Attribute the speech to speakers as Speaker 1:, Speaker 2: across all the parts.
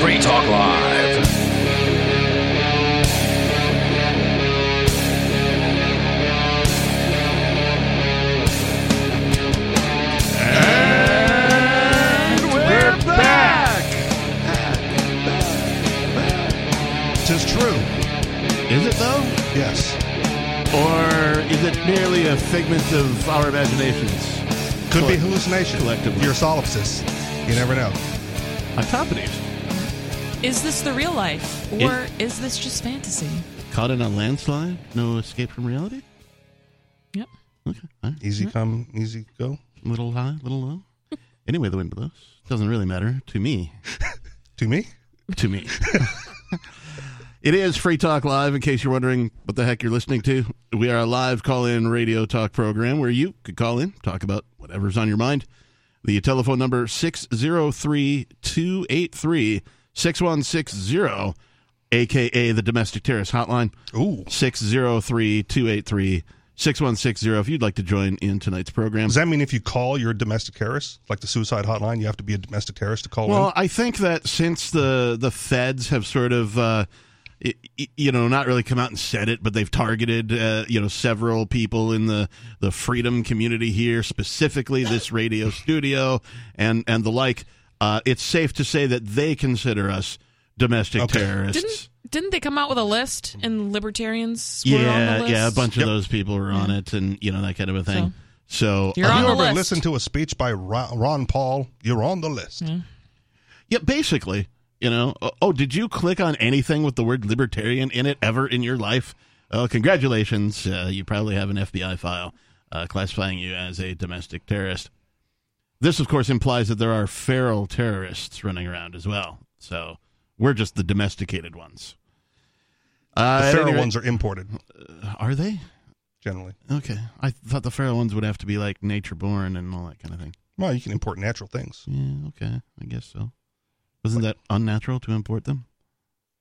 Speaker 1: Free Talk Live.
Speaker 2: We're back.
Speaker 3: Tis true.
Speaker 2: Is it though,
Speaker 3: Yes.
Speaker 2: or is it merely a figment of our imaginations?
Speaker 3: Could be
Speaker 2: Collect-
Speaker 3: hallucination.
Speaker 2: collectively.
Speaker 3: Your solipsis. You never know.
Speaker 2: On top of these,
Speaker 4: Is this the real life, or is this just fantasy?
Speaker 2: caught in a landslide, no escape from reality.
Speaker 4: Yep.
Speaker 2: Okay, all right.
Speaker 3: Easy come, easy go.
Speaker 2: little high, little low. anyway, the wind blows. Doesn't really matter to me.
Speaker 3: To me?
Speaker 2: to me. it is Free Talk Live, in case you're wondering what the heck you're listening to. We are a live call in radio talk program where you could call in, talk about whatever's on your mind. The telephone number 603 283 6160, aka the Domestic Terrorist Hotline.
Speaker 3: Ooh.
Speaker 2: 603 283 6160, if you'd like to join in tonight's program.
Speaker 3: Does that mean if you call, you're a domestic terrorist? Like the suicide hotline, you have to be a domestic terrorist to call
Speaker 2: Well,
Speaker 3: in?
Speaker 2: I think that since the the feds have sort of. Uh, y- y- you know, not really come out and said it, but they've targeted, uh, you know, several people in the, the freedom community here, specifically this radio studio and, and the like. Uh, it's safe to say that they consider us domestic
Speaker 3: Okay.
Speaker 2: terrorists.
Speaker 4: Didn't didn't they come out with a list and libertarians were on
Speaker 2: yeah,
Speaker 4: the list?
Speaker 2: yeah, a bunch
Speaker 3: Yep.
Speaker 2: of those people were on it, and you know that kind of a thing. So,
Speaker 4: You're
Speaker 2: uh,
Speaker 4: on
Speaker 3: Have you
Speaker 4: the list.
Speaker 3: ever listened to a speech by Ron, Ron Paul? You're on the list.
Speaker 4: Mm.
Speaker 2: yeah, basically, you know. Oh, Oh, did you click on anything with the word libertarian in it ever in your life? Oh, congratulations! Uh, you probably have an FBI file uh, classifying you as a domestic terrorist. This, of course, implies that there are feral terrorists running around as well. So we're just the domesticated ones.
Speaker 3: The
Speaker 2: Uh, at
Speaker 3: feral
Speaker 2: any rate-
Speaker 3: ones are imported,
Speaker 2: Uh, are they?
Speaker 3: generally.
Speaker 2: Okay, I thought the feral ones would have to be like nature born and all that kind of thing.
Speaker 3: Well, you can import natural things.
Speaker 2: Yeah, okay. I guess so. Wasn't that unnatural to import them?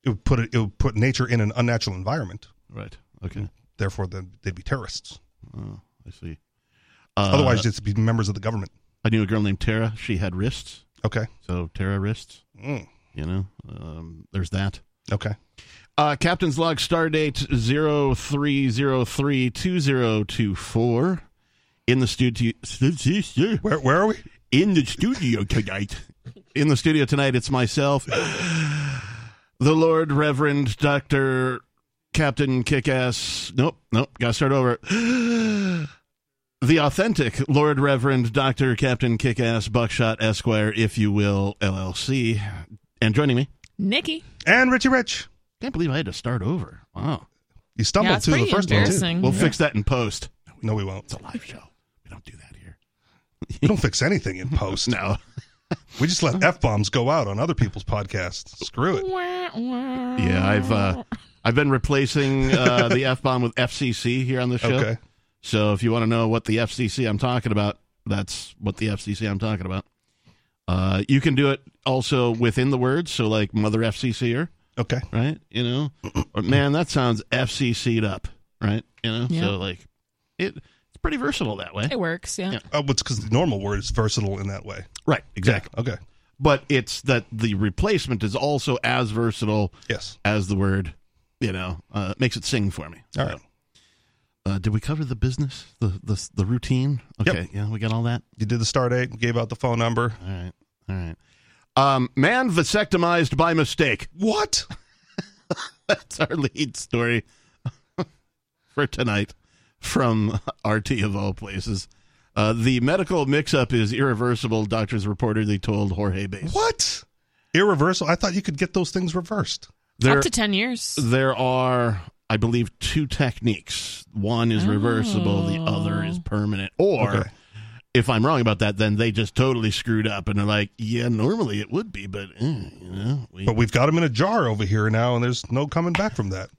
Speaker 3: It would put, it, it would put nature in an unnatural environment.
Speaker 2: Right. Okay.
Speaker 3: Therefore, then they'd be terrorists.
Speaker 2: Oh, I see. Uh,
Speaker 3: Otherwise, just be members of the government.
Speaker 2: I knew a girl named Tara. She had wrists.
Speaker 3: Okay.
Speaker 2: So, Tara wrists,
Speaker 3: Mm.
Speaker 2: you know? Um, there's that.
Speaker 3: Okay.
Speaker 2: Uh, Captain's log stardate 03032024 in the studio
Speaker 3: Where, where are we?
Speaker 2: in the studio tonight. In the studio tonight it's myself the Lord Reverend Dr. Captain Kickass. Nope, nope, got to start over. The authentic Lord Reverend Dr. Captain Kickass Buckshot Esquire, if you will, LLC. And joining me,
Speaker 4: Nikki.
Speaker 3: And Richie Rich.
Speaker 2: can't believe I had to start over. Wow.
Speaker 3: You stumbled
Speaker 4: yeah, it's
Speaker 3: through
Speaker 4: pretty
Speaker 3: the first one, too.
Speaker 4: embarrassing.
Speaker 2: We'll fix that in post.
Speaker 3: No, we won't.
Speaker 2: It's a live show. We don't do that here.
Speaker 3: We don't fix anything in post.
Speaker 2: No.
Speaker 3: We just let f bombs go out on other people's podcasts. Screw it.
Speaker 2: Yeah, I've uh, I've been replacing uh, the F bomb with FCC here on the show.
Speaker 3: Okay.
Speaker 2: So if you want to know what the FCC I'm talking about, that's what the FCC I'm talking about. Uh, you can do it also within the words, so like mother FCCer,
Speaker 3: Okay.
Speaker 2: right? You know, or man, that sounds FCC'd up, right? You know,
Speaker 4: Yeah.
Speaker 2: so like it, it's pretty versatile that way.
Speaker 4: It works. Yeah.
Speaker 2: Yeah.
Speaker 3: Oh, but because the normal word is versatile in that way.
Speaker 2: Right, exactly.
Speaker 3: Okay.
Speaker 2: But it's that the replacement is also as versatile
Speaker 3: Yes.
Speaker 2: as the word, you know, uh, makes it sing for me.
Speaker 3: All right.
Speaker 2: Uh, did we cover the business, the the, the routine?
Speaker 3: Yep.
Speaker 2: Okay, yeah, we got all that.
Speaker 3: You did the star date, gave out the phone number.
Speaker 2: All right, all right. Um, man vasectomized by mistake.
Speaker 3: What?
Speaker 2: That's our lead story for tonight from RT of all places. Uh, the medical mix-up is irreversible. Doctors reportedly told Jorge Bass.
Speaker 3: What? Irreversible. I thought you could get those things reversed.
Speaker 2: There,
Speaker 4: Up to ten years.
Speaker 2: there are, I believe, two techniques. One is reversible. The other is
Speaker 4: Oh.
Speaker 2: permanent. Or
Speaker 3: Okay.
Speaker 2: if I'm wrong about that, then they just totally screwed up and they're like, yeah, normally it would be, but eh, you know, we
Speaker 3: But we've got them in a jar over here now, and there's no coming back from that.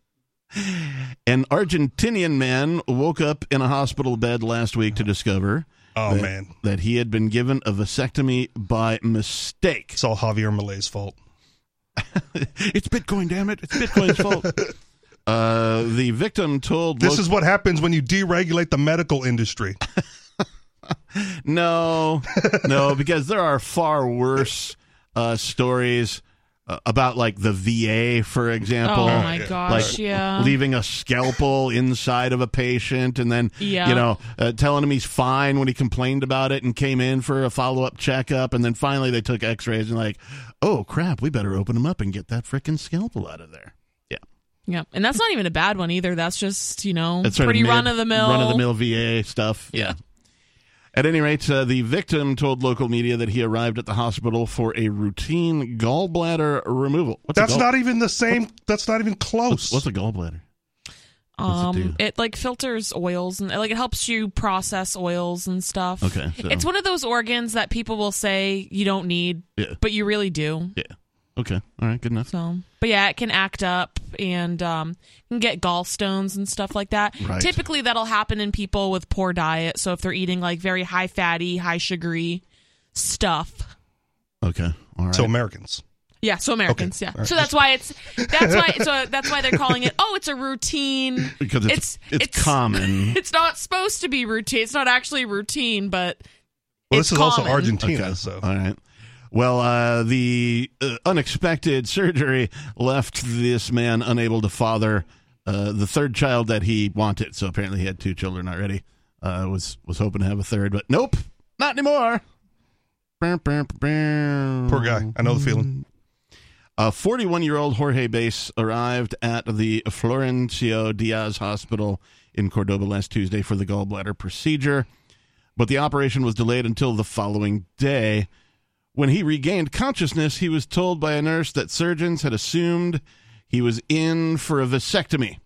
Speaker 2: An Argentinian man woke up in a hospital bed last week to discover
Speaker 3: Oh,
Speaker 2: that,
Speaker 3: man.
Speaker 2: that he had been given a vasectomy by mistake.
Speaker 3: It's all Javier Malay's fault.
Speaker 2: it's Bitcoin, damn it. It's Bitcoin's fault. Uh, the victim told
Speaker 3: This
Speaker 2: loc-
Speaker 3: is what happens when you deregulate the medical industry.
Speaker 2: no, no, because there are far worse uh, stories uh, about like the VA, for example.
Speaker 4: oh my
Speaker 3: yeah.
Speaker 4: gosh,
Speaker 2: Like,
Speaker 4: yeah.
Speaker 2: Leaving a scalpel inside of a patient, and then
Speaker 4: Yeah.
Speaker 2: you know, uh, telling him he's fine when he complained about it, and came in for a follow up checkup, and then finally they took X rays and like, oh crap, we better open him up and get that frickin' scalpel out of there. Yeah,
Speaker 4: yeah, and that's not even a bad one either. That's just you know
Speaker 2: That's sort of
Speaker 4: pretty
Speaker 2: mid-
Speaker 4: run of the mill.
Speaker 2: run of the mill VA stuff. Yeah. At any rate, uh, the victim told local media that he arrived at the hospital for a routine gallbladder removal. What's a
Speaker 3: That's
Speaker 2: gall-
Speaker 3: not even the same. That's not even close.
Speaker 2: What's a gallbladder? What's it
Speaker 4: Um, it like filters oils and like it helps you process oils and stuff.
Speaker 2: Okay, so-
Speaker 4: it's one of those organs that people will say you don't need,
Speaker 2: Yeah.
Speaker 4: but you really do.
Speaker 2: Yeah. Okay. All right. Good enough.
Speaker 4: So, but yeah, it can act up and um, can get gallstones and stuff like that.
Speaker 2: Right.
Speaker 4: Typically, that'll happen in people with poor diet. So if they're eating like very high fatty, high sugary stuff.
Speaker 2: Okay. All right.
Speaker 3: So Americans.
Speaker 4: Yeah, so Americans,
Speaker 3: Okay,
Speaker 4: yeah.
Speaker 3: all right.
Speaker 4: So that's why it's that's why so that's why they're calling it. Oh, it's a routine.
Speaker 2: because it's it's,
Speaker 4: it's-
Speaker 2: common.
Speaker 4: It's not supposed to be routine. It's not actually routine, but
Speaker 3: Well,
Speaker 4: It's
Speaker 3: this is also
Speaker 4: common.
Speaker 3: Argentina.
Speaker 2: Okay.
Speaker 3: So
Speaker 2: All right. Well, uh, the uh, unexpected surgery left this man unable to father uh, the third child that he wanted. So apparently, he had two children already. Uh, was was hoping to have a third, but nope, not anymore. Poor
Speaker 3: poor guy. I know the feeling.
Speaker 2: Mm. A 41 year old Jorge Base arrived at the Florencio Diaz Hospital in Cordoba last Tuesday for the gallbladder procedure, but the operation was delayed until the following day. When he regained consciousness, he was told by a nurse that surgeons had assumed he was in for a vasectomy.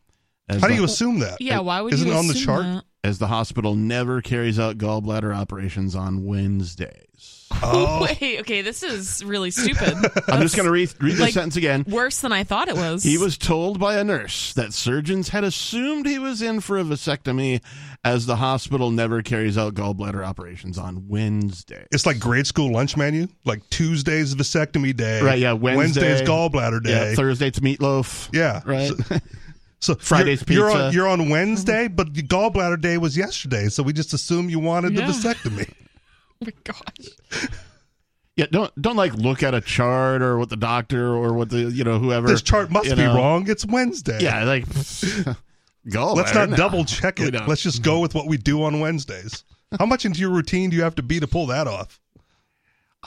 Speaker 2: As
Speaker 3: How do
Speaker 2: the-
Speaker 3: you assume that?
Speaker 4: yeah, why would
Speaker 3: Isn't
Speaker 4: you
Speaker 3: it on the
Speaker 4: assume
Speaker 3: chart?
Speaker 4: that?
Speaker 2: as the hospital never carries out gallbladder operations on Wednesdays.
Speaker 3: Oh,
Speaker 4: Wait, okay, this is really stupid.
Speaker 2: I'm just going to read, read the
Speaker 4: Like-
Speaker 2: sentence again.
Speaker 4: Worse than I thought it was.
Speaker 2: He was told by a nurse that surgeons had assumed he was in for a vasectomy as the hospital never carries out gallbladder operations on Wednesday.
Speaker 3: it's like grade school lunch menu. Like Tuesday's vasectomy day.
Speaker 2: Right, yeah, Wednesday.
Speaker 3: Wednesday's gallbladder
Speaker 2: Yeah,
Speaker 3: day.
Speaker 2: Thursday it's meatloaf.
Speaker 3: Yeah.
Speaker 2: Right?
Speaker 3: So
Speaker 2: Friday's
Speaker 3: you're, You're on,
Speaker 2: pizza.
Speaker 3: you're on Wednesday, but the gallbladder day was yesterday, so we just assume you wanted
Speaker 4: Yeah.
Speaker 3: the vasectomy.
Speaker 4: Oh my gosh.
Speaker 2: yeah, don't don't like look at a chart or what the doctor or what the you know whoever
Speaker 3: This chart must
Speaker 2: you
Speaker 3: be
Speaker 2: know.
Speaker 3: wrong. It's Wednesday.
Speaker 2: Yeah, like gallbladder.
Speaker 3: Let's not
Speaker 2: no.
Speaker 3: double check
Speaker 2: We
Speaker 3: it.
Speaker 2: don't.
Speaker 3: Let's just go with what we do on Wednesdays. How much into your routine do you have to be to pull that off?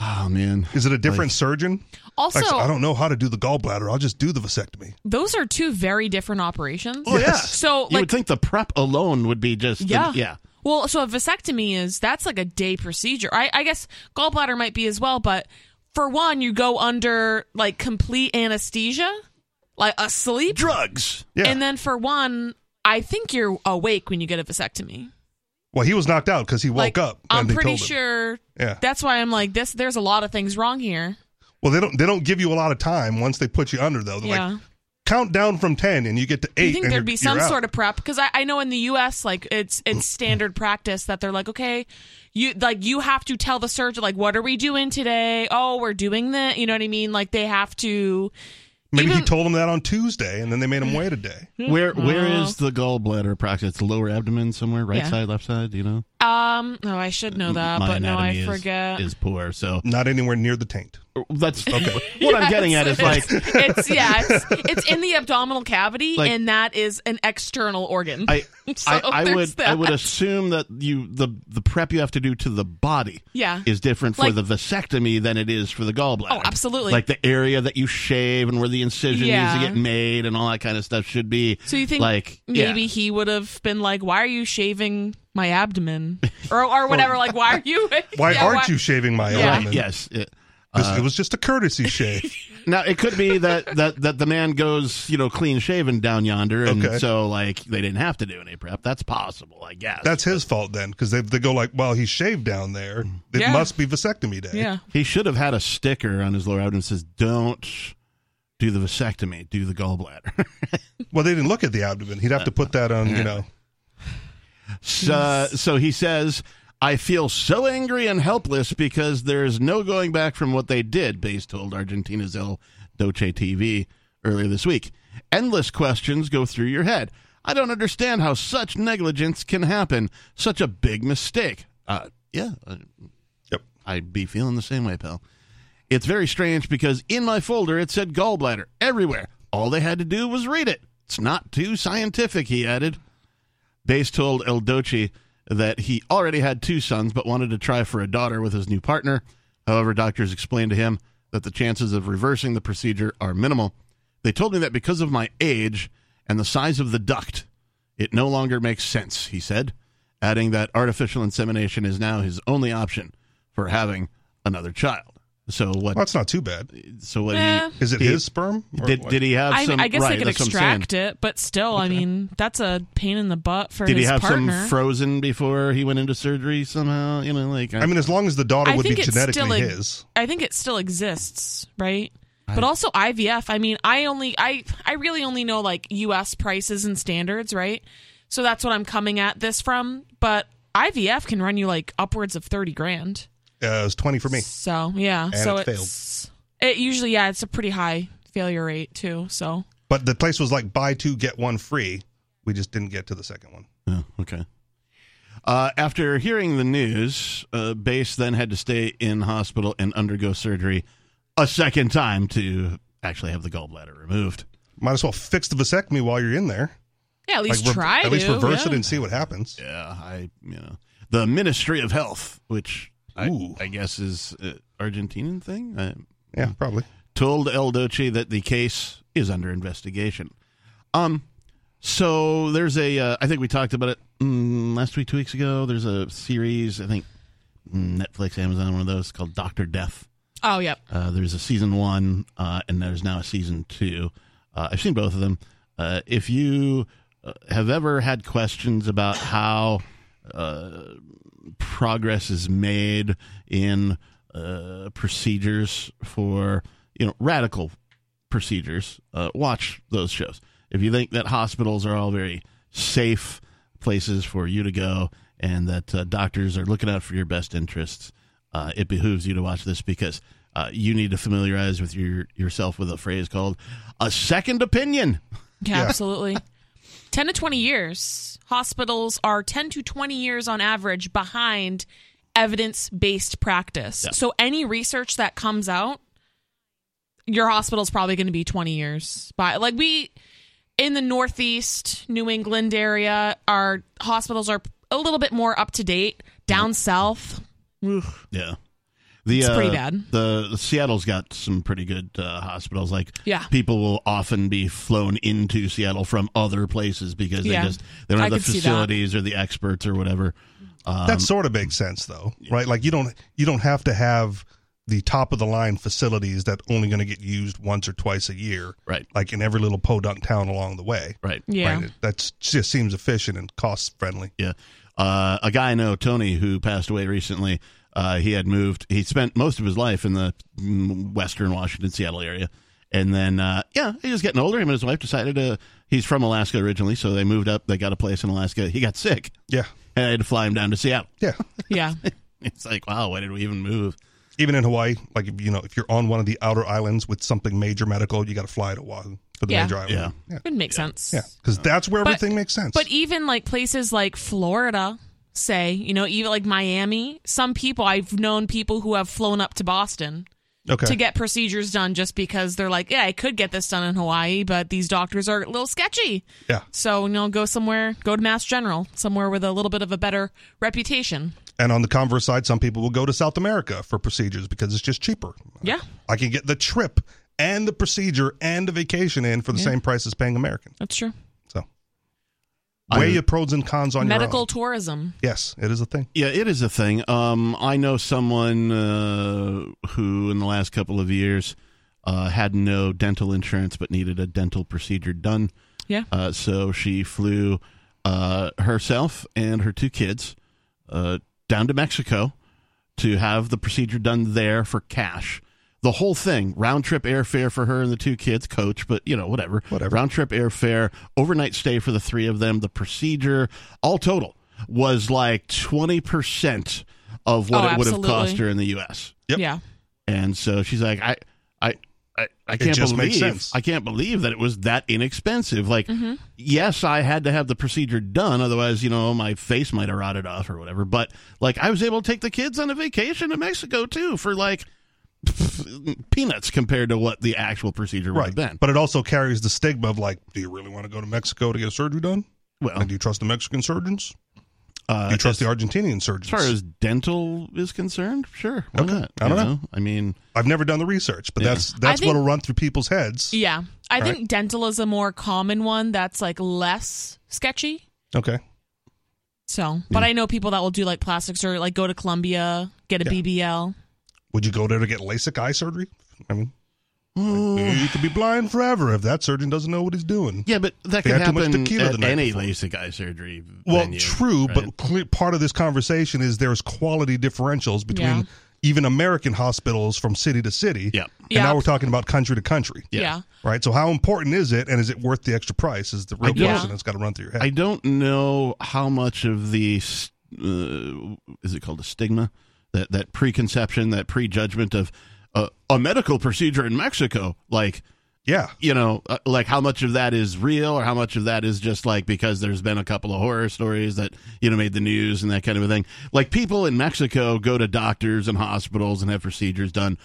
Speaker 2: Oh man.
Speaker 3: Is it a different surgeon?
Speaker 4: Also,
Speaker 3: Like, I don't know how to do the gallbladder. I'll just do the vasectomy.
Speaker 4: those are two very different operations.
Speaker 2: Well, Oh, yeah.
Speaker 4: So
Speaker 2: you
Speaker 4: like
Speaker 2: would think the prep alone would be just
Speaker 4: yeah.
Speaker 2: yeah.
Speaker 4: Well, so a vasectomy is that's like a day procedure. I I guess gallbladder might be as well, but for one, you go under like complete anesthesia, like a sleep.
Speaker 2: Drugs.
Speaker 3: Yeah.
Speaker 4: And then for one, I think you're awake when you get a vasectomy.
Speaker 3: well, he was knocked out because he woke
Speaker 4: like,
Speaker 3: up.
Speaker 4: I'm
Speaker 3: and they
Speaker 4: pretty
Speaker 3: told him.
Speaker 4: sure
Speaker 3: Yeah.
Speaker 4: that's why I'm like this. There's a lot of things wrong here.
Speaker 3: Well, they don't. They don't give you a lot of time once they put you under, though. They're
Speaker 4: yeah.
Speaker 3: like, count down from ten, and you get to eight.
Speaker 4: Do you think
Speaker 3: and
Speaker 4: there'd
Speaker 3: you're-
Speaker 4: be some
Speaker 3: you're out.
Speaker 4: sort of prep? Because I, I know in the U.S. like it's it's standard practice that they're like, okay, you like you have to tell the surgeon like, what are we doing today? Oh, we're doing that. You know what I mean? Like they have to.
Speaker 3: Maybe he
Speaker 4: even-
Speaker 3: told him that on Tuesday, and then they made him wait a day.
Speaker 2: Where where
Speaker 4: Oh.
Speaker 2: is the gallbladder practice? It's lower abdomen somewhere, right
Speaker 4: Yeah.
Speaker 2: side, left side. Do you know?
Speaker 4: Um, no, I should know that,
Speaker 2: My
Speaker 4: but no,
Speaker 2: anatomy
Speaker 4: I
Speaker 2: is-
Speaker 4: forget.
Speaker 2: Is, poor, so
Speaker 3: Not anywhere near the taint.
Speaker 2: that's what I'm getting at is like
Speaker 4: it's, it's- yeah, it's, it's in the abdominal cavity,
Speaker 2: Like-
Speaker 4: and that is an external organ.
Speaker 2: I
Speaker 4: So
Speaker 2: I, I
Speaker 4: there's
Speaker 2: would I would
Speaker 4: that.
Speaker 2: assume that you the the prep you have to do to the body
Speaker 4: yeah,
Speaker 2: is different for
Speaker 4: Like-
Speaker 2: the vasectomy than it is for the gallbladder.
Speaker 4: Oh, absolutely.
Speaker 2: Like the area that you shave and where the incision
Speaker 4: Yeah.
Speaker 2: needs to get made and all that kind of stuff should be.
Speaker 4: So you think
Speaker 2: like yeah.
Speaker 4: maybe he would have been like, "Why are you shaving my abdomen?" or or whatever. like, why are you?
Speaker 3: Why
Speaker 4: Yeah,
Speaker 3: aren't you shaving my
Speaker 4: Yeah.
Speaker 3: abdomen?
Speaker 2: yes. uh, yeah.
Speaker 3: This- it was just a courtesy shave.
Speaker 2: Now it could be that, that that the man goes, you know, clean shaven down yonder, and
Speaker 3: Okay.
Speaker 2: so like they didn't have to do any prep. That's possible, I guess.
Speaker 3: That's his fault then, because they, they go like, well, he shaved down there. It
Speaker 4: Yeah.
Speaker 3: must be vasectomy day.
Speaker 4: Yeah.
Speaker 2: he should have had a sticker on his lower abdomen that says, "Don't do the vasectomy, do the gallbladder."
Speaker 3: Well, they didn't look at the abdomen. He'd have to put that on, you know.
Speaker 2: so, so he says, "I feel so angry and helpless because there's no going back from what they did." Base told Argentina's El Doce TV earlier this week. Endless questions go through your head. I don't understand how such negligence can happen. Such a big mistake. Uh, yeah, uh,
Speaker 3: Yep.
Speaker 2: I'd be feeling the same way, pal. It's very strange because in my folder it said gallbladder everywhere. All they had to do was read it. It's not too scientific, he added. Bass told El Doce that he already had two sons but wanted to try for a daughter with his new partner. However, doctors explained to him that the chances of reversing the procedure are minimal. They told me that because of my age and the size of the duct, it no longer makes sense, he said, adding that artificial insemination is now his only option for having another child. So what?
Speaker 3: Well, that's not too bad.
Speaker 2: so what?
Speaker 4: Eh.
Speaker 2: He,
Speaker 3: Is it
Speaker 2: He-
Speaker 3: his sperm? Or
Speaker 2: did
Speaker 3: what?
Speaker 2: did he have
Speaker 4: I,
Speaker 2: some?
Speaker 4: I guess
Speaker 2: right,
Speaker 4: they could
Speaker 2: that's what I'm saying.
Speaker 4: extract it, but still, I mean, that's a pain in the butt for
Speaker 2: Did
Speaker 4: his
Speaker 2: he have
Speaker 4: partner.
Speaker 2: some frozen before he went into surgery somehow? You know, like
Speaker 3: I mean, as long as the daughter
Speaker 4: I
Speaker 3: would be
Speaker 4: think it's
Speaker 3: genetically
Speaker 4: still a-
Speaker 3: his.
Speaker 4: I think it still exists, right? But also IVF. I mean, I only I I really only know like US prices and standards, right? So that's what I'm coming at this from, but IVF can run you like upwards of 30 grand.
Speaker 3: Uh, it was 20 for me.
Speaker 4: So, yeah, so
Speaker 3: it failed.
Speaker 4: it's it usually yeah, it's a pretty high failure rate too, so
Speaker 3: But the place was like buy two, get one free. We just didn't get to the second one.
Speaker 2: Oh, okay. Uh, after hearing the news, uh, Bass then had to stay in hospital and undergo surgery a second time to actually have the gallbladder removed.
Speaker 3: Might as well fix the vasectomy while you're in there.
Speaker 4: yeah, at least
Speaker 3: re-
Speaker 4: try
Speaker 3: At least
Speaker 4: to,
Speaker 3: reverse
Speaker 4: yeah.
Speaker 3: it and see what happens.
Speaker 2: Yeah, I you know the Ministry of Health, which I,
Speaker 3: Ooh.
Speaker 2: I guess is uh, Argentinian thing, I,
Speaker 3: Yeah, probably.
Speaker 2: told El Doce that the case is under investigation. Um, so there's a uh, I think we talked about it mm, last week, two weeks ago. There's a series I think mm, Netflix, Amazon, one of those called Doctor Death.
Speaker 4: Oh, yep.
Speaker 2: Uh, there's a season one, uh, and there's now a season two. Uh, I've seen both of them. Uh, if you uh, have ever had questions about how uh, progress is made in uh, procedures for you know radical procedures, uh, watch those shows. If you think that hospitals are all very safe places for you to go and that uh, doctors are looking out for your best interests, uh, it behooves you to watch this because uh, you need to familiarize with your yourself with a phrase called a second opinion.
Speaker 4: Yeah,
Speaker 3: Yeah.
Speaker 4: absolutely. 10 to 20 years. Hospitals are 10 to 20 years on average behind evidence based practice. So any research that comes out, your hospital's probably going to be 20 years. By, like we in the Northeast, New England area, our hospitals are a little bit more up to date. Down south, oof,
Speaker 2: Yeah. The,
Speaker 4: It's pretty
Speaker 2: uh,
Speaker 4: bad.
Speaker 2: The, the Seattle's got some pretty good uh, hospitals. Like,
Speaker 4: Yeah.
Speaker 2: people will often be flown into Seattle from other places because
Speaker 4: Yeah.
Speaker 2: they just they don't
Speaker 4: I
Speaker 2: have the
Speaker 4: could see that.
Speaker 2: facilities or the experts or whatever. Um,
Speaker 3: that sort of makes sense though right like you don't you don't have to have the top of the line facilities that only going to get used once or twice a year
Speaker 2: Right.
Speaker 3: like in every little podunk town along the way
Speaker 2: right.
Speaker 4: yeah,
Speaker 3: right that just seems efficient and cost friendly
Speaker 2: Yeah. Uh, a guy I know, Tony, who passed away recently, uh, he had moved. He spent most of his life in the mm, western Washington, Seattle area. And then, uh, yeah, he was getting older. Him and his wife decided to. He's from Alaska originally, so they moved up. They got a place in Alaska. He got sick,
Speaker 3: yeah
Speaker 2: and I had to fly him down to Seattle.
Speaker 3: yeah
Speaker 4: yeah.
Speaker 2: It's like, wow, why did we even move?
Speaker 3: even in hawaii like if, you know if you're on one of the outer islands with something major medical you got to fly to oahu for the
Speaker 4: Yeah.
Speaker 3: major island
Speaker 2: Yeah.
Speaker 3: yeah
Speaker 4: It makes sense.
Speaker 3: yeah because that's where
Speaker 4: But-
Speaker 3: everything makes sense
Speaker 4: But even like places like Florida, say, you know, even like Miami, some people I've known people who have flown up to Boston
Speaker 3: okay
Speaker 4: to get procedures done just because they're like, yeah, I could get this done in Hawaii, but these doctors are a little sketchy.
Speaker 3: yeah
Speaker 4: So, you know, go somewhere, go to Mass General, somewhere with a little bit of a better reputation.
Speaker 3: and on the converse side some people will go to south america for procedures because it's just cheaper
Speaker 4: Yeah.
Speaker 3: I can get the trip and the procedure and the vacation in for the same price as paying American.
Speaker 4: That's true.
Speaker 3: So
Speaker 2: I-
Speaker 3: weigh your pros and cons on your
Speaker 4: Medical
Speaker 3: own.
Speaker 4: tourism.
Speaker 3: Yes, it is a thing.
Speaker 2: Yeah, it is a thing. Um, I know someone uh, who, in the last couple of years, uh, had no dental insurance but needed a dental procedure done.
Speaker 4: Yeah.
Speaker 2: Uh, so she flew uh, herself and her two kids uh, down to Mexico to have the procedure done there for cash. The whole thing, round trip airfare for her and the two kids, coach, but you know, whatever.
Speaker 3: Whatever.
Speaker 2: Round trip airfare, overnight stay for the three of them, the procedure, all total was like 20% of
Speaker 4: Oh,
Speaker 2: what it would have
Speaker 4: absolutely.
Speaker 2: cost her in the U.S.
Speaker 3: Yep.
Speaker 4: Yeah.
Speaker 2: And so she's like, I, I, I, I can't
Speaker 3: just
Speaker 2: believe
Speaker 3: makes sense.
Speaker 2: I can't believe that it was that inexpensive. Like, yes, I had to have the procedure done, otherwise, you know, my face might have rotted off or whatever. But like, I was able to take the kids on a vacation to Mexico too for like peanuts compared to what the actual procedure would
Speaker 3: Right.
Speaker 2: have been.
Speaker 3: But it also carries the stigma of like, do you really want to go to Mexico to get surgery done?
Speaker 2: Well,
Speaker 3: And do you trust the Mexican surgeons?
Speaker 2: uh,
Speaker 3: Do you trust the Argentinian surgeons?
Speaker 2: as far as dental is concerned, sure. Why
Speaker 3: Okay.
Speaker 2: not?
Speaker 3: I don't
Speaker 2: You
Speaker 3: know.
Speaker 2: I mean,
Speaker 3: I've never done the research, but
Speaker 2: Yeah.
Speaker 3: that's that's
Speaker 4: think-
Speaker 3: what'll run through people's heads.
Speaker 4: Yeah. I
Speaker 3: All
Speaker 4: think dental is a more common one that's like less sketchy.
Speaker 3: Okay.
Speaker 4: So, but I know people that will do like plastics or like go to Columbia, get a BBL.
Speaker 3: Would you go there to get LASIK eye surgery? I mean,
Speaker 2: uh,
Speaker 3: you could be blind forever if that surgeon doesn't know what he's doing.
Speaker 2: yeah, but that
Speaker 3: They
Speaker 2: can
Speaker 3: had too much
Speaker 2: happen
Speaker 3: tequila the
Speaker 2: at
Speaker 3: night
Speaker 2: any
Speaker 3: before.
Speaker 2: LASIK eye surgery.
Speaker 3: Well,
Speaker 2: venue,
Speaker 3: true,
Speaker 2: right?
Speaker 3: but clear, part of this conversation is there's quality differentials between
Speaker 4: Yeah.
Speaker 3: even American hospitals from city to city.
Speaker 2: Yeah.
Speaker 3: And
Speaker 4: Yeah.
Speaker 3: now we're talking about country to country.
Speaker 2: Yeah.
Speaker 3: Right. So how important is it, and is it worth the extra price? Is the real
Speaker 2: don't-
Speaker 3: question that's got to run through your head.
Speaker 2: I don't know how much of the s- uh, is it called a stigma that that preconception that prejudgment of uh, a medical procedure in Mexico like
Speaker 3: yeah.
Speaker 2: you know uh, like how much of that is real or how much of that is just like because there's been a couple of horror stories that you know made the news and that kind of a thing like people in Mexico go to doctors and hospitals and have procedures done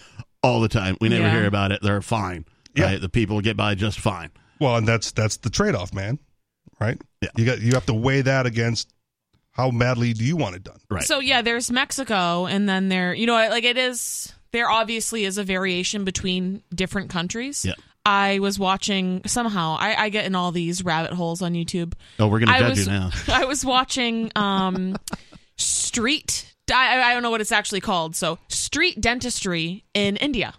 Speaker 2: all the time we never
Speaker 4: Yeah.
Speaker 2: hear about it they're fine
Speaker 3: Yeah.
Speaker 2: right? the people get by just fine
Speaker 3: Well, and that's that's the trade off, man. Right.
Speaker 2: Yeah.
Speaker 3: You got you have to weigh that against how badly do you want it done.
Speaker 2: right
Speaker 4: So, yeah, there's Mexico and then there, you know, like it is, there obviously is a variation between different countries.
Speaker 2: Yeah.
Speaker 4: I was watching somehow, I, I get in all these rabbit holes on YouTube.
Speaker 2: oh we're gonna
Speaker 4: I
Speaker 2: judge
Speaker 4: was,
Speaker 2: you now
Speaker 4: I was watching um, street. I, I don't know what it's actually called. So street dentistry in India,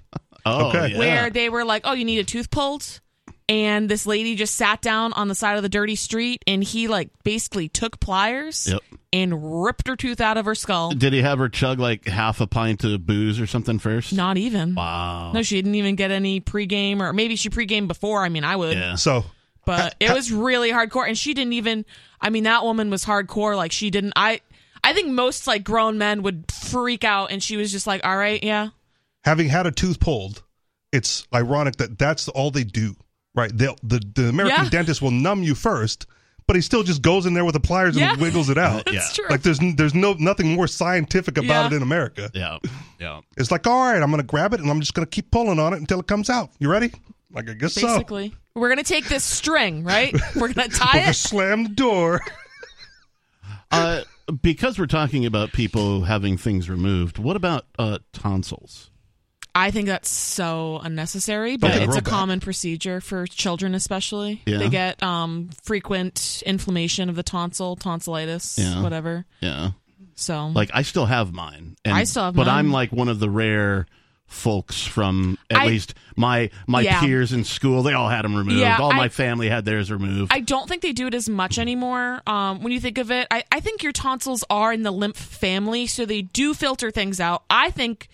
Speaker 2: oh
Speaker 3: Okay.
Speaker 2: yeah.
Speaker 4: where they were like, "Oh, you need a tooth pulled," and this lady just sat down on the side of the dirty street, and he like basically took pliers
Speaker 2: Yep.
Speaker 4: and ripped her tooth out of her skull.
Speaker 2: Did he have her chug like half a pint of booze or something first?
Speaker 4: Not even.
Speaker 2: Wow.
Speaker 4: No, she didn't even get any pregame, or maybe she pregame before. I mean, I would.
Speaker 2: Yeah.
Speaker 3: So
Speaker 4: but it was really hardcore and she didn't even i mean that woman was hardcore like she didn't i i think most like grown men would freak out and she was just like all right yeah
Speaker 3: having had a tooth pulled, it's ironic that that's all they do. Right. They'll, the the American
Speaker 4: Yeah.
Speaker 3: dentist will numb you first, but he still just goes in there with the pliers and
Speaker 4: Yeah.
Speaker 3: wiggles it out.
Speaker 4: that's
Speaker 2: Yeah.
Speaker 4: true
Speaker 3: Like there's n- there's no nothing more scientific about
Speaker 4: Yeah.
Speaker 3: it in America.
Speaker 2: Yeah. Yeah.
Speaker 3: It's like, all right, I'm gonna grab it and I'm just gonna keep pulling on it until it comes out. You ready? Like I guess so.
Speaker 4: basically we're gonna take this string right we're gonna tie
Speaker 3: Just
Speaker 4: it
Speaker 3: slam the door.
Speaker 2: Uh, because we're talking about people having things removed, what about uh, tonsils?
Speaker 4: i think that's so unnecessary but
Speaker 3: they
Speaker 4: it's
Speaker 3: grow
Speaker 4: a
Speaker 3: back.
Speaker 4: common procedure for children especially
Speaker 2: Yeah.
Speaker 4: they get um frequent inflammation of the tonsil tonsillitis
Speaker 2: Yeah.
Speaker 4: whatever
Speaker 2: Yeah.
Speaker 4: so
Speaker 2: Like I still have mine. And,
Speaker 4: I still have
Speaker 2: But I'm
Speaker 4: mine.
Speaker 2: like one of the rare folks from at
Speaker 4: I-
Speaker 2: least my my
Speaker 4: Yeah.
Speaker 2: peers in school. They all had them removed.
Speaker 4: Yeah,
Speaker 2: all
Speaker 4: I-
Speaker 2: my family had theirs removed.
Speaker 4: I don't think they do it as much anymore. Um, when you think of it, I, I think your tonsils are in the lymph family, so they do filter things out. I think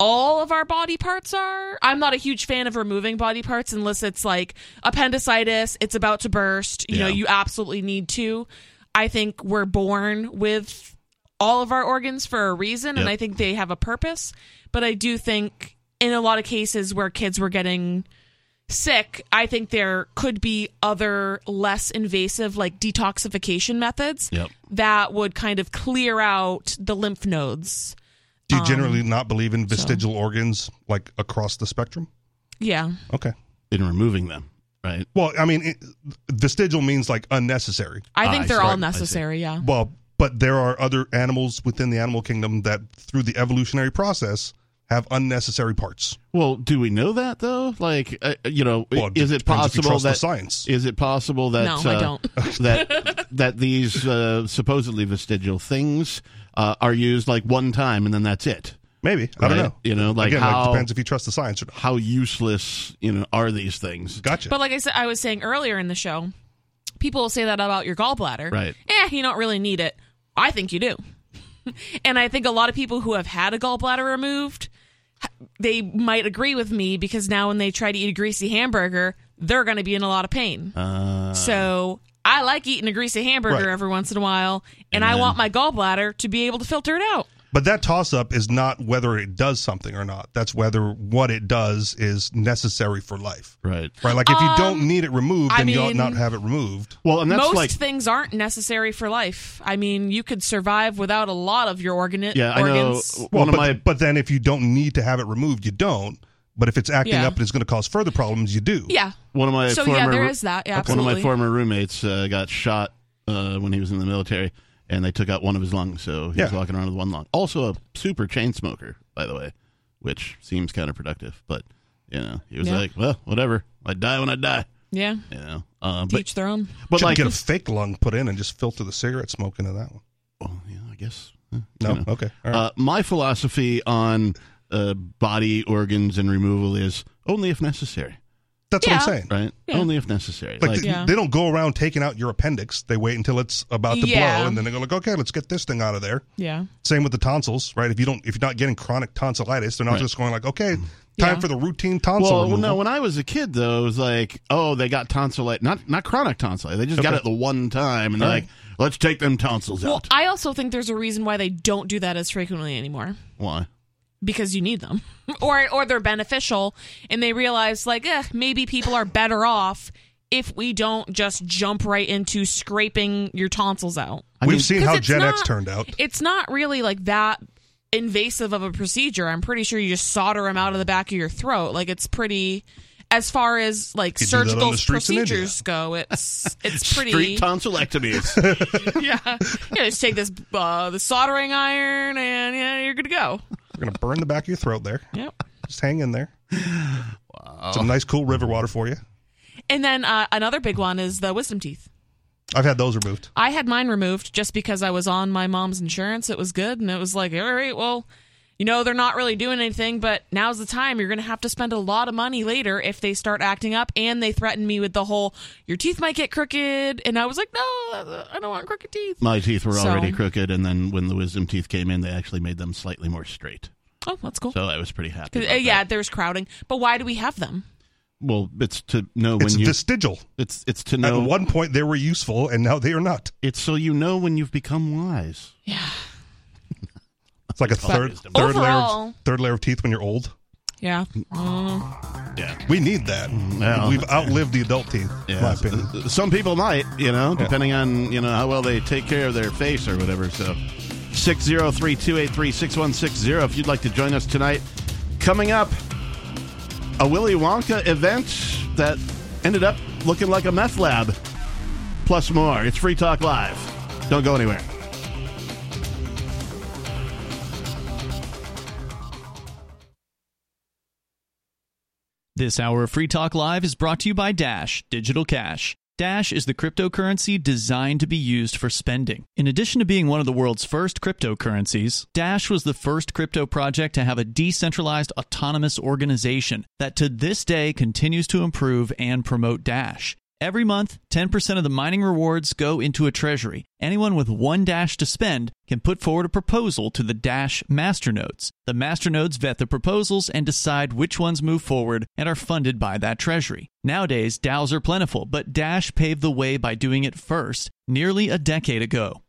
Speaker 4: all of our body parts are. I'm not a huge fan of removing body parts unless it's like appendicitis, it's about to burst, you know,
Speaker 2: Yeah.
Speaker 4: you absolutely need to. I think we're born with all of our organs for a reason, and
Speaker 2: Yep.
Speaker 4: I think they have a purpose. But I do think in a lot of cases where kids were getting sick, I think there could be other less invasive, like detoxification methods
Speaker 2: Yep.
Speaker 4: that would kind of clear out the lymph nodes.
Speaker 3: Do you generally
Speaker 4: Um,
Speaker 3: not believe in vestigial organs like across the spectrum?
Speaker 4: Yeah.
Speaker 3: Okay.
Speaker 2: in removing them, right?
Speaker 3: Well, I mean, it, vestigial means like unnecessary.
Speaker 4: I
Speaker 2: Ah, I
Speaker 4: think they're
Speaker 2: see.
Speaker 4: all
Speaker 2: Right, I see.
Speaker 4: necessary. Yeah.
Speaker 3: Well, but there are other animals within the animal kingdom that, through the evolutionary process, have unnecessary parts.
Speaker 2: Well, do we know that though? Like, uh, you know, i-
Speaker 3: Well,
Speaker 2: is it
Speaker 3: depends if you
Speaker 2: possible
Speaker 3: trust the
Speaker 2: that
Speaker 3: science?
Speaker 2: Is it possible that
Speaker 4: No,
Speaker 2: uh,
Speaker 4: I don't.
Speaker 2: that that these uh, supposedly vestigial things uh, are used like one time and then that's it?
Speaker 3: Maybe I don't
Speaker 2: right?
Speaker 3: know.
Speaker 2: You know, like
Speaker 3: Again,
Speaker 2: how
Speaker 3: like, depends if you trust the science or not.
Speaker 2: how useless you know are these things?
Speaker 3: Gotcha.
Speaker 4: But like I said, I was saying earlier in the show, people will say that about your gallbladder.
Speaker 2: Right.
Speaker 4: Eh, you don't really need it. I think you do. and I think a lot of people who have had a gallbladder removed, they might agree with me because now when they try to eat a greasy hamburger, they're going to be in a lot of pain.
Speaker 2: Uh,
Speaker 4: So I like eating a greasy hamburger
Speaker 3: Right.
Speaker 4: every once in a while, and, I
Speaker 2: then-
Speaker 4: want my gallbladder to be able to filter it out.
Speaker 3: But that toss up is not whether it does something or not. That's whether what it does is necessary for life.
Speaker 2: Right.
Speaker 3: Right? Like if you don't
Speaker 4: Um,
Speaker 3: need it removed, then
Speaker 4: I
Speaker 3: you ought not
Speaker 4: mean-
Speaker 3: have it removed.
Speaker 2: Well, and that's
Speaker 4: Most
Speaker 2: like
Speaker 4: things aren't necessary for life. I mean, you could survive without a lot of your organi-
Speaker 2: Yeah, I know.
Speaker 4: organs.
Speaker 2: One
Speaker 3: Well,
Speaker 2: of
Speaker 3: but,
Speaker 2: my-
Speaker 3: but then if you don't need to have it removed, you don't. But if it's acting
Speaker 4: Yeah.
Speaker 3: up and it's going to cause further problems, you do.
Speaker 4: Yeah.
Speaker 2: one of my
Speaker 4: So
Speaker 2: former
Speaker 4: yeah, there is that. Yeah,
Speaker 2: one of
Speaker 4: absolutely.
Speaker 2: my former roommates uh, got shot uh, when he was in the military, and they took out one of his lungs, so he was
Speaker 3: Yeah.
Speaker 2: walking around with one lung. Also, a super chain smoker, by the way, which seems counterproductive, but you know, he was
Speaker 4: Yeah.
Speaker 2: like, "Well, whatever, I die when I die,"
Speaker 4: yeah.
Speaker 2: you know. Uh,
Speaker 4: To
Speaker 2: but
Speaker 4: each their own.
Speaker 2: but
Speaker 3: Should
Speaker 2: like,
Speaker 3: get a fake lung put in and just filter the cigarette smoke into that one.
Speaker 2: well, yeah, I guess huh,
Speaker 3: No,
Speaker 2: you know.
Speaker 3: okay. All right.
Speaker 2: Uh, my philosophy on uh, body organs and removal is only if necessary,
Speaker 3: That's what I'm
Speaker 4: yeah.
Speaker 3: saying.
Speaker 2: right?
Speaker 4: Yeah.
Speaker 2: Only if necessary.
Speaker 3: Like,
Speaker 2: Like,
Speaker 3: th-
Speaker 4: Yeah.
Speaker 3: they don't go around taking out your appendix. They wait until it's about to
Speaker 4: Yeah.
Speaker 3: blow, and then they go like, "Okay, let's get this thing out of there."
Speaker 4: Yeah.
Speaker 3: Same with the tonsils, right? If you don't, if you're not getting chronic tonsillitis, they're not
Speaker 2: Right.
Speaker 3: just going like, "Okay, time
Speaker 4: Mm-hmm. Yeah.
Speaker 3: for the routine tonsil
Speaker 2: well,
Speaker 3: removal."
Speaker 2: no. When I was a kid, though, it was like, oh, they got tonsillitis, not not chronic tonsillitis. They just got
Speaker 3: Okay.
Speaker 2: it the one time, and they're
Speaker 3: All
Speaker 2: like, let's take them tonsils
Speaker 4: Well,
Speaker 2: out.
Speaker 4: I also think there's a reason why they don't do that as frequently anymore
Speaker 2: Why?
Speaker 4: because you need them, or or they're beneficial, and they realize like, eh, maybe people are better off if we don't just jump right into scraping your tonsils out.
Speaker 2: I
Speaker 3: We've
Speaker 2: mean,
Speaker 3: seen
Speaker 4: 'Cause
Speaker 3: how
Speaker 4: it's
Speaker 3: Gen X
Speaker 4: not-
Speaker 3: turned out.
Speaker 4: It's not really like that invasive of a procedure. I'm pretty sure you just solder them out of the back of your throat. Like it's pretty. As far as like
Speaker 3: You do that on the
Speaker 4: surgical
Speaker 3: streets in India.
Speaker 4: procedures go, it's it's pretty
Speaker 2: street tonsillectomies.
Speaker 4: yeah. yeah, just take this uh, the soldering iron, and yeah, you're good to go.
Speaker 3: We're gonna burn the back of your throat there.
Speaker 4: Yep.
Speaker 3: Just hang in there. Some nice, cool river water for you.
Speaker 4: And then uh, another big one is the wisdom teeth.
Speaker 3: I've had those removed.
Speaker 4: I had mine removed just because I was on my mom's insurance. It was good, and it was like, all right, well, you know, they're not really doing anything, but now's the time. You're going to have to spend a lot of money later if they start acting up. And they threatened me with the whole, your teeth might get crooked. And I was like, no, I don't want crooked teeth.
Speaker 2: my teeth were
Speaker 4: So-
Speaker 2: already crooked, and then when the wisdom teeth came in, they actually made them slightly more straight.
Speaker 4: Oh, that's cool.
Speaker 2: So I was pretty happy.
Speaker 4: 'Cause,
Speaker 2: About
Speaker 4: uh, yeah,
Speaker 2: that.
Speaker 4: there's crowding, but why do we have them?
Speaker 2: Well, it's to know when
Speaker 3: It's
Speaker 2: you.
Speaker 3: vestigial.
Speaker 2: it's it's to know
Speaker 3: At one point, they were useful, and now they are not.
Speaker 2: It's so you know when you've become wise.
Speaker 4: Yeah.
Speaker 3: It's like a third,
Speaker 2: wisdom.
Speaker 3: third layer,
Speaker 4: Overall-
Speaker 3: of, third layer of teeth when you're old.
Speaker 4: Yeah. Uh,
Speaker 2: Yeah. Mm-hmm.
Speaker 3: We need that.
Speaker 2: yeah.
Speaker 3: We've outlived the adult teeth. In my
Speaker 2: Yeah.
Speaker 3: opinion.
Speaker 2: Some people might, you know, depending on, you know, how well they take care of their face or whatever. So 603-283-6160 if you'd like to join us tonight. Coming up, a Willy Wonka event that ended up looking like a meth lab. Plus more. It's Free Talk Live. Don't go anywhere.
Speaker 1: This hour of Free Talk Live is brought to you by Dash Digital Cash. Dash is the cryptocurrency designed to be used for spending. In addition to being one of the world's first cryptocurrencies, Dash was the first crypto project to have a decentralized autonomous organization that to this day continues to improve and promote Dash. Every month, 10% of the mining rewards go into a treasury. Anyone with one Dash to spend can put forward a proposal to the Dash masternodes. The masternodes vet the proposals and decide which ones move forward and are funded by that treasury. Nowadays, DAOs are plentiful, but Dash paved the way by doing it first, nearly a decade ago.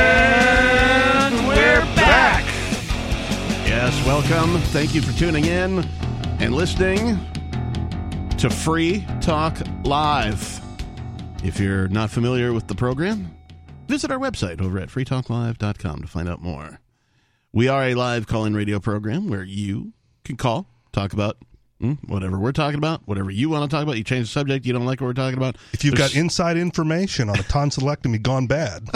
Speaker 2: And we're back. Yes, welcome. Thank you for tuning in and listening to Free Talk Live. If you're not familiar with the program, visit our website over at freetalklive.com to find out more. We are a live call in radio program where you can call, talk about mm, whatever we're talking about, whatever you want to talk about. You change the subject, you don't like what we're talking about.
Speaker 3: If you've
Speaker 2: There's-
Speaker 3: got inside information on a tonsillectomy gone bad,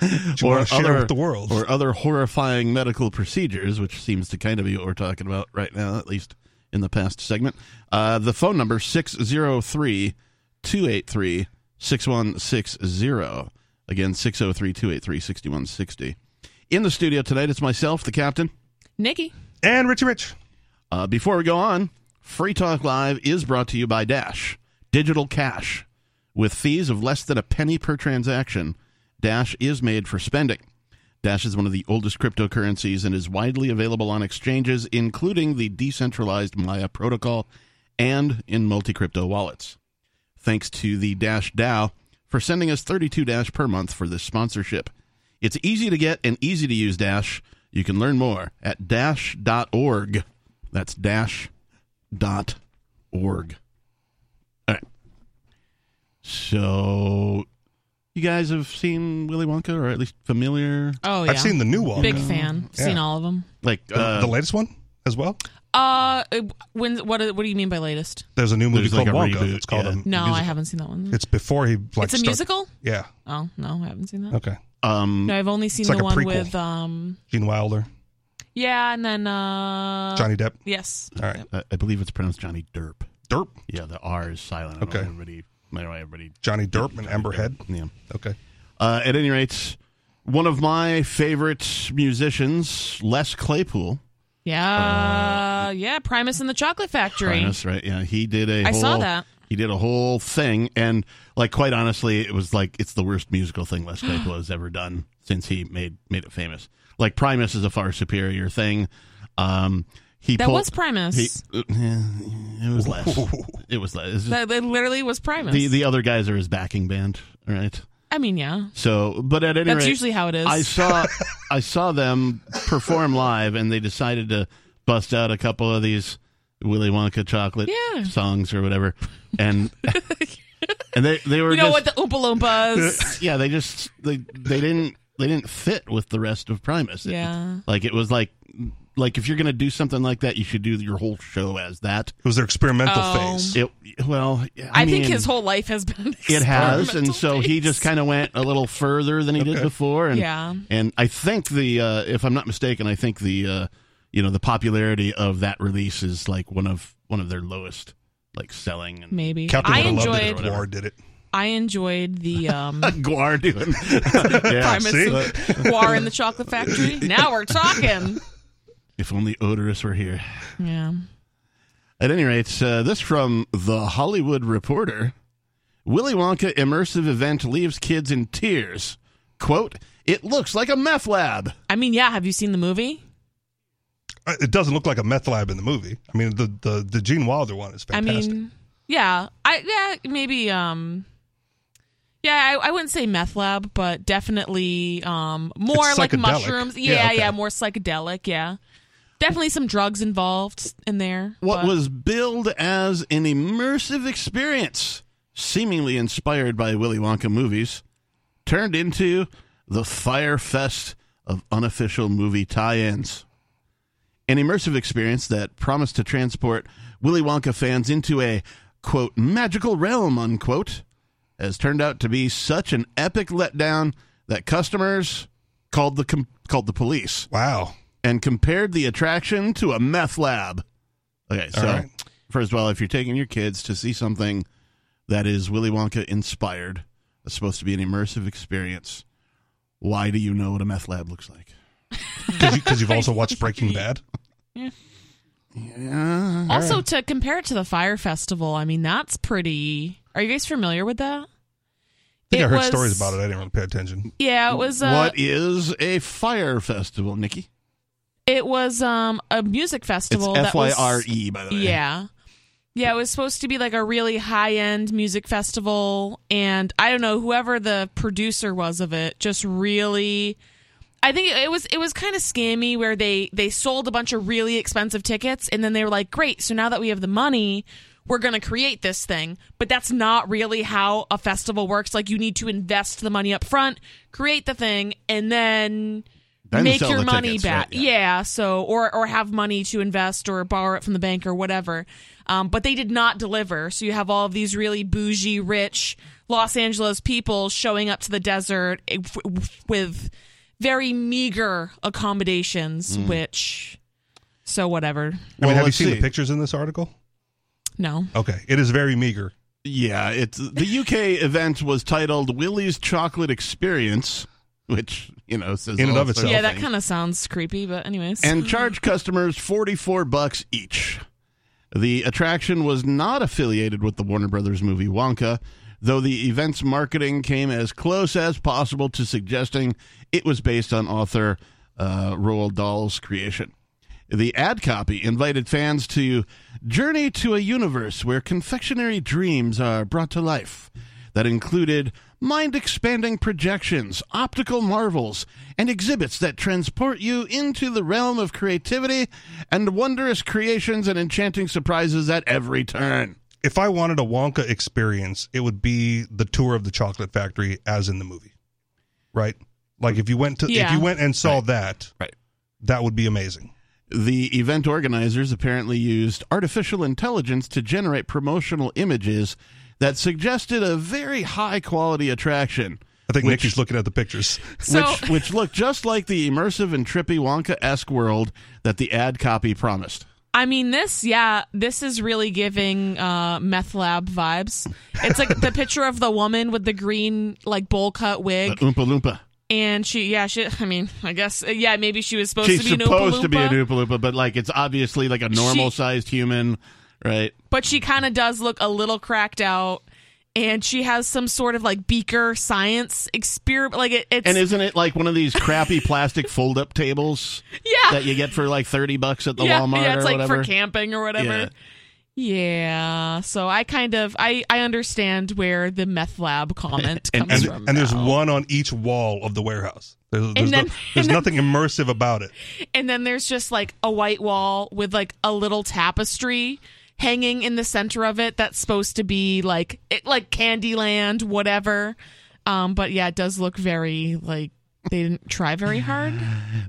Speaker 3: you wanna share with the world.
Speaker 2: or other horrifying medical procedures, which seems to kind of be what we're talking about right now, at least in the past segment. Uh, the phone number 603 283 6160. Again, 603 283 6160. In the studio tonight, it's myself, the captain.
Speaker 4: Nikki.
Speaker 3: And Richie Rich.
Speaker 2: Uh, before we go on, Free Talk Live is brought to you by Dash Digital Cash. With fees of less than a penny per transaction, Dash is made for spending. Dash is one of the oldest cryptocurrencies and is widely available on exchanges, including the decentralized Maya protocol and in multi crypto wallets. Thanks to the Dash DAO for sending us 32 Dash per month for this sponsorship. It's easy to get and easy to use Dash. You can learn more at dash.org. That's dash.org. All right. So, you guys have seen Willy Wonka, or at least familiar?
Speaker 4: Oh yeah.
Speaker 3: I've seen the new one.
Speaker 4: Big
Speaker 3: the,
Speaker 4: fan.
Speaker 3: Yeah.
Speaker 4: Seen all of them.
Speaker 2: Like, uh,
Speaker 3: the latest one as well.
Speaker 4: Uh, when what? What do you mean by latest?
Speaker 3: There's a new movie
Speaker 2: There's like
Speaker 3: called
Speaker 2: a
Speaker 3: Wonka.
Speaker 2: reboot,
Speaker 3: it's called
Speaker 2: yeah.
Speaker 3: a
Speaker 4: No,
Speaker 3: musical.
Speaker 4: I haven't seen that one.
Speaker 3: It's before he like.
Speaker 4: It's a
Speaker 3: start-
Speaker 4: musical.
Speaker 3: Yeah.
Speaker 4: Oh no, I haven't seen that.
Speaker 3: Okay.
Speaker 2: um,
Speaker 4: No, I've only seen
Speaker 3: It's like
Speaker 4: the
Speaker 3: a
Speaker 4: one
Speaker 3: prequel.
Speaker 4: with um.
Speaker 3: Gene Wilder,
Speaker 4: Yeah, and then uh.
Speaker 3: Johnny Depp.
Speaker 4: Yes.
Speaker 3: All right.
Speaker 2: I I believe it's pronounced Johnny Derp.
Speaker 3: Derp.
Speaker 2: Yeah, the R is silent. I don't know
Speaker 3: Okay.
Speaker 2: why everybody, I don't know why everybody.
Speaker 3: Johnny Derp and Amber Head.
Speaker 2: Yeah.
Speaker 3: Okay.
Speaker 2: Uh, at any rate, one of my favorite musicians, Les Claypool.
Speaker 4: Yeah. Uh, yeah. Primus and the Chocolate Factory.
Speaker 2: Primus, right? Yeah, he did a.
Speaker 4: I
Speaker 2: whole,
Speaker 4: saw that.
Speaker 2: He did a whole thing, and like, quite honestly, it was like it's the worst musical thing Les Claypool has ever done since he made made it famous. Like Primus is a far superior thing. Um, he
Speaker 4: That
Speaker 2: pulled-
Speaker 4: was Primus.
Speaker 2: he- uh, it was less. It was less. It's just-
Speaker 4: that, that literally was Primus.
Speaker 2: the the other guys are his backing band, right?
Speaker 4: I mean, yeah.
Speaker 2: So, but at any
Speaker 4: That's
Speaker 2: rate,
Speaker 4: usually how it is.
Speaker 2: I saw I saw them perform live, and they decided to bust out a couple of these Willy Wonka chocolate
Speaker 4: Yeah.
Speaker 2: songs or whatever, and and they they were
Speaker 4: you know
Speaker 2: just,
Speaker 4: what? The Oompa Loompas.
Speaker 2: yeah they just they they didn't they didn't fit with the rest of Primus. It-
Speaker 4: Yeah.
Speaker 2: like it was like like if you're gonna do something like that, you should do your whole show as that.
Speaker 3: It was their experimental
Speaker 4: Oh.
Speaker 3: phase.
Speaker 2: It well,
Speaker 4: I,
Speaker 2: I, mean,
Speaker 4: think his whole life has been.
Speaker 2: it has
Speaker 4: experimental
Speaker 2: and so he
Speaker 4: phase.
Speaker 2: just kind of went a little further than he did
Speaker 3: Okay.
Speaker 2: before and
Speaker 4: Yeah.
Speaker 2: and i think the uh if i'm not mistaken i think the uh you know the popularity of that release is like one of one of their lowest like selling and
Speaker 4: maybe.
Speaker 3: Captain
Speaker 4: I
Speaker 3: would have loved it
Speaker 4: enjoyed.
Speaker 3: if War did it.
Speaker 4: I enjoyed the um.
Speaker 2: guar doing yeah
Speaker 4: Primus
Speaker 3: see?
Speaker 4: and Guar in the Chocolate Factory. Now we're talking.
Speaker 2: if only odorous were here
Speaker 4: Yeah.
Speaker 2: At any rate, uh, this from The Hollywood Reporter Willy Wonka immersive event leaves kids in tears. Quote, it looks like a meth lab.
Speaker 4: I mean, yeah. Have you seen the movie?
Speaker 3: Uh, It doesn't look like a meth lab in the movie. I mean, the the, the Gene Wilder one is fantastic.
Speaker 4: I mean, yeah. I yeah maybe um. Yeah, I, I wouldn't say meth lab, but definitely um more
Speaker 3: It's
Speaker 4: like
Speaker 3: psychedelic.
Speaker 4: mushrooms. Yeah,
Speaker 3: Yeah,
Speaker 4: yeah,
Speaker 3: okay.
Speaker 4: more psychedelic. Yeah, definitely some drugs involved in there.
Speaker 2: What
Speaker 4: but-
Speaker 2: was billed as an immersive experience, seemingly inspired by Willy Wonka movies, turned into the fire fest of unofficial movie tie ins. An immersive experience that promised to transport Willy Wonka fans into a, quote, magical realm, unquote, has turned out to be such an epic letdown that customers called the, com- called the police
Speaker 3: wow.
Speaker 2: and compared the attraction to a meth lab. Okay, so
Speaker 3: All right.
Speaker 2: first of all, if you're taking your kids to see something that is Willy Wonka inspired, that's supposed to be an immersive experience, why do you know what a meth lab looks like?
Speaker 3: Because you, have also watched Breaking Bad.
Speaker 2: Yeah.
Speaker 4: also to compare it to the fire festival? I mean, that's pretty. Are you guys familiar with that?
Speaker 3: I think I
Speaker 4: It
Speaker 3: heard
Speaker 4: was-
Speaker 3: stories about it. I didn't really pay attention.
Speaker 4: Yeah, it was. Uh,
Speaker 2: what is a fire festival, Nikki?
Speaker 4: It was um a music
Speaker 2: It's
Speaker 4: festival.
Speaker 2: F Y
Speaker 4: that
Speaker 2: R
Speaker 4: was,
Speaker 2: E, by the way.
Speaker 4: Yeah. Yeah, it was supposed to be like a really high end music festival. And I don't know, whoever the producer was of it just really. I think it was it was kind of scammy where they they sold a bunch of really expensive tickets and then they were like, "Great, so now that we have the money, we're going to create this thing." But that's not really how a festival works. Like you need to invest the money up front, create the thing, and then
Speaker 2: Then
Speaker 4: make
Speaker 2: sell
Speaker 4: your
Speaker 2: the
Speaker 4: money
Speaker 2: tickets,
Speaker 4: back.
Speaker 2: right,
Speaker 4: yeah. so or or have money to invest or borrow it from the bank or whatever. Um, but they did not deliver. So you have all of these really bougie, rich Los Angeles people showing up to the desert eh, w- with very meager accommodations, which so whatever.
Speaker 3: Hmm. I mean,
Speaker 2: Well,
Speaker 3: have you
Speaker 2: let's
Speaker 3: seen
Speaker 2: see.
Speaker 3: the pictures in this article?
Speaker 4: No.
Speaker 3: Okay, it is very meager.
Speaker 2: Yeah, it's the UK event was titled Willie's Chocolate Experience, which you know says
Speaker 3: In and
Speaker 2: all
Speaker 3: of
Speaker 2: sorts
Speaker 3: itself.
Speaker 4: Yeah, that
Speaker 2: things.
Speaker 4: kind of sounds creepy, but anyways.
Speaker 2: and charged customers 44 bucks each. The attraction was not affiliated with the Warner Brothers movie Wonka, though the event's marketing came as close as possible to suggesting it was based on author uh, Roald Dahl's creation. The ad copy invited fans to journey to a universe where confectionery dreams are brought to life. That included mind expanding projections, optical marvels, and exhibits that transport you into the realm of creativity and wondrous creations and enchanting surprises at every turn.
Speaker 3: If I wanted a Wonka experience, it would be the tour of the chocolate factory as in the movie. Right? Like if you went to if
Speaker 4: Yeah.
Speaker 3: you went and saw that,
Speaker 2: Right.
Speaker 3: that would be amazing.
Speaker 2: The event organizers apparently used artificial intelligence to generate promotional images that suggested a very high quality attraction.
Speaker 3: I think
Speaker 2: Which-
Speaker 3: Nikki's looking at the pictures.
Speaker 4: so
Speaker 2: which which looked just like the immersive and trippy Wonka esque world that the ad copy promised.
Speaker 4: I mean, this, yeah, this is really giving uh, meth lab vibes. It's like the picture of the woman with the green, like, bowl cut
Speaker 2: But
Speaker 4: wig.
Speaker 2: Oompa Loompa.
Speaker 4: And she, yeah, she, I mean, I guess, yeah, maybe she was supposed
Speaker 2: She's
Speaker 4: to be an Oompa
Speaker 2: supposed to be an
Speaker 4: Loompa,
Speaker 2: Oompa Loompa, but like it's obviously like a normal sized human, right?
Speaker 4: But she kind of does look a little cracked out. And she has some sort of, like, beaker science experiment. Like, it, it's,
Speaker 2: And isn't it like one of these crappy plastic fold up tables
Speaker 4: yeah.
Speaker 2: that you get for like thirty bucks at the
Speaker 4: yeah,
Speaker 2: Walmart
Speaker 4: yeah,
Speaker 2: or
Speaker 4: it's like
Speaker 2: whatever?
Speaker 4: for camping or whatever. Yeah. So I kind of I I understand where the meth lab comment
Speaker 2: And-
Speaker 4: comes
Speaker 3: And,
Speaker 4: from.
Speaker 3: and there's
Speaker 4: now.
Speaker 3: one on each wall of the warehouse. There's,
Speaker 4: then-
Speaker 3: there's, no-
Speaker 4: and
Speaker 3: there's
Speaker 4: then-
Speaker 3: nothing immersive about it.
Speaker 4: and then there's just like a white wall with like a little tapestry hanging in the center of it that's supposed to be like it, like Candyland, whatever. Um, but yeah, it does look very like they didn't try very hard.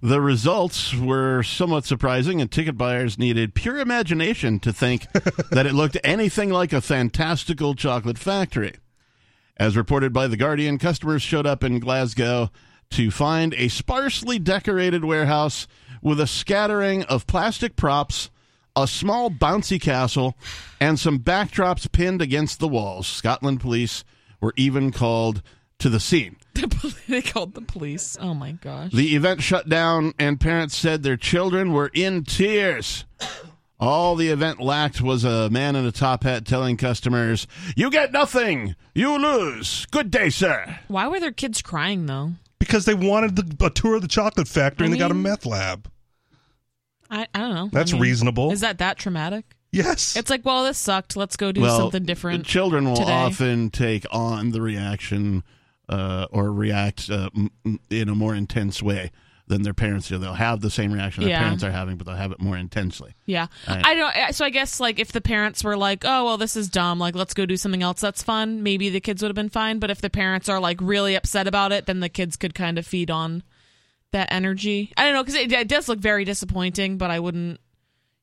Speaker 2: The results were somewhat surprising, and ticket buyers needed pure imagination to think that it looked anything like a fantastical chocolate factory. As reported by The Guardian, customers showed up in Glasgow to find a sparsely decorated warehouse with a scattering of plastic props, a small bouncy castle, and some backdrops pinned against the walls. Scotland police were even called to the scene.
Speaker 4: they called the police. Oh my gosh.
Speaker 2: The event shut down, and parents said their children were in tears. All the event lacked was a man in a top hat telling customers, You get nothing! You lose! Good day, sir!
Speaker 4: Why were their kids crying though?
Speaker 3: Because they wanted the, a tour of the chocolate
Speaker 4: I
Speaker 3: factory and they got a
Speaker 4: mean-
Speaker 3: meth lab.
Speaker 4: I, I don't know. I
Speaker 3: That's
Speaker 4: mean,
Speaker 3: reasonable.
Speaker 4: Is that that traumatic?
Speaker 3: yes.
Speaker 4: It's like, well, this sucked. Let's go do something different.
Speaker 2: Children will
Speaker 4: today.
Speaker 2: often take on the reaction uh, or react uh, m- m- in a more intense way than their parents do. They'll have the same reaction their
Speaker 4: Yeah.
Speaker 2: parents are having, but they'll have it more intensely.
Speaker 4: Yeah.
Speaker 2: Right.
Speaker 4: I don't I- so I guess like if the parents were like, "Oh, well this is dumb. Like let's go do something else that's fun." Maybe the kids would have been fine, but if the parents are like really upset about it, then the kids could kind of feed on that energy. I don't know cuz it, it does look very disappointing, but I wouldn't,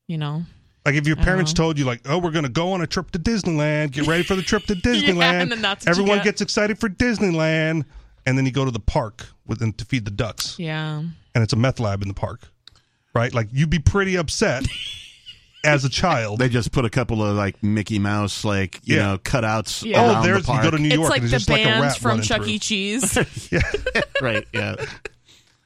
Speaker 4: you know.
Speaker 3: Like if your
Speaker 4: don't
Speaker 3: parents
Speaker 4: know.
Speaker 3: told you, like, oh, we're gonna go on a trip to Disneyland, get ready for the trip to Disneyland.
Speaker 4: and then that's what you
Speaker 3: Everyone
Speaker 4: get.
Speaker 3: gets excited for Disneyland, and then you go to the park with them to feed the ducks,
Speaker 4: Yeah.
Speaker 3: and it's a meth lab in the park, right? Like you'd be pretty upset as a child.
Speaker 2: They just put a couple of like Mickey Mouse, like, you
Speaker 3: Yeah.
Speaker 2: know, cutouts.
Speaker 4: Yeah.
Speaker 2: around
Speaker 3: oh, there's
Speaker 2: the
Speaker 3: you go
Speaker 2: park.
Speaker 3: to New York,
Speaker 4: it's like
Speaker 3: and it's
Speaker 4: the
Speaker 3: just like a
Speaker 4: band
Speaker 3: rat
Speaker 4: from
Speaker 3: running
Speaker 4: Chuck
Speaker 3: through.
Speaker 4: E. Cheese.
Speaker 2: right, yeah.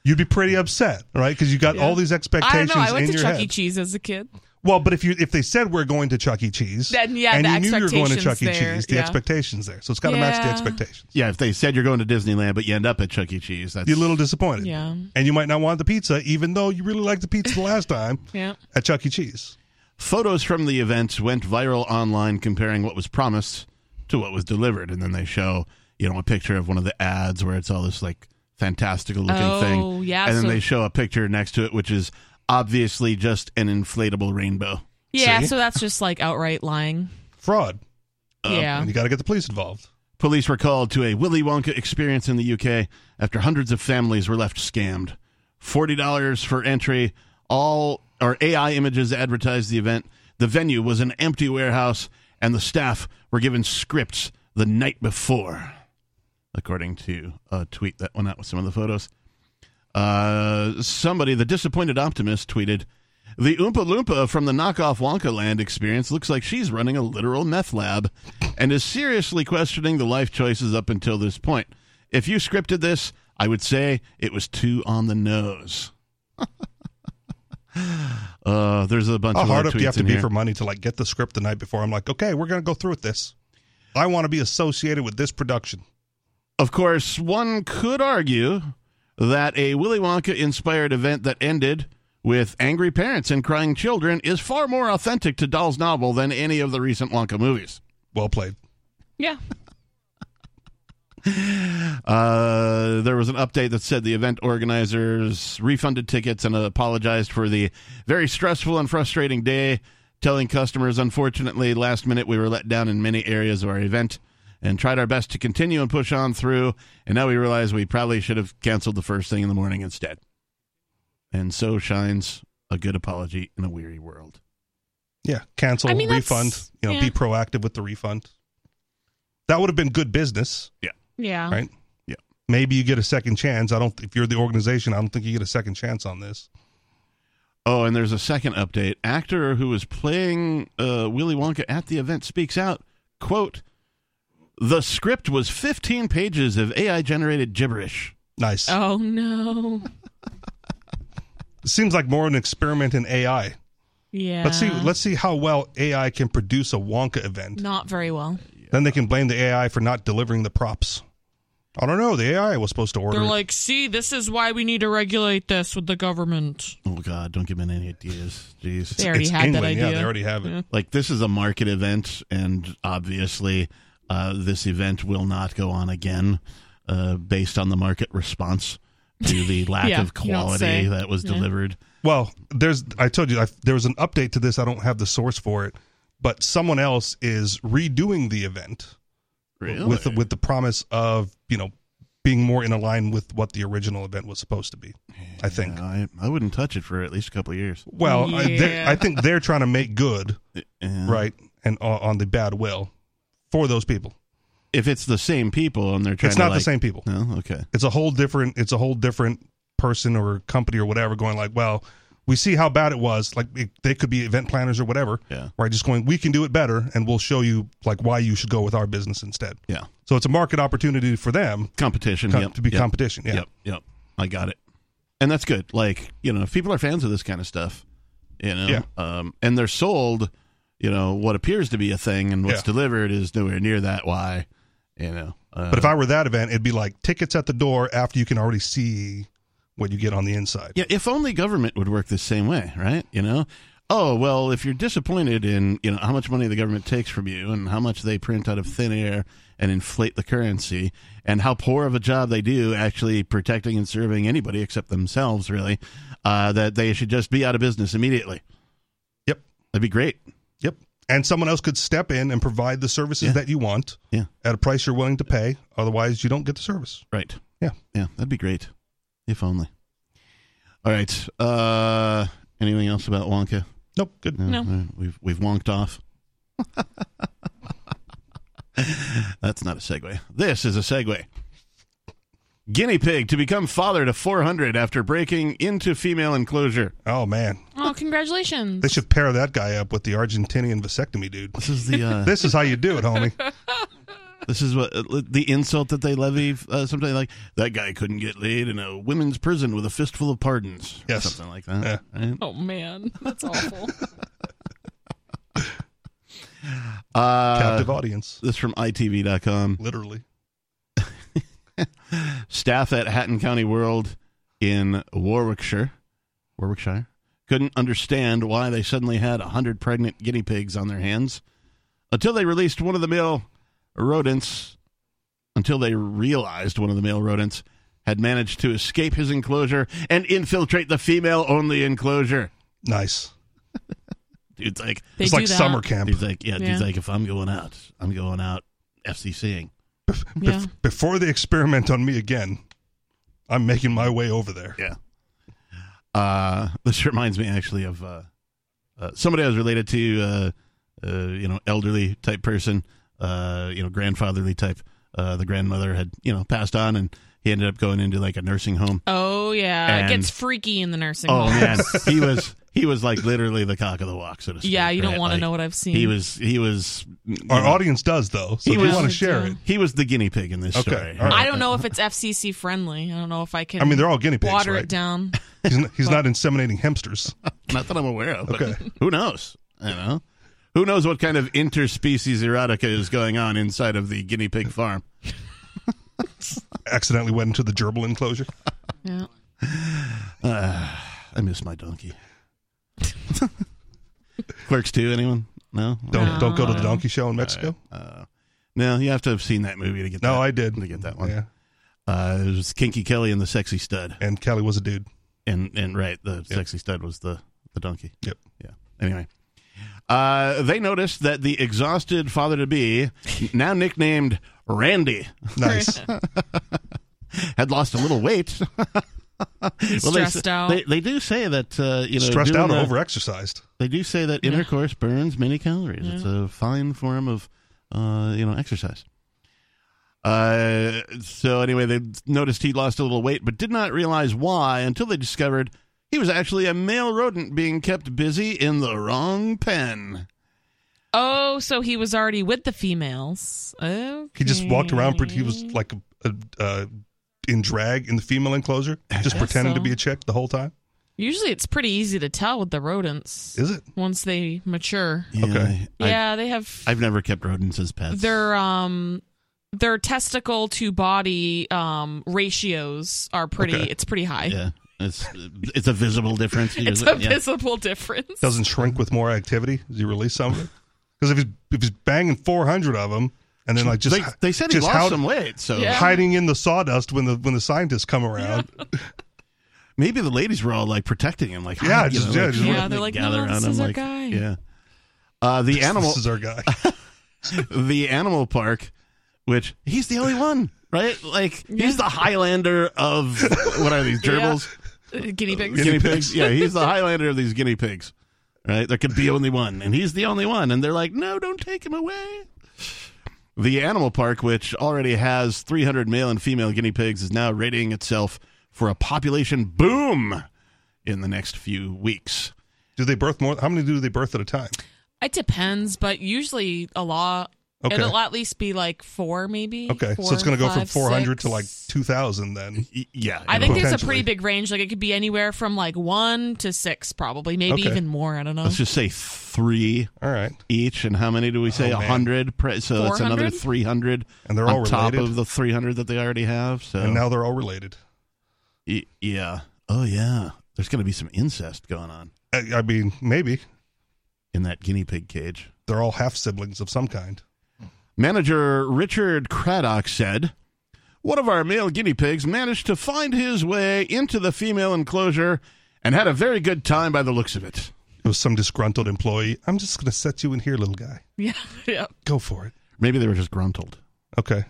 Speaker 3: You'd be pretty upset, right? Because you got all these expectations
Speaker 4: I don't know. I went
Speaker 3: in
Speaker 4: to
Speaker 3: your
Speaker 4: Chuck
Speaker 3: head.
Speaker 4: E. Cheese as a kid.
Speaker 3: Well, but if you if they said we're going to Chuck E. Cheese,
Speaker 4: Then, yeah,
Speaker 3: and
Speaker 4: the
Speaker 3: you knew you were going to
Speaker 4: expectations
Speaker 3: Chuck E.
Speaker 4: there,
Speaker 3: Cheese, the
Speaker 4: yeah.
Speaker 3: expectations there, so it's got to match the
Speaker 4: Yeah.
Speaker 3: expectations.
Speaker 2: Yeah, if they said you're going to Disneyland, but you end up at Chuck E. Cheese, that's
Speaker 3: You're a little disappointed,
Speaker 4: Yeah.
Speaker 3: and you might not want the pizza, even though you really liked the pizza the last time.
Speaker 4: Yeah.
Speaker 3: at Chuck E. Cheese.
Speaker 2: photos from the event went viral online, comparing what was promised to what was delivered, and then they show you know a picture of one of the ads where it's all this like fantastical looking
Speaker 4: Oh,
Speaker 2: thing,
Speaker 4: yeah,
Speaker 2: and then
Speaker 4: so-
Speaker 2: they show a picture next to it which is obviously just an inflatable rainbow.
Speaker 4: Yeah,
Speaker 3: See?
Speaker 4: so that's just like outright lying.
Speaker 3: Fraud.
Speaker 4: yeah.
Speaker 3: Um, And you got to get the police involved.
Speaker 2: Police were called to a Willy Wonka experience in the UK after hundreds of families were left scammed. $40 for entry. All our AI images advertised the event. The venue was an empty warehouse, and the staff were given scripts the night before, according to a tweet that went out with some of the photos. Uh, somebody, the disappointed optimist, tweeted, "The Oompa Loompa from the knockoff Wonka Land experience looks like she's running a literal meth lab, and is seriously questioning the life choices up until this point. If you scripted this, I would say it was too on the nose." uh, there's a bunch
Speaker 3: How
Speaker 2: of
Speaker 3: hard
Speaker 2: other
Speaker 3: up do you
Speaker 2: tweets
Speaker 3: have to
Speaker 2: in
Speaker 3: be
Speaker 2: here.
Speaker 3: for money to like get the script the night before? I'm like, okay, we're gonna go through with this. I want to be associated with this production.
Speaker 2: Of course, one could argue that a Willy Wonka inspired event that ended with angry parents and crying children is far more authentic to Dahl's novel than any of the recent Wonka movies.
Speaker 3: Well played.
Speaker 4: Yeah.
Speaker 2: Uh, there was an update that said the event organizers refunded tickets and apologized for the very stressful and frustrating day, telling customers, unfortunately, last minute we were let down in many areas of our event and tried our best to continue and push on through. And now we realize we probably should have canceled the first thing in the morning instead. And so shines a good apology in a weary world.
Speaker 3: Yeah, cancel
Speaker 4: I mean, that's-
Speaker 3: refund. You know,
Speaker 4: yeah.
Speaker 3: be proactive with the refund. That would have been good business.
Speaker 4: Yeah.
Speaker 3: Right.
Speaker 2: Yeah.
Speaker 3: Maybe you get a second chance. I don't. If you're the organization, I don't think you get a second chance on this.
Speaker 2: Oh, and there's a second update. Actor who was playing uh, Willy Wonka at the event speaks out. Quote, the script was 15 pages of AI generated gibberish.
Speaker 3: Nice.
Speaker 4: Oh no.
Speaker 3: Seems like more an experiment in AI.
Speaker 4: Yeah.
Speaker 3: Let's see. Let's see how well AI can produce a Wonka event.
Speaker 4: Not very well.
Speaker 3: Then they can blame the AI for not delivering the props. I don't know. The AI was supposed to order.
Speaker 4: They're
Speaker 3: it.
Speaker 4: like, see, this is why we need to regulate this with the government.
Speaker 2: Oh, God, don't give me any ideas. Jeez.
Speaker 4: They already
Speaker 3: it's
Speaker 4: had
Speaker 3: England.
Speaker 4: that
Speaker 3: Yeah,
Speaker 4: idea.
Speaker 3: they already have it.
Speaker 4: Yeah.
Speaker 2: Like, this is a market event, and obviously, uh, this event will not go on again uh, based on the market response to the lack
Speaker 4: Yeah,
Speaker 2: of
Speaker 4: you don't
Speaker 2: quality
Speaker 4: say.
Speaker 2: that was
Speaker 4: Yeah.
Speaker 2: delivered.
Speaker 3: Well, there's. I told you I, there was an update to this. I don't have the source for it, but someone else is redoing the event with with the promise of you know being more in line with what the original event was supposed to be. I think.
Speaker 2: Yeah, I, I wouldn't touch it for at least a couple of years.
Speaker 3: Well, I, they're-
Speaker 4: Yeah.
Speaker 3: I think they're trying to make good,
Speaker 2: Yeah.
Speaker 3: right, and uh, on the bad will for those people.
Speaker 2: If it's the same people and they're trying
Speaker 3: it's
Speaker 2: to,
Speaker 3: not the
Speaker 2: like-
Speaker 3: same people.
Speaker 2: No, okay.
Speaker 3: it's a whole different it's a whole different person or company or whatever going like well we see how bad it was like it, they could be event planners or whatever
Speaker 2: Yeah.
Speaker 3: right just going we can do it better and we'll show you like why you should go with our business instead
Speaker 2: Yeah.
Speaker 3: so it's a market opportunity for them
Speaker 2: Competition.
Speaker 3: co-
Speaker 2: yep,
Speaker 3: to be
Speaker 2: yep,
Speaker 3: competition yeah
Speaker 2: Yep. Yep. I got it. And that's good. Like, you know, if people are fans of this kind of stuff, you know,
Speaker 3: Yeah.
Speaker 2: um, and they're sold, you know, what appears to be a thing and what's
Speaker 3: Yeah.
Speaker 2: delivered is nowhere near that. Why, you know, uh,
Speaker 3: but if i were that event it'd be like tickets at the door after you can already see what you get on the inside
Speaker 2: Yeah, if only government would work the same way, right? You know, oh well, if you're disappointed in you know how much money the government takes from you and how much they print out of thin air and inflate the currency and how poor of a job they do actually protecting and serving anybody except themselves, really, uh, that they should just be out of business immediately.
Speaker 3: Yep.
Speaker 2: that'd be great.
Speaker 3: yep and someone else could step in and provide the services
Speaker 2: Yeah.
Speaker 3: that you want
Speaker 2: Yeah.
Speaker 3: at a price you're willing to pay otherwise you don't get the service
Speaker 2: Right.
Speaker 3: Yeah.
Speaker 2: Yeah, that'd be great. If only. All right. Uh anything else about Wonka?
Speaker 3: nope good
Speaker 4: No.
Speaker 2: all right. We've we've wonked off. That's not a segue. This is a segue. Guinea pig to become father to 400 after breaking into female enclosure.
Speaker 3: oh man
Speaker 4: Oh, congratulations.
Speaker 3: They should pair that guy up with the Argentinian vasectomy dude.
Speaker 2: This is the uh,
Speaker 3: This is how you do it, homie.
Speaker 2: this is what uh, the insult that they levy uh, something like that guy couldn't get laid in a women's prison with a fistful of pardons. or
Speaker 3: Yes.
Speaker 2: something like that.
Speaker 3: Yeah.
Speaker 2: Right?
Speaker 4: oh man, that's awful.
Speaker 2: Uh,
Speaker 3: Captive audience,
Speaker 2: This from ITV.com.
Speaker 3: literally.
Speaker 2: Staff at Hatton County World in Warwickshire, Warwickshire, couldn't understand why they suddenly had a hundred pregnant guinea pigs on their hands until they released one of the male rodents. Until they realized one of the male rodents had managed to escape his enclosure and infiltrate the female-only enclosure.
Speaker 3: Nice.
Speaker 2: Dude's like,
Speaker 4: They
Speaker 3: it's
Speaker 4: do
Speaker 3: like
Speaker 4: that.
Speaker 3: summer camp.
Speaker 2: he's like, yeah,
Speaker 4: Yeah.
Speaker 2: dude's like, if I'm going out, I'm going out FCCing.
Speaker 3: Bef-
Speaker 4: Yeah.
Speaker 3: before they experiment on me again, I'm making my way over there.
Speaker 2: Yeah. Uh, this reminds me actually of uh, uh, somebody I was related to, uh, uh, you know, elderly type person, uh, you know, grandfatherly type. Uh, the grandmother had, you know, passed on and he ended up going into like a nursing home.
Speaker 4: Oh yeah,
Speaker 2: And-
Speaker 4: it gets freaky in the nursing
Speaker 2: Oh
Speaker 4: home.
Speaker 2: man, he was he was like literally the cock of the walk, so to speak.
Speaker 4: yeah, you don't
Speaker 2: right?
Speaker 4: want to
Speaker 2: Like,
Speaker 4: know what I've seen.
Speaker 2: He was he was
Speaker 3: Our audience does though, so
Speaker 2: He
Speaker 3: if you
Speaker 2: was-
Speaker 3: want to share it.
Speaker 2: he was the guinea pig in this
Speaker 3: Okay,
Speaker 2: story.
Speaker 3: all right.
Speaker 4: I don't know if it's FCC friendly. I don't know if I can.
Speaker 3: I mean, they're all guinea pigs,
Speaker 4: water
Speaker 3: right?
Speaker 4: it down.
Speaker 3: He's, n- he's not inseminating hamsters.
Speaker 2: Not that I'm aware of. But
Speaker 3: Okay.
Speaker 2: Who knows? You know, who knows what kind of interspecies erotica is going on inside of the guinea pig farm?
Speaker 3: Accidentally went into the gerbil enclosure.
Speaker 4: Yeah.
Speaker 2: I miss my donkey. Clerks two? Anyone? No.
Speaker 3: Don't don't go to the
Speaker 4: No.
Speaker 3: donkey show in Mexico.
Speaker 2: Uh, no, you have to have seen that movie to get.
Speaker 3: No,
Speaker 2: that,
Speaker 3: I did.
Speaker 2: to get that one.
Speaker 3: Yeah,
Speaker 2: Uh, it was Kinky Kelly and the Sexy Stud,
Speaker 3: and Kelly was a dude.
Speaker 2: and and right, the Sexy Stud was the the donkey.
Speaker 3: Yep.
Speaker 2: Yeah. Anyway, uh, they noticed that the exhausted father to be, now nicknamed Randy,
Speaker 3: Nice.
Speaker 2: had lost a little weight. well, they,
Speaker 4: stressed out.
Speaker 2: They, they do say that uh, you know
Speaker 3: Stressed out
Speaker 2: doing
Speaker 3: or
Speaker 2: the-
Speaker 3: overexercised.
Speaker 2: They do say that intercourse burns many calories. It's a fine form of uh, you know exercise. Uh, so anyway, they noticed he lost a little weight, but did not realize why until they discovered he was actually a male rodent being kept busy in the wrong pen.
Speaker 4: Oh, so he was already with the females. Uh, Okay.
Speaker 3: He just walked around. pre- He was like a, a, uh, in drag in the female enclosure, just pretending to
Speaker 4: so.
Speaker 3: be a chick the whole time.
Speaker 4: Usually, it's pretty easy to tell with the rodents
Speaker 3: Is it?
Speaker 4: once they mature.
Speaker 2: Okay. I,
Speaker 4: yeah, they have
Speaker 2: I've never kept rodents as pets.
Speaker 4: their um their testicle to body um ratios are pretty.
Speaker 3: Okay.
Speaker 4: It's pretty high.
Speaker 2: yeah. It's it's a visible difference.
Speaker 4: It's a visible difference.
Speaker 3: Doesn't shrink with more activity as you release some of it. Because if he's if he's banging four hundred of them, and then like just
Speaker 2: They, they said he
Speaker 3: just
Speaker 2: lost
Speaker 3: hide-
Speaker 2: some weight, so
Speaker 4: Yeah.
Speaker 3: hiding in the sawdust when the when the scientists come around.
Speaker 2: Maybe the ladies were all like protecting him, like
Speaker 3: Yeah,
Speaker 2: hide, you
Speaker 3: just-
Speaker 2: know,
Speaker 3: yeah, just-
Speaker 4: Yeah, they're like, "No,
Speaker 2: around
Speaker 4: this
Speaker 2: him,
Speaker 4: is our
Speaker 2: like-
Speaker 4: guy."
Speaker 2: Yeah, uh, the animal,
Speaker 3: This is our guy.
Speaker 2: the animal park, which he's the only one, right? Like he's the Highlander of what are these gerbils,
Speaker 4: Uh, Guinea pigs.
Speaker 2: guinea pigs? yeah, he's
Speaker 3: uh,
Speaker 2: the Highlander of these guinea pigs, right? There could be only one, and he's the only one, and they're like, no, don't take him away. The animal park, which already has 300 male and female guinea pigs, is now readying itself for a population boom in the next few weeks.
Speaker 3: Do they birth more? How many do they birth at a time?
Speaker 4: It depends, but usually a lot.
Speaker 3: Okay.
Speaker 4: It'll at least be like four, maybe.
Speaker 3: Okay,
Speaker 4: Four,
Speaker 3: so it's going to go from
Speaker 4: five,
Speaker 3: four hundred to
Speaker 4: six.
Speaker 3: like two thousand. Then
Speaker 2: Y- Yeah,
Speaker 4: I think there's a
Speaker 3: Potentially.
Speaker 4: pretty big range. Like it could be anywhere from like one to six, probably, maybe
Speaker 3: Okay.
Speaker 4: even more. I don't know.
Speaker 2: let's just say three
Speaker 3: all right,
Speaker 2: each. And how many do we say? A
Speaker 3: Oh, man.
Speaker 2: hundred. Pre- So that's
Speaker 4: 400?
Speaker 2: another three hundred.
Speaker 3: And they're
Speaker 2: on
Speaker 3: all
Speaker 2: top
Speaker 3: related?
Speaker 2: of the three hundred that they already have. So
Speaker 3: and now they're all related.
Speaker 2: uh, Y- yeah. Oh yeah. There's going to be some incest going on
Speaker 3: I, I mean, maybe
Speaker 2: in that guinea pig cage.
Speaker 3: they're all half siblings of some kind.
Speaker 2: Manager Uh, Richard Craddock said, One of our male guinea pigs managed to find his way into the female enclosure and had a very good time by the looks of it.
Speaker 3: It was some disgruntled employee. I'm just going to set you in here, little guy.
Speaker 4: yeah, yeah.
Speaker 3: Go for it.
Speaker 2: Maybe they were just gruntled.
Speaker 3: Okay.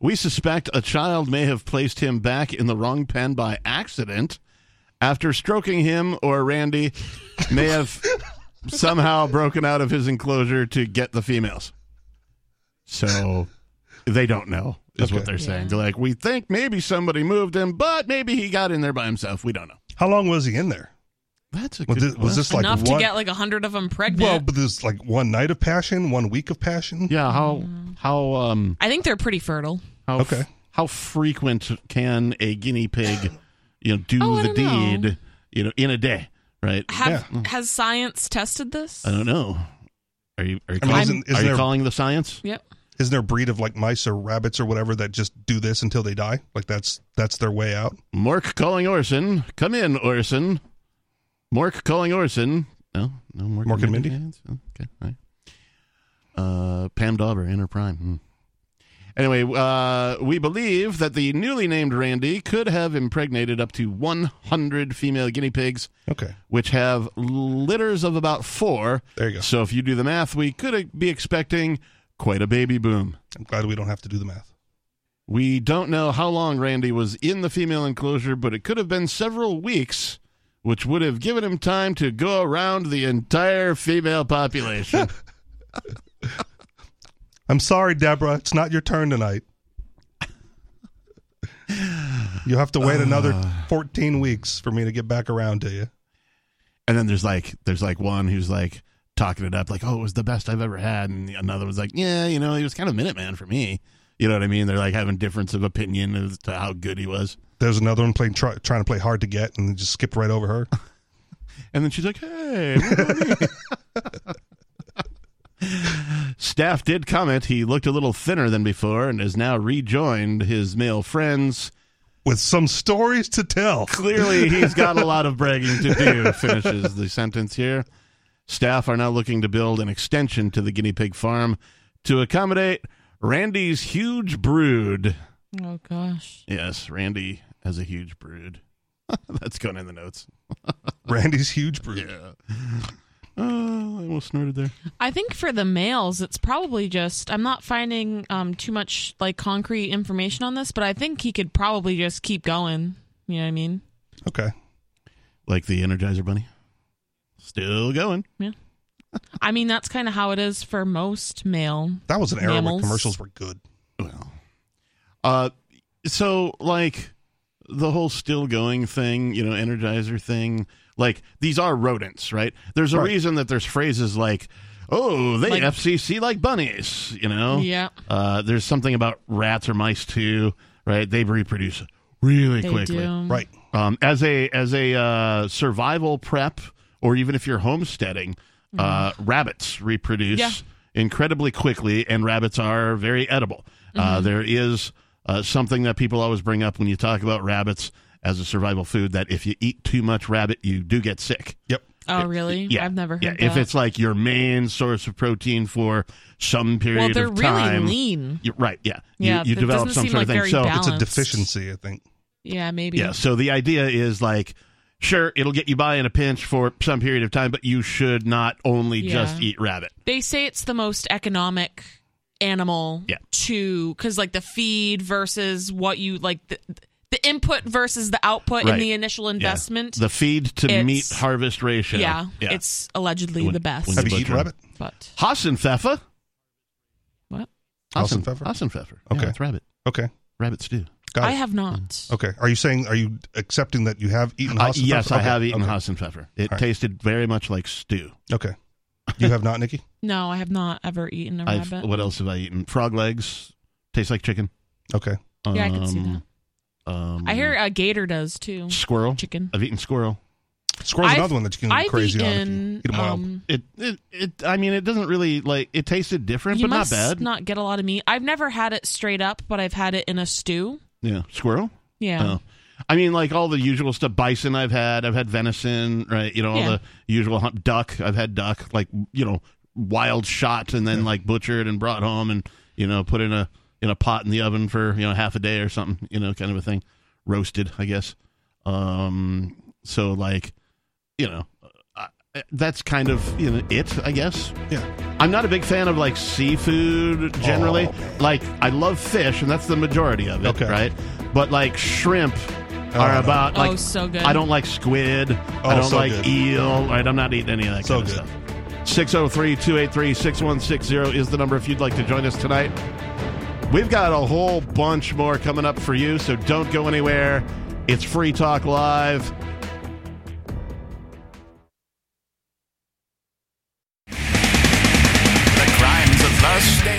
Speaker 2: We suspect a child may have placed him back in the wrong pen by accident after stroking him or Randy may have somehow broken out of his enclosure to get the females. So they don't know is what
Speaker 3: Okay.
Speaker 2: they're saying. They're like, we think maybe somebody moved him, but maybe he got in there by himself. We don't know.
Speaker 3: How long was he in there?
Speaker 2: That's a
Speaker 3: Was
Speaker 2: good
Speaker 3: this, was this like
Speaker 4: Enough to
Speaker 3: one?
Speaker 4: get like a hundred of them pregnant.
Speaker 3: well, but this like one night of passion, one week of passion.
Speaker 2: yeah, how
Speaker 4: Mm.
Speaker 2: how um
Speaker 4: I think they're pretty fertile.
Speaker 2: How
Speaker 3: Okay.
Speaker 2: how frequent can a guinea pig, you know, do
Speaker 4: Oh, I
Speaker 2: the
Speaker 4: don't know.
Speaker 2: deed, you know, in a day, right?
Speaker 4: Have has science tested this?
Speaker 2: I don't know. Are you are you
Speaker 3: I mean,
Speaker 2: calling,
Speaker 3: isn't- isn't
Speaker 2: are you
Speaker 3: there-
Speaker 2: calling the science?
Speaker 4: Yep.
Speaker 3: Isn't there a breed of like mice or rabbits or whatever that just do this until they die? Like that's that's their way out.
Speaker 2: Mork calling Orson. Come in, Orson. Mork calling Orson. No, no Mork,
Speaker 3: Mork and Mindy?
Speaker 2: fans? Oh, Okay, all right. Uh, Pam Dauber in her prime. Hmm. Anyway, uh, we believe that the newly named Randy could have impregnated up to 100 female guinea pigs
Speaker 3: Okay.
Speaker 2: which have litters of about four.
Speaker 3: There you go.
Speaker 2: So if you do the math, we could be expecting quite a baby boom.
Speaker 3: I'm glad we don't have to do the math.
Speaker 2: We don't know how long Randy was in the female enclosure, but it could have been several weeks which would have given him time to go around the entire female population.
Speaker 3: I'm sorry, Deborah. It's not your turn tonight. You'll have to
Speaker 2: Uh.
Speaker 3: wait another 14 weeks for me to get back around to you.
Speaker 2: and then there's like there's like one who's like talking it up, like, "Oh, it was the best I've ever had," and another was like, "Yeah, you know, he was kind of Minuteman for me." You know what I mean? They're like having difference of opinion as to how good he was.
Speaker 3: There's another one playing try, trying to play hard to get and just skipped right over her.
Speaker 2: And then she's like, "Hey." what about me?" Staff did comment he looked a little thinner than before and has now rejoined his male friends.
Speaker 3: With some stories to tell.
Speaker 2: Clearly, he's got a lot of bragging to do, finishes the sentence here. Staff are now looking to build an extension to the guinea pig farm to accommodate Randy's huge brood.
Speaker 4: Oh gosh.
Speaker 2: Yes, Randy has a huge brood. That's going in the notes.
Speaker 3: Randy's huge brew.
Speaker 2: Yeah. Oh, I almost snorted there.
Speaker 4: I think for the males, it's probably just I'm not finding um, too much like concrete information on this, but I think he could probably just keep going. You know what I mean?
Speaker 3: Okay.
Speaker 2: Like the Energizer Bunny. Still going.
Speaker 4: I mean that's kind of how it is for most male.
Speaker 3: That was an era when
Speaker 4: Mammals.
Speaker 3: commercials were good.
Speaker 2: Well, uh, so like the whole still going thing, you know, Energizer thing. Like these are rodents, right? There's a
Speaker 3: Right.
Speaker 2: reason that there's phrases like, "Oh, they
Speaker 4: Like-
Speaker 2: FCC like bunnies," you know.
Speaker 4: Yeah.
Speaker 2: Uh, there's something about rats or mice too, right? They reproduce really
Speaker 4: They
Speaker 2: quickly.
Speaker 4: do.
Speaker 3: Right.
Speaker 2: um, as a as a uh, survival prep, or even if you're homesteading, uh,
Speaker 3: Mm-hmm.
Speaker 2: rabbits reproduce
Speaker 4: Yeah.
Speaker 2: incredibly quickly, and rabbits are very edible.
Speaker 3: Mm-hmm.
Speaker 2: Uh, there is uh, something that people always bring up when you talk about rabbits as a survival food that if you eat too much rabbit, you do get sick.
Speaker 3: Yep.
Speaker 4: Oh really?
Speaker 2: Yeah,
Speaker 4: I've never heard
Speaker 2: Yeah,
Speaker 4: that.
Speaker 2: if it's like your main source of protein for some period
Speaker 4: well, they're
Speaker 2: of
Speaker 4: really
Speaker 2: time,
Speaker 4: lean.
Speaker 2: you- right? Yeah, You-
Speaker 4: Yeah,
Speaker 2: you,
Speaker 4: that
Speaker 2: develop
Speaker 4: doesn't
Speaker 2: some
Speaker 4: seem
Speaker 2: sort of
Speaker 4: like
Speaker 2: thing.
Speaker 4: very
Speaker 2: so
Speaker 4: balanced.
Speaker 3: It's a deficiency, I think.
Speaker 4: Yeah, maybe.
Speaker 2: Yeah. So the idea is like, sure, it'll get you by in a pinch for some period of time, but you should not only
Speaker 4: Yeah.
Speaker 2: just eat rabbit.
Speaker 4: They say it's the most economic animal
Speaker 2: Yeah.
Speaker 4: to because like the feed versus what you like the, the input versus the output
Speaker 2: Right.
Speaker 4: in the initial investment.
Speaker 2: The feed to
Speaker 4: It's-
Speaker 2: meat harvest ratio.
Speaker 4: yeah, it's allegedly
Speaker 2: When-
Speaker 4: the best.
Speaker 2: when
Speaker 3: Have you
Speaker 2: butcher.
Speaker 3: eaten rabbit?
Speaker 4: but
Speaker 2: Hassenpfeffer.
Speaker 4: what?
Speaker 3: Hassenpfeffer?
Speaker 2: Hassenpfeffer.
Speaker 3: Okay.
Speaker 2: Yeah, it's rabbit.
Speaker 3: Okay.
Speaker 2: Rabbit stew.
Speaker 3: Got
Speaker 4: I
Speaker 3: it.
Speaker 4: have not.
Speaker 3: Okay. Are you saying, are you accepting that you have eaten
Speaker 2: Uh,
Speaker 3: Haas and
Speaker 2: yes,
Speaker 3: Pfeffer?
Speaker 2: I
Speaker 3: Okay.
Speaker 2: have eaten
Speaker 3: okay.
Speaker 2: Hassenpfeffer. It
Speaker 3: All right.
Speaker 2: tasted very much like stew.
Speaker 3: Okay. You have not, Nikki?
Speaker 4: No, I have not ever eaten a
Speaker 2: I've,
Speaker 4: rabbit.
Speaker 2: what else have I eaten? Frog legs. Tastes like chicken.
Speaker 3: Okay.
Speaker 4: Yeah, I can see that.
Speaker 2: Um,
Speaker 4: I hear a gator does too.
Speaker 2: squirrel.
Speaker 4: Chicken.
Speaker 2: I've eaten squirrel.
Speaker 3: Squirrel's
Speaker 4: I've-
Speaker 3: another one that you can go
Speaker 4: I've
Speaker 3: crazy on. if you
Speaker 4: eaten.
Speaker 3: Eat 'em wild.
Speaker 4: um,
Speaker 2: It, it, it, I mean, it doesn't really like. It tasted different,
Speaker 4: you
Speaker 2: Eh, but not
Speaker 4: must
Speaker 2: bad.
Speaker 4: not get a lot of meat. I've never had it straight up, but I've had it in a stew.
Speaker 2: yeah, squirrel.
Speaker 4: Yeah.
Speaker 2: Oh. I mean, like all the usual stuff. Bison, I've had. I've had venison, right? You know, all
Speaker 4: Yeah.
Speaker 2: the usual hunt. Duck, I've had duck. Like you know, wild shot and then like butchered and brought home and you know put in a in a pot in the oven for you know half a day or something. You know, kind of a thing. Roasted, I guess. Um. So like, you know, I, I- that's kind of you know it, I guess.
Speaker 3: Yeah.
Speaker 2: I'm not a big fan of like seafood generally.
Speaker 3: Oh, man.
Speaker 2: like I love fish, and that's the majority of it,
Speaker 3: Okay.
Speaker 2: right? But like shrimp
Speaker 3: Oh,
Speaker 2: are
Speaker 3: no.
Speaker 2: about
Speaker 4: oh,
Speaker 2: like
Speaker 4: so good.
Speaker 2: I don't like squid. I
Speaker 3: Oh,
Speaker 2: don't
Speaker 3: so
Speaker 2: like
Speaker 3: good.
Speaker 2: eel. Right? I'm not eating any of that
Speaker 3: So
Speaker 2: kind
Speaker 3: good.
Speaker 2: of stuff. 603-283-6160 is the number if you'd like to join us tonight. We've got a whole bunch more coming up for you, so don't go anywhere. It's Free Talk Live.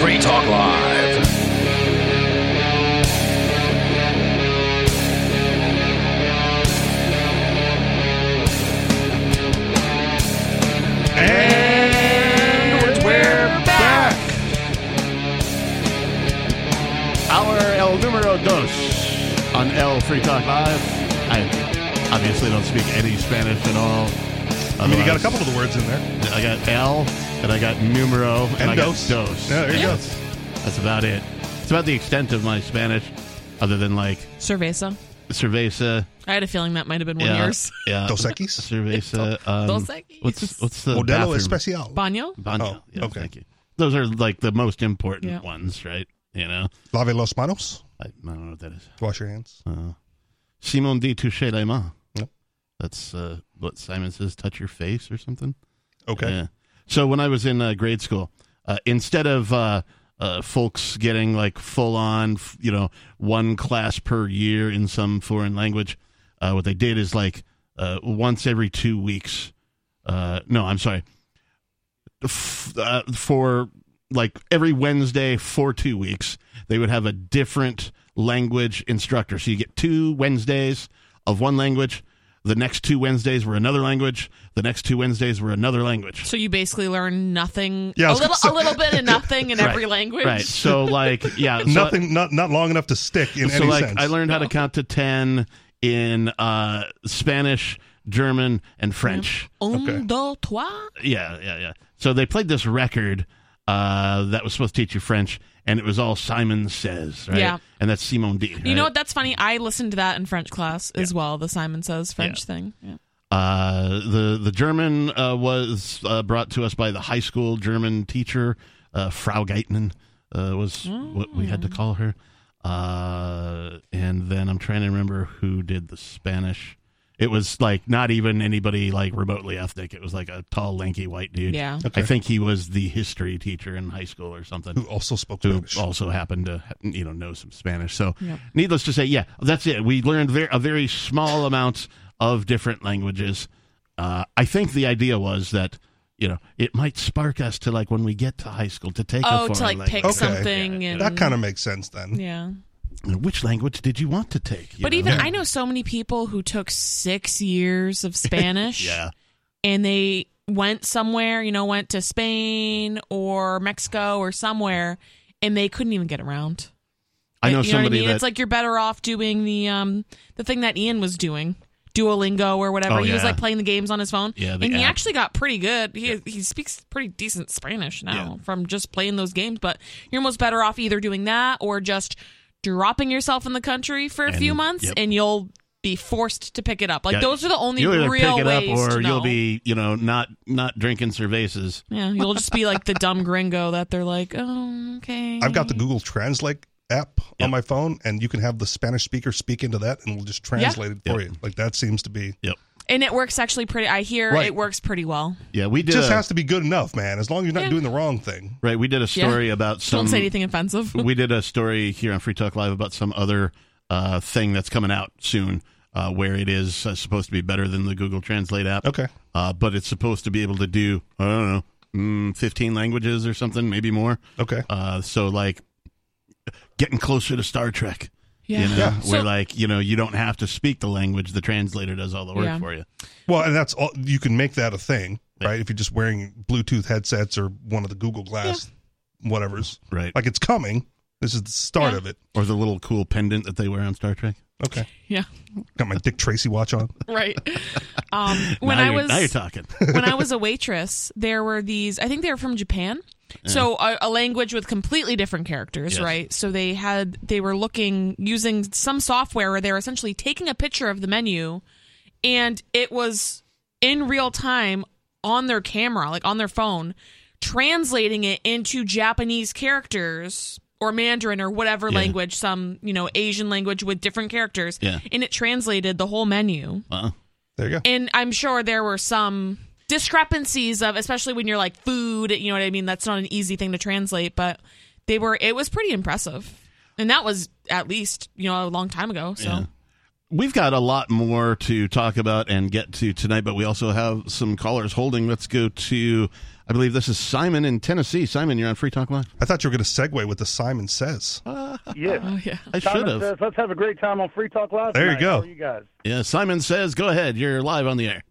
Speaker 5: Free Talk Live.
Speaker 2: And we're back. Our El Numero Dos on L Free Talk Live. I obviously don't speak any Spanish at all.
Speaker 3: I mean, you got a
Speaker 2: Otherwise,
Speaker 3: couple of the words in there.
Speaker 2: I got L, and I got numero, and,
Speaker 3: And
Speaker 2: I got
Speaker 3: dos.
Speaker 2: dos.
Speaker 3: Yeah, there you go.
Speaker 2: That's about it. It's about the extent of my Spanish, other than like
Speaker 4: Cerveza.
Speaker 2: cerveza.
Speaker 4: I had a feeling that might have been one of
Speaker 2: Yeah,
Speaker 4: yours.
Speaker 2: yeah.
Speaker 3: Dos Equis?
Speaker 2: Cerveza. Um,
Speaker 4: Dos Equis.
Speaker 2: What's what's the
Speaker 3: Modelo
Speaker 2: bathroom?
Speaker 3: Especial.
Speaker 4: Baño?
Speaker 2: Baño.
Speaker 3: Oh,
Speaker 2: Yeah,
Speaker 3: okay.
Speaker 2: Thank you. Those are like the most important
Speaker 4: Yeah.
Speaker 2: ones, right? You know,
Speaker 3: Lave los manos.
Speaker 2: I, I don't know what that is.
Speaker 3: Wash your hands.
Speaker 2: Uh, Simon dit toucher les mains.
Speaker 3: Yep.
Speaker 2: That's uh, what Simon says. Touch your face or something.
Speaker 3: Okay.
Speaker 2: Yeah. So when I was in uh, grade school, uh, instead of uh, uh, folks getting like full on, f- you know, one class per year in some foreign language, uh, what they did is like uh, once every two weeks. Uh, no, I'm sorry. F- uh, for like every Wednesday for two weeks, they would have a different language instructor. So you get two Wednesdays of one language. The next two Wednesdays were another language. The next two Wednesdays were another language.
Speaker 4: So you basically learn nothing,
Speaker 3: Yeah, I
Speaker 4: a
Speaker 3: was
Speaker 4: little,
Speaker 3: gonna
Speaker 4: a little bit of nothing in every language.
Speaker 2: Right. So like yeah, so,
Speaker 3: Nothing, not not long enough to stick in
Speaker 2: So
Speaker 3: any
Speaker 2: like
Speaker 3: sense.
Speaker 2: I learned how to count to 10 in uh Spanish, German, and French.
Speaker 4: Un,
Speaker 3: Okay.
Speaker 4: dos, trois.
Speaker 2: Yeah, yeah, yeah. So they played this record uh that was supposed to teach you French and it was all Simon says, right?
Speaker 4: Yeah.
Speaker 2: And that's Simon D.
Speaker 4: You know what? That's funny. I listened to that in French class as well. The Simon Says French thing. Yeah.
Speaker 2: Uh, the the German uh, was uh, brought to us by the high school German teacher uh, Frau Geitman uh, was what we had to call her. Uh, and then I'm trying to remember who did the Spanish. It was like not even anybody like remotely ethnic. It was like a tall, lanky white dude.
Speaker 4: Yeah.
Speaker 2: I think he was the history teacher in high school or something
Speaker 3: who also spoke
Speaker 2: who
Speaker 3: Spanish.
Speaker 2: also happened to you know know some Spanish. So,
Speaker 4: Yep.
Speaker 2: needless to say, yeah, that's it. We learned ver- a very small amount of different languages. Uh, I think the idea was that you know it might spark us to like when we get to high school to take
Speaker 4: Oh,
Speaker 2: a foreign
Speaker 4: to like pick
Speaker 2: language.
Speaker 3: Okay.
Speaker 4: something. And,
Speaker 3: that kind of makes sense then.
Speaker 4: Yeah.
Speaker 2: Which language did you want to take? you
Speaker 4: But
Speaker 2: know?
Speaker 4: even I know so many people who took six years of Spanish
Speaker 2: yeah,
Speaker 4: and they went somewhere, you know, went to Spain or Mexico or somewhere and they couldn't even get around.
Speaker 2: I know
Speaker 4: You
Speaker 2: somebody
Speaker 4: what I mean?
Speaker 2: that
Speaker 4: it's like you're better off doing the um the thing that Ian was doing, Duolingo or whatever.
Speaker 2: Oh,
Speaker 4: He was
Speaker 2: yeah.
Speaker 4: like playing the games on his phone.
Speaker 2: Yeah, the
Speaker 4: and he
Speaker 2: app.
Speaker 4: actually got pretty good. He he speaks pretty decent Spanish now from just playing those games. But you're almost better off either doing that or just dropping yourself in the country for a few months,
Speaker 2: yep.
Speaker 4: and you'll be forced to pick it up. Like
Speaker 2: Yeah,
Speaker 4: those are the only
Speaker 2: you'll either
Speaker 4: real
Speaker 2: pick it up
Speaker 4: ways
Speaker 2: or
Speaker 4: to know.
Speaker 2: you'll be you know not not drinking cervezas.
Speaker 4: yeah, you'll just be like the dumb gringo that they're like, oh, okay.
Speaker 3: I've got the Google Translate app
Speaker 2: Yep.
Speaker 3: on my phone, and you can have the Spanish speaker speak into that, and we'll just translate it for
Speaker 2: Yep.
Speaker 3: you. Like that seems to be
Speaker 2: Yep.
Speaker 4: and it works actually pretty. I hear
Speaker 3: Right.
Speaker 4: it works pretty well.
Speaker 2: Yeah, we did.
Speaker 3: just
Speaker 2: a,
Speaker 3: has to be good enough, man. As long as you're not
Speaker 4: Yeah.
Speaker 3: doing the wrong thing.
Speaker 2: right, we did a story about some.
Speaker 4: Don't say anything offensive.
Speaker 2: we did a story here on Free Talk Live about some other uh, thing that's coming out soon, uh, where it is uh, supposed to be better than the Google Translate app.
Speaker 3: Okay.
Speaker 2: uh, but it's supposed to be able to do I don't know, mm, fifteen languages or something, maybe more.
Speaker 3: Okay.
Speaker 2: Uh, so like getting closer to Star Trek.
Speaker 4: Yeah.
Speaker 2: You know,
Speaker 3: Yeah.
Speaker 2: Where
Speaker 4: So-
Speaker 2: like you know you don't have to speak the language; the translator does all the work
Speaker 4: Yeah.
Speaker 2: for you.
Speaker 3: Well, and that's all you can make that a thing, right? If you're just wearing Bluetooth headsets or one of the Google Glass, whatever's.
Speaker 2: Right.
Speaker 3: Like it's coming. This is the start
Speaker 4: Yeah.
Speaker 3: of it.
Speaker 2: Or the little cool pendant that they wear on Star Trek.
Speaker 3: Okay.
Speaker 4: Yeah,
Speaker 3: Got my Dick Tracy watch on.
Speaker 4: right. Um, when
Speaker 2: Now
Speaker 4: I
Speaker 2: you're- now you're
Speaker 4: was
Speaker 2: talking.
Speaker 4: when I was a waitress, there were these. I think they were from Japan. So a, a language with completely different characters,
Speaker 2: Yes.
Speaker 4: right? So they had they were looking using some software where they were essentially taking a picture of the menu, and it was in real time on their camera, like on their phone, translating it into Japanese characters or Mandarin or whatever
Speaker 2: Yeah.
Speaker 4: language, some you know Asian language with different characters,
Speaker 2: Yeah.
Speaker 4: and it translated the whole menu
Speaker 2: Wow.
Speaker 3: There you go.
Speaker 4: and I'm sure there were some discrepancies of especially when you're like food, you know what I mean? That's not an easy thing to translate, but they were it was pretty impressive. And that was at least, you know, a long time ago. So
Speaker 2: Yeah. We've got a lot more to talk about and get to tonight, but we also have some callers holding. Let's go to, I believe this is Simon in Tennessee. Simon, you're on Free Talk Live.
Speaker 3: I thought you were going to segue with the Simon Says.
Speaker 6: Yes.
Speaker 4: Oh, yeah.
Speaker 2: I should
Speaker 6: Simon
Speaker 2: have.
Speaker 6: says, let's have a great time on Free Talk Live.
Speaker 3: There you
Speaker 6: tonight.
Speaker 3: go.
Speaker 6: How are you guys.
Speaker 2: Yeah, Simon says, go ahead. You're live on the air.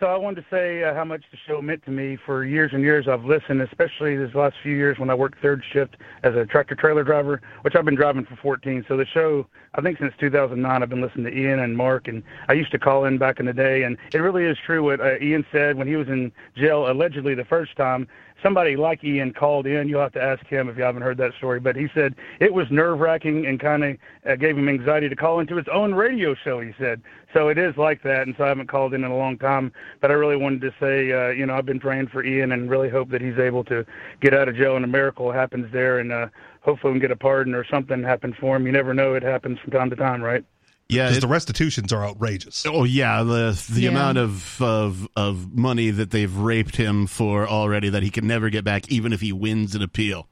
Speaker 6: So I wanted to say uh, how much the show meant to me. For years and years, I've listened, especially these last few years when I worked third shift as a tractor trailer driver, which I've been driving for 14. So the show, I think since 2009, I've been listening to Ian and Mark, and I used to call in back in the day. And it really is true what uh, Ian said when he was in jail allegedly the first time. Somebody like Ian called in. You'll have to ask him if you haven't heard that story. But he said it was nerve wracking and kind of uh, gave him anxiety to call into his own radio show, he said. So it is like that. And so I haven't called in in a long time. But I really wanted to say, uh, you know, I've been praying for Ian and really hope that he's able to get out of jail and a miracle happens there and uh, hopefully we can get a pardon or something happens for him. You never know. It happens from time to time, right?
Speaker 2: Yeah.
Speaker 3: because
Speaker 2: it-
Speaker 3: the restitutions are outrageous.
Speaker 2: oh yeah. The the
Speaker 4: Yeah.
Speaker 2: amount of, of of money that they've raped him for already that he can never get back, even if he wins an appeal,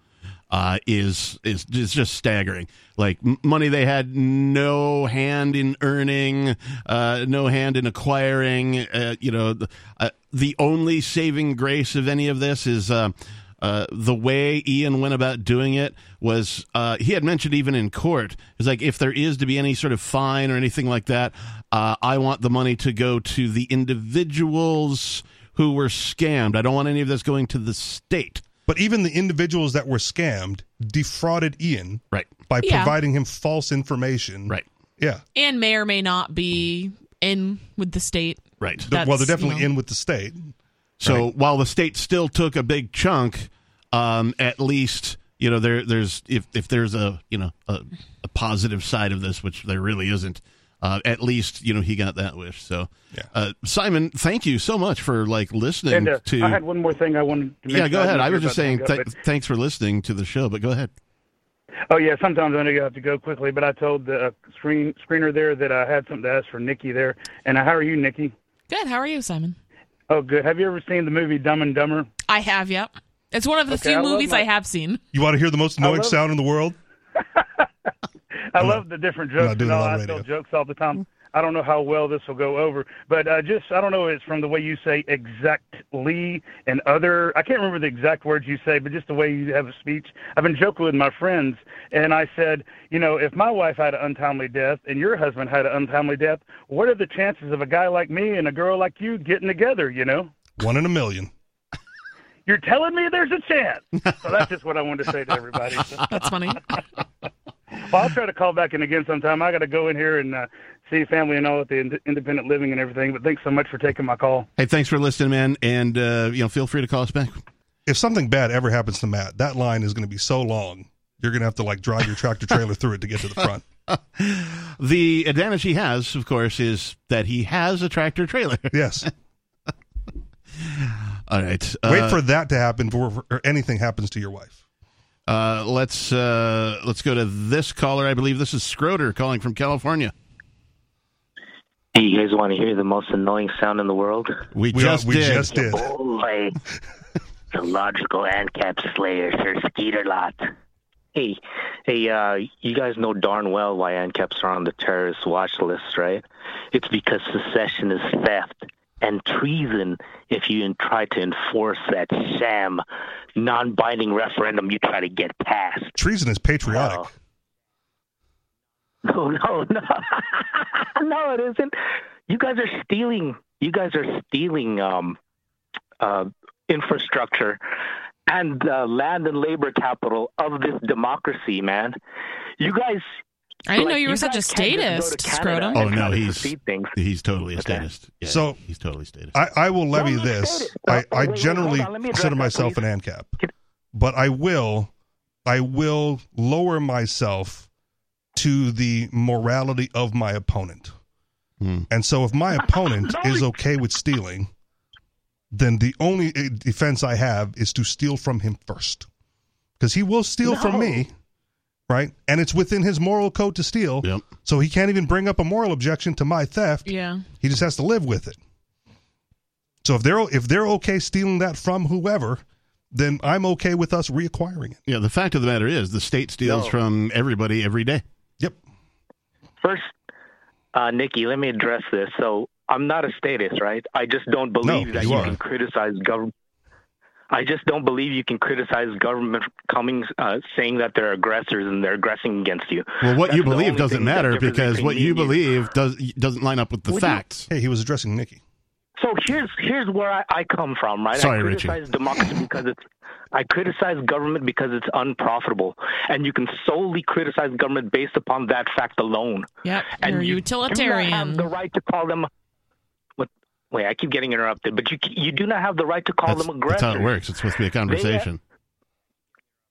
Speaker 2: uh, is is is just staggering. Like m- money they had no hand in earning, uh, no hand in acquiring. Uh, you know, the, uh, the only saving grace of any of this is. Uh, uh, the way Ian went about doing it was uh, he had mentioned even in court is like if there is to be any sort of fine or anything like that, uh, I want the money to go to the individuals who were scammed. I don't want any of this going to the state.
Speaker 3: But even the individuals that were scammed defrauded Ian
Speaker 2: Right.
Speaker 3: by
Speaker 4: Yeah.
Speaker 3: providing him false information.
Speaker 2: Right.
Speaker 3: Yeah.
Speaker 4: and may or may not be in with the state.
Speaker 2: Right.
Speaker 4: That's,
Speaker 3: well, they're
Speaker 4: you
Speaker 3: definitely
Speaker 4: know.
Speaker 3: in with the state.
Speaker 2: So while the state still took a big chunk, um, at least you know there there's if if there's a you know a, a positive side of this, which there really isn't. Uh, at least you know he got that wish. So
Speaker 3: Yeah.
Speaker 2: uh, Simon, thank you so much for like listening
Speaker 6: And uh,
Speaker 2: to.
Speaker 6: I had one more thing I wanted to mention.
Speaker 2: yeah, go ahead.
Speaker 6: didn't
Speaker 2: I
Speaker 6: hear
Speaker 2: was just
Speaker 6: about
Speaker 2: saying
Speaker 6: that,
Speaker 2: th-
Speaker 6: but- uh,
Speaker 2: thanks for listening to the show, but go ahead.
Speaker 6: Oh yeah, sometimes I know you have to go quickly, but I told the uh, screen screener there that I had something to ask for Nikki there. And uh, how are you, Nikki?
Speaker 4: Good. How are you, Simon?
Speaker 6: Oh, good. Have you ever seen the movie Dumb and Dumber?
Speaker 4: I have. Yep. It's one of the
Speaker 6: Okay,
Speaker 4: few
Speaker 6: I love
Speaker 4: movies
Speaker 6: my-
Speaker 4: I have seen.
Speaker 3: You want to hear the most annoying
Speaker 6: love-
Speaker 3: sound in the world?
Speaker 6: I love the different
Speaker 3: not
Speaker 6: jokes. and
Speaker 3: doing it
Speaker 6: all.
Speaker 3: on
Speaker 6: I
Speaker 3: radio.
Speaker 6: tell jokes all the time. I don't know how well this will go over, but uh, just I don't know. if It's from the way you say exactly and other. I can't remember the exact words you say, but just the way you have a speech. I've been joking with my friends, and I said, you know, if my wife had an untimely death and your husband had an untimely death, what are the chances of a guy like me and a girl like you getting together? You know,
Speaker 3: One in a million.
Speaker 6: you're telling me there's a chance. so that's just what I wanted to say to everybody.
Speaker 4: That's funny.
Speaker 6: Well, I'll try to call back in again sometime. I got to go in here and uh, see family and all at the ind- independent living and everything. But thanks so much for taking my call.
Speaker 2: Hey, thanks for listening, man, and uh, you know feel free to call us back.
Speaker 3: If something bad ever happens to Matt, that line is going to be so long. You're going to have to like drive your tractor trailer through it to get to the front.
Speaker 2: The advantage he has, of course, is that he has a tractor trailer.
Speaker 3: Yes.
Speaker 2: All right,
Speaker 3: Wait
Speaker 2: uh,
Speaker 3: for that to happen before or anything happens to your wife.
Speaker 2: Uh, let's uh, let's go to this caller. I believe this is Schroeder calling from California.
Speaker 7: Do you guys want to hear the most annoying sound in the world?
Speaker 2: We,
Speaker 3: We,
Speaker 2: just
Speaker 3: we
Speaker 2: did.
Speaker 3: just did.
Speaker 7: Boy, the logical cap slayer, Sir Skeeter Lot. Hey, hey, uh, you guys know darn well why ANCAPs are on the terrorist watch list, right? It's because secession is theft and treason if you en- try to enforce that sham, non-binding referendum you try to get passed.
Speaker 3: Treason is patriotic.
Speaker 7: Oh. No, no, no. no, it isn't. You guys are stealing. You guys are stealing um, uh, infrastructure and uh, land and labor capital of this democracy, man. You guys.
Speaker 4: I didn't
Speaker 7: like,
Speaker 4: know you were such a
Speaker 7: guys can't just go
Speaker 4: statist,
Speaker 7: to Canada
Speaker 4: Scrotum.
Speaker 2: Oh,
Speaker 7: and
Speaker 2: no,
Speaker 7: try to
Speaker 2: he's-
Speaker 7: defeat things.
Speaker 2: He's totally a
Speaker 7: Okay.
Speaker 2: statist. Yeah,
Speaker 3: So-
Speaker 2: he's totally statist.
Speaker 3: I, I will levy
Speaker 7: Well, let's
Speaker 3: this.
Speaker 7: state it.
Speaker 3: I,
Speaker 7: Oh,
Speaker 3: I
Speaker 7: wait, wait,
Speaker 3: generally
Speaker 7: hold on. Let me address
Speaker 3: consider
Speaker 7: that,
Speaker 3: myself
Speaker 7: please.
Speaker 3: an ANCAP,
Speaker 7: Can-
Speaker 3: but I will, I will lower myself to the morality of my opponent.
Speaker 2: Hmm.
Speaker 3: And so, if my opponent
Speaker 7: No,
Speaker 3: is
Speaker 7: you-
Speaker 3: okay with stealing, then the only eh, defense I have is to steal from him first, because he will steal from
Speaker 7: No.
Speaker 3: me, right? And it's within his moral code to steal.
Speaker 2: Yep.
Speaker 3: So he can't even bring up a moral objection to my theft.
Speaker 4: Yeah.
Speaker 3: He just has to live with it. So if they're if they're okay stealing that from whoever, then I'm okay with us reacquiring it.
Speaker 2: yeah, the fact of the matter is, the state steals
Speaker 7: No.
Speaker 2: from everybody every day.
Speaker 3: Yep.
Speaker 7: First, uh, Nikki, let me address this. So I'm not a statist, right? I just don't believe
Speaker 3: No,
Speaker 7: that
Speaker 3: you
Speaker 7: you
Speaker 3: are.
Speaker 7: can criticize government. I just don't believe you can criticize government coming uh, saying that they're aggressors and they're aggressing against you.
Speaker 2: Well, what
Speaker 7: That's
Speaker 2: you
Speaker 7: the
Speaker 2: believe
Speaker 7: only
Speaker 2: doesn't
Speaker 7: thing that's
Speaker 2: matter
Speaker 7: different
Speaker 2: because
Speaker 7: between
Speaker 2: what
Speaker 7: me
Speaker 2: you
Speaker 7: and you.
Speaker 2: believe does doesn't line up with the
Speaker 7: Would you-
Speaker 2: facts.
Speaker 3: Hey, he was addressing Nikki.
Speaker 7: So here's here's where I, I come from, right?
Speaker 2: Sorry,
Speaker 7: I criticize democracy because it's I criticize government because it's unprofitable, and you can solely criticize government based upon that fact alone.
Speaker 4: Yep.
Speaker 7: And
Speaker 4: You're
Speaker 7: you Do not
Speaker 4: utilitarian.
Speaker 7: have the right to call them. What? Wait, I keep getting interrupted, but you you do not have the right to call
Speaker 2: That's,
Speaker 7: them
Speaker 2: that's
Speaker 7: aggressors.
Speaker 2: how it works. It's supposed to be a conversation.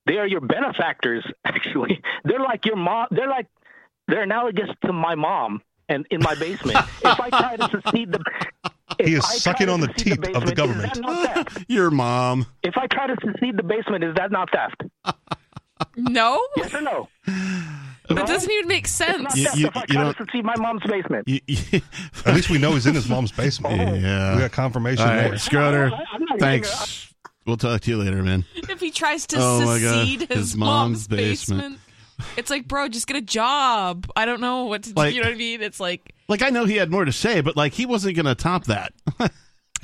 Speaker 7: They are your benefactors. Actually, they're like your mom. They're like they're analogous to my mom. And in my basement, if I try to secede the, if
Speaker 3: He is
Speaker 7: I try
Speaker 3: sucking
Speaker 7: to
Speaker 3: on the
Speaker 7: secede
Speaker 3: teeth of the
Speaker 7: basement, is that
Speaker 3: government.
Speaker 7: not theft?
Speaker 2: Your mom.
Speaker 7: If I try to secede the basement, is that not theft?
Speaker 4: no,
Speaker 7: Yes or no?
Speaker 4: that doesn't even make sense.
Speaker 7: Not
Speaker 2: You-
Speaker 7: theft.
Speaker 2: you-
Speaker 7: if I
Speaker 2: you
Speaker 7: try
Speaker 2: don't-
Speaker 7: to secede my mom's basement.
Speaker 2: You- you-
Speaker 3: At least we know he's in his mom's basement.
Speaker 2: yeah.
Speaker 3: We got confirmation
Speaker 2: All
Speaker 3: there.
Speaker 2: right, Scroder.
Speaker 7: I- I'm not even
Speaker 2: Thanks. We'll talk to you later, man.
Speaker 4: if he tries to
Speaker 2: Oh my God,
Speaker 4: secede his,
Speaker 2: his mom's
Speaker 4: mom's,
Speaker 2: basement.
Speaker 4: basement. It's like, bro, just get a job. I don't know what to do.
Speaker 2: Like-
Speaker 4: you know what I mean? It's like,
Speaker 2: Like I know he had more to say, but like he wasn't going to top that.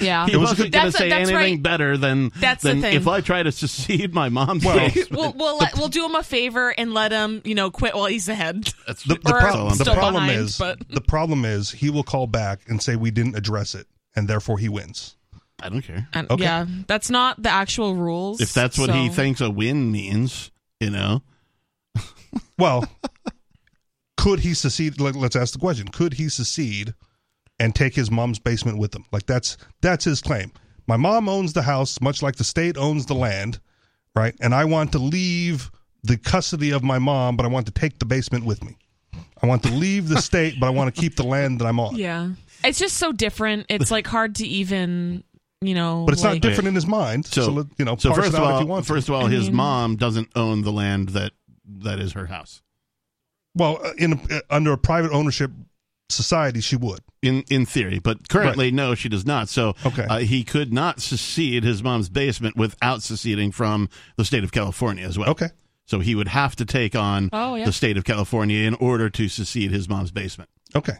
Speaker 4: yeah.
Speaker 2: He wasn't going to
Speaker 4: That's-
Speaker 2: say
Speaker 4: that's
Speaker 2: anything
Speaker 4: right.
Speaker 2: better than
Speaker 4: That's the
Speaker 2: than
Speaker 4: thing.
Speaker 2: if I try to secede my mom's. Well,
Speaker 4: We'll we'll, let, we'll do him a favor and let him, you know, quit while he's ahead.
Speaker 2: that's
Speaker 3: The, the
Speaker 4: Or
Speaker 3: pro- the
Speaker 4: still
Speaker 3: problem
Speaker 4: behind,
Speaker 3: is
Speaker 4: but-
Speaker 3: the problem is he will call back and say we didn't address it, and therefore he wins.
Speaker 2: I don't care
Speaker 4: And,
Speaker 3: Okay.
Speaker 4: Yeah, that's not the actual rules.
Speaker 2: if that's what he
Speaker 4: so-
Speaker 2: thinks a win means. You know,
Speaker 3: Well, could he secede? Let, let's ask the question: Could he secede and take his mom's basement with him? Like that's that's his claim. My mom owns the house, much like the state owns the land, right? And I want to leave the custody of my mom, but I want to take the basement with me. I want to leave the state, but I want to keep the land that I'm on.
Speaker 4: Yeah, it's just so different. It's like hard to even, you know.
Speaker 3: But it's
Speaker 4: like-
Speaker 3: not different in his mind. So,
Speaker 2: so,
Speaker 3: let- you know,
Speaker 2: so
Speaker 3: parse
Speaker 2: first
Speaker 3: it
Speaker 2: of
Speaker 3: out
Speaker 2: all,
Speaker 3: if you want. to.
Speaker 2: first of all, his
Speaker 4: mean-
Speaker 2: mom doesn't own the land that that is her house.
Speaker 3: well, uh, in a, uh, under a private ownership society, she would.
Speaker 2: In in theory, but currently no, she does not. So
Speaker 3: Okay.
Speaker 2: uh, he could not secede his mom's basement without seceding from the state of California as well.
Speaker 3: Okay,
Speaker 2: So he would have to take on
Speaker 4: Oh, yeah.
Speaker 2: the state of California in order to secede his mom's basement.
Speaker 3: okay.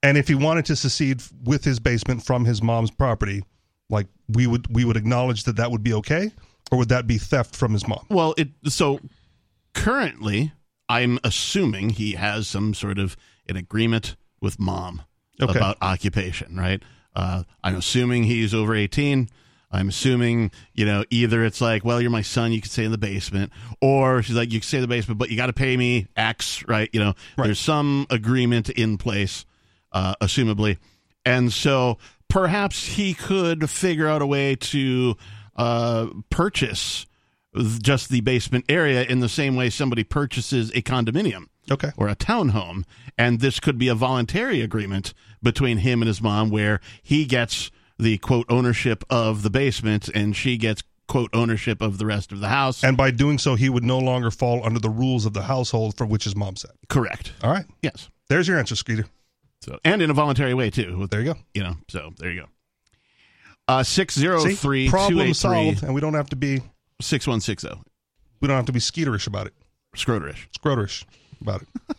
Speaker 3: And if he wanted to secede f- with his basement from his mom's property, like we would, we would acknowledge that that would be okay, or would that be theft from his mom?
Speaker 2: Well, it so currently I'm assuming he has some sort of an agreement with mom
Speaker 3: Okay.
Speaker 2: about occupation, right? Uh, I'm assuming he's over 18. I'm assuming, you know, either it's like, well, you're my son, you can stay in the basement, or she's like, you can stay in the basement, but you got to pay me X, right? You know,
Speaker 3: Right.
Speaker 2: there's some agreement in place, uh, assumably. And so perhaps he could figure out a way to uh, purchase th- just the basement area in the same way somebody purchases a condominium
Speaker 3: Okay,
Speaker 2: or a townhome. And this could be a voluntary agreement between him and his mom where he gets the quote ownership of the basement and she gets quote ownership of the rest of the house.
Speaker 3: and by doing so, he would no longer fall under the rules of the household for which his mom said.
Speaker 2: Correct.
Speaker 3: All right,
Speaker 2: Yes.
Speaker 3: there's your answer, Skeeter.
Speaker 2: So and in a voluntary way too. With,
Speaker 3: There you go.
Speaker 2: you know, so there you go. Uh
Speaker 3: See?
Speaker 2: 603
Speaker 3: problem solved, and we don't have to be
Speaker 2: 6160.
Speaker 3: we don't have to be Skeeterish about it.
Speaker 2: Scroterish.
Speaker 3: scroterish about it.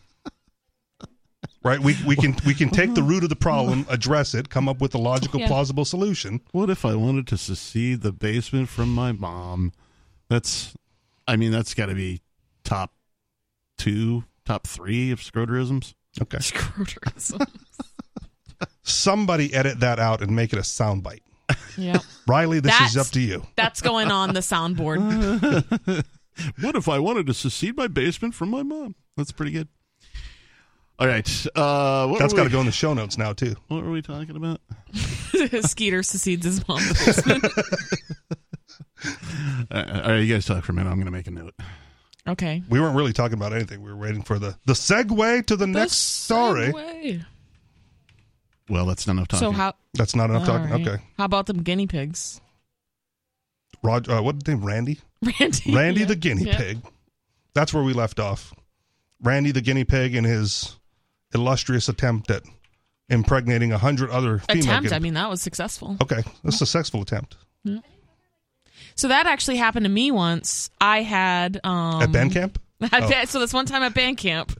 Speaker 3: right? We we can we can take the root of the problem, address it, come up with a logical,
Speaker 4: Yeah.
Speaker 3: plausible solution.
Speaker 2: What if I wanted to secede the basement from my mom? That's, I mean, that's got to be top two, top three of scroterisms.
Speaker 3: Okay.
Speaker 4: Scroterism.
Speaker 3: Somebody edit that out and make it a soundbite.
Speaker 4: yeah,
Speaker 3: Riley, this is
Speaker 4: That's-
Speaker 3: up to you.
Speaker 4: that's going on the soundboard.
Speaker 2: What if I wanted to secede my basement from my mom? That's pretty good. All right. Uh, what
Speaker 3: That's
Speaker 2: were
Speaker 3: got
Speaker 2: we,
Speaker 3: to go in the show notes now too.
Speaker 2: What were we talking about?
Speaker 4: Skeeter secedes his mom's basement.
Speaker 2: Uh, all right, you guys talk for a minute. I'm going to make a note.
Speaker 4: Okay.
Speaker 3: We weren't really talking about anything. We were waiting for the the segue to the,
Speaker 4: The
Speaker 3: next story.
Speaker 4: segue.
Speaker 2: Well, that's not enough talking.
Speaker 4: So how?
Speaker 3: That's not enough
Speaker 4: all
Speaker 3: talking.
Speaker 4: right.
Speaker 3: Okay.
Speaker 4: How about them guinea pigs?
Speaker 3: Roger, uh, what name? Randy.
Speaker 4: Randy.
Speaker 3: Randy
Speaker 4: yeah,
Speaker 3: the guinea
Speaker 4: yeah.
Speaker 3: pig. That's where we left off. Randy the guinea pig and his illustrious attempt at impregnating a hundred other female
Speaker 4: Attempt.
Speaker 3: guinea
Speaker 4: I mean, that was successful.
Speaker 3: Okay, that's a sexful attempt
Speaker 4: So that actually happened to me once. I had um,
Speaker 3: at band camp. Oh.
Speaker 4: At ba- so this one time at band camp.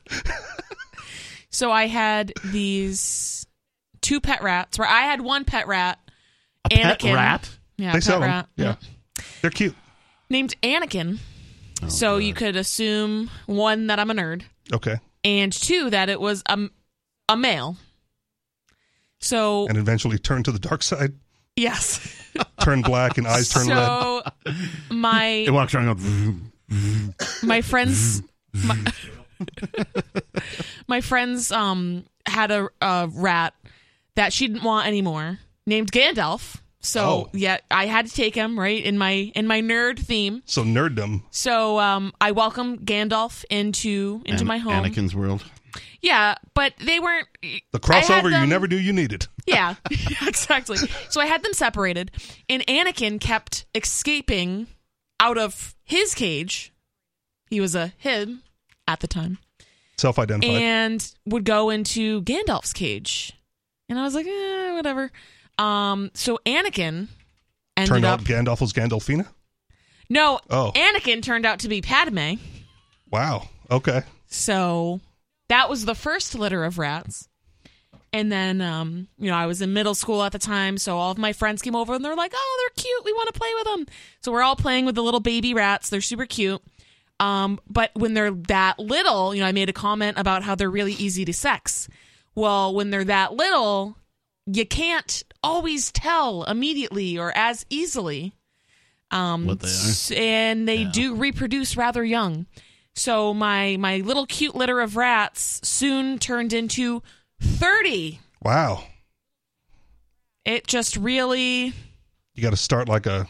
Speaker 4: so I had these two pet rats. Where I had one pet rat,
Speaker 2: Pet
Speaker 4: Anakin.
Speaker 2: rat?
Speaker 4: Yeah,
Speaker 3: they
Speaker 4: pet
Speaker 3: sell them.
Speaker 4: rat.
Speaker 3: Yeah. they're cute.
Speaker 4: named Anakin.
Speaker 3: Oh,
Speaker 4: so you could assume one that I'm a nerd,
Speaker 3: Okay,
Speaker 4: and two that it was a m- a male. So
Speaker 3: and eventually turn to the dark side,
Speaker 4: yes.
Speaker 3: turn black, and eyes turn red.
Speaker 4: so my
Speaker 2: It walks around going,
Speaker 4: my friends my, my friends um had a, a rat that she didn't want anymore named Gandalf. So
Speaker 3: Oh.
Speaker 4: yeah, I had to take him right in my in my nerd theme.
Speaker 3: So nerddom.
Speaker 4: So um, I welcomed Gandalf into into
Speaker 2: An-
Speaker 4: my home.
Speaker 2: Anakin's world.
Speaker 4: Yeah, but they weren't.
Speaker 3: The
Speaker 4: I had
Speaker 3: crossover you
Speaker 4: them-
Speaker 3: never knew you needed.
Speaker 4: Yeah, exactly. So I had them separated, and Anakin kept escaping out of his cage. He was a him at the time,
Speaker 3: Self-identified.
Speaker 4: and would go into Gandalf's cage. And I was like, eh, whatever. Um, so Anakin ended
Speaker 3: Turned
Speaker 4: up.
Speaker 3: out Gandalf was Gandalfina.
Speaker 4: no,
Speaker 3: Oh.
Speaker 4: Anakin turned out to be Padme.
Speaker 3: Wow. Okay.
Speaker 4: So that was the first litter of rats. And then, um, you know, I was in middle school at the time, so all of my friends came over and they're like, "Oh, they're cute. We want to play with them." So we're all playing with the little baby rats. They're super cute. Um, but when they're that little, you know, I made a comment about how they're really easy to sex. Well, when they're that little, you can't always tell immediately or as easily. Um,
Speaker 2: What they are.
Speaker 4: s- and they do reproduce rather young. So my my little cute litter of rats soon turned into thirty.
Speaker 3: Wow.
Speaker 4: It just really
Speaker 3: You got to start like a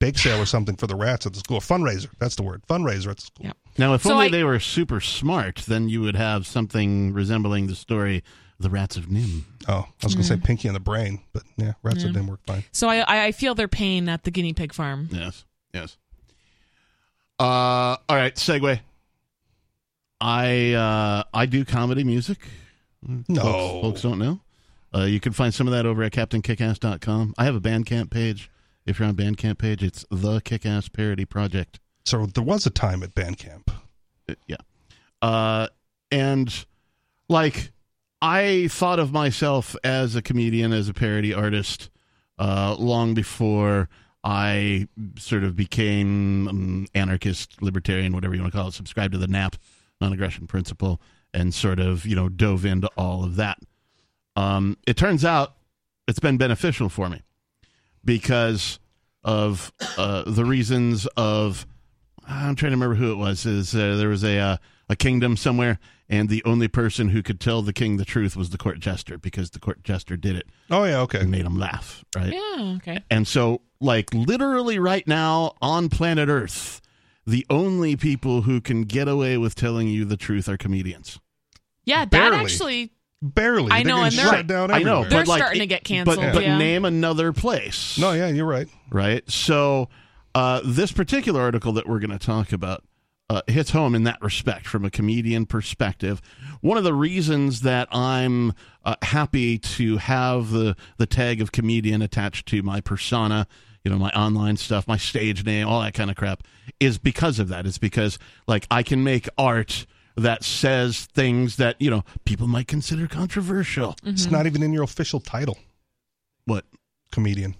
Speaker 3: bake sale or something for the rats at the school. Fundraiser. That's the word. Fundraiser at the school.
Speaker 4: Yeah.
Speaker 2: Now, if
Speaker 4: So
Speaker 2: only
Speaker 4: I-
Speaker 2: they were super smart, then you would have something resembling the story of the Rats of Nim.
Speaker 3: Oh, I was going to
Speaker 4: Hmm.
Speaker 3: say Pinky and the Brain, but yeah, rats that didn't work fine.
Speaker 4: so I I I feel their pain at the guinea pig farm.
Speaker 2: Yes. Yes. Uh, all right. Segue. I uh, I do comedy music.
Speaker 3: No.
Speaker 2: Folks, folks don't know. Uh, you can find some of that over at CaptainKickass.com. I have a Bandcamp page. If you're on Bandcamp page, it's the Kickass Parody Project.
Speaker 3: So there was a time at band camp.
Speaker 2: Uh, yeah. Uh, and like, I thought of myself as a comedian, as a parody artist, uh, long before I sort of became um, anarchist, libertarian, whatever you want to call it, subscribed to the NAP, non aggression principle, and sort of, you know, dove into all of that. Um, it turns out it's been beneficial for me because of uh, the reasons of I'm trying to remember who it was. Is uh, there was a uh, a kingdom somewhere, and the only person who could tell the king the truth was the court jester because the court jester did it
Speaker 3: Oh yeah, okay.
Speaker 2: and made him laugh, right?
Speaker 4: Yeah, okay.
Speaker 2: And so, like, literally right now on planet Earth, the only people who can get away with telling you the truth are comedians.
Speaker 4: Yeah, that
Speaker 3: Barely.
Speaker 4: actually
Speaker 3: Barely.
Speaker 4: I know,
Speaker 3: They're
Speaker 4: and
Speaker 3: getting
Speaker 4: they're-
Speaker 3: shut down
Speaker 2: I know,
Speaker 3: everywhere.
Speaker 4: They're
Speaker 2: but like,
Speaker 4: starting to
Speaker 2: it-
Speaker 4: get
Speaker 2: But,
Speaker 4: canceled,
Speaker 2: but
Speaker 4: yeah.
Speaker 2: name another place.
Speaker 3: No, yeah, you're right.
Speaker 2: right? So, uh, this particular article that we're going to talk about uh, hits home in that respect from a comedian perspective. One of the reasons that I'm uh, happy to have the the tag of comedian attached to my persona, you know, my online stuff, my stage name, all that kind of crap, is because of that. It's because like I can make art that says things that you know people might consider controversial.
Speaker 4: Mm-hmm.
Speaker 3: It's not even in your official title,
Speaker 2: What?
Speaker 3: comedian.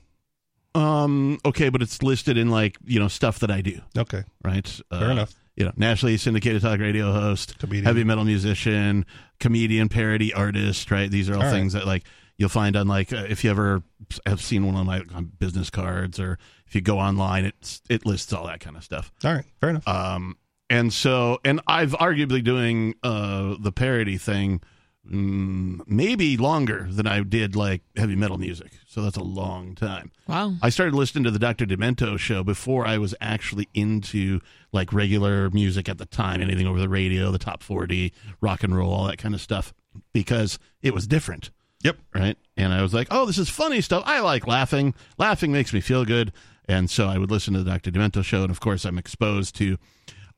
Speaker 2: Um. Okay, but it's listed in like you know stuff that I do.
Speaker 3: Okay.
Speaker 2: right? Uh,
Speaker 3: Fair enough.
Speaker 2: You know, nationally syndicated talk radio host,
Speaker 3: Comedian.
Speaker 2: heavy metal musician, comedian, parody artist, right? These are all,
Speaker 3: All right.
Speaker 2: things that like you'll find on like uh, if you ever have seen one of my on business cards or if you go online, it's it lists all that kind of stuff.
Speaker 3: All right. Fair enough.
Speaker 2: Um, and so, and I've arguably doing uh, the parody thing mm, maybe longer than I did like heavy metal music. So that's a long time.
Speaker 4: Wow.
Speaker 2: I started listening to the Dr. Demento show before I was actually into like regular music at the time, anything over the radio, the top 40, rock and roll, all that kind of stuff, because it was different.
Speaker 3: Yep.
Speaker 2: Right. And I was like, oh, this is funny stuff. I like laughing. Laughing makes me feel good. And so I would listen to the Dr. Demento show. And of course, I'm exposed to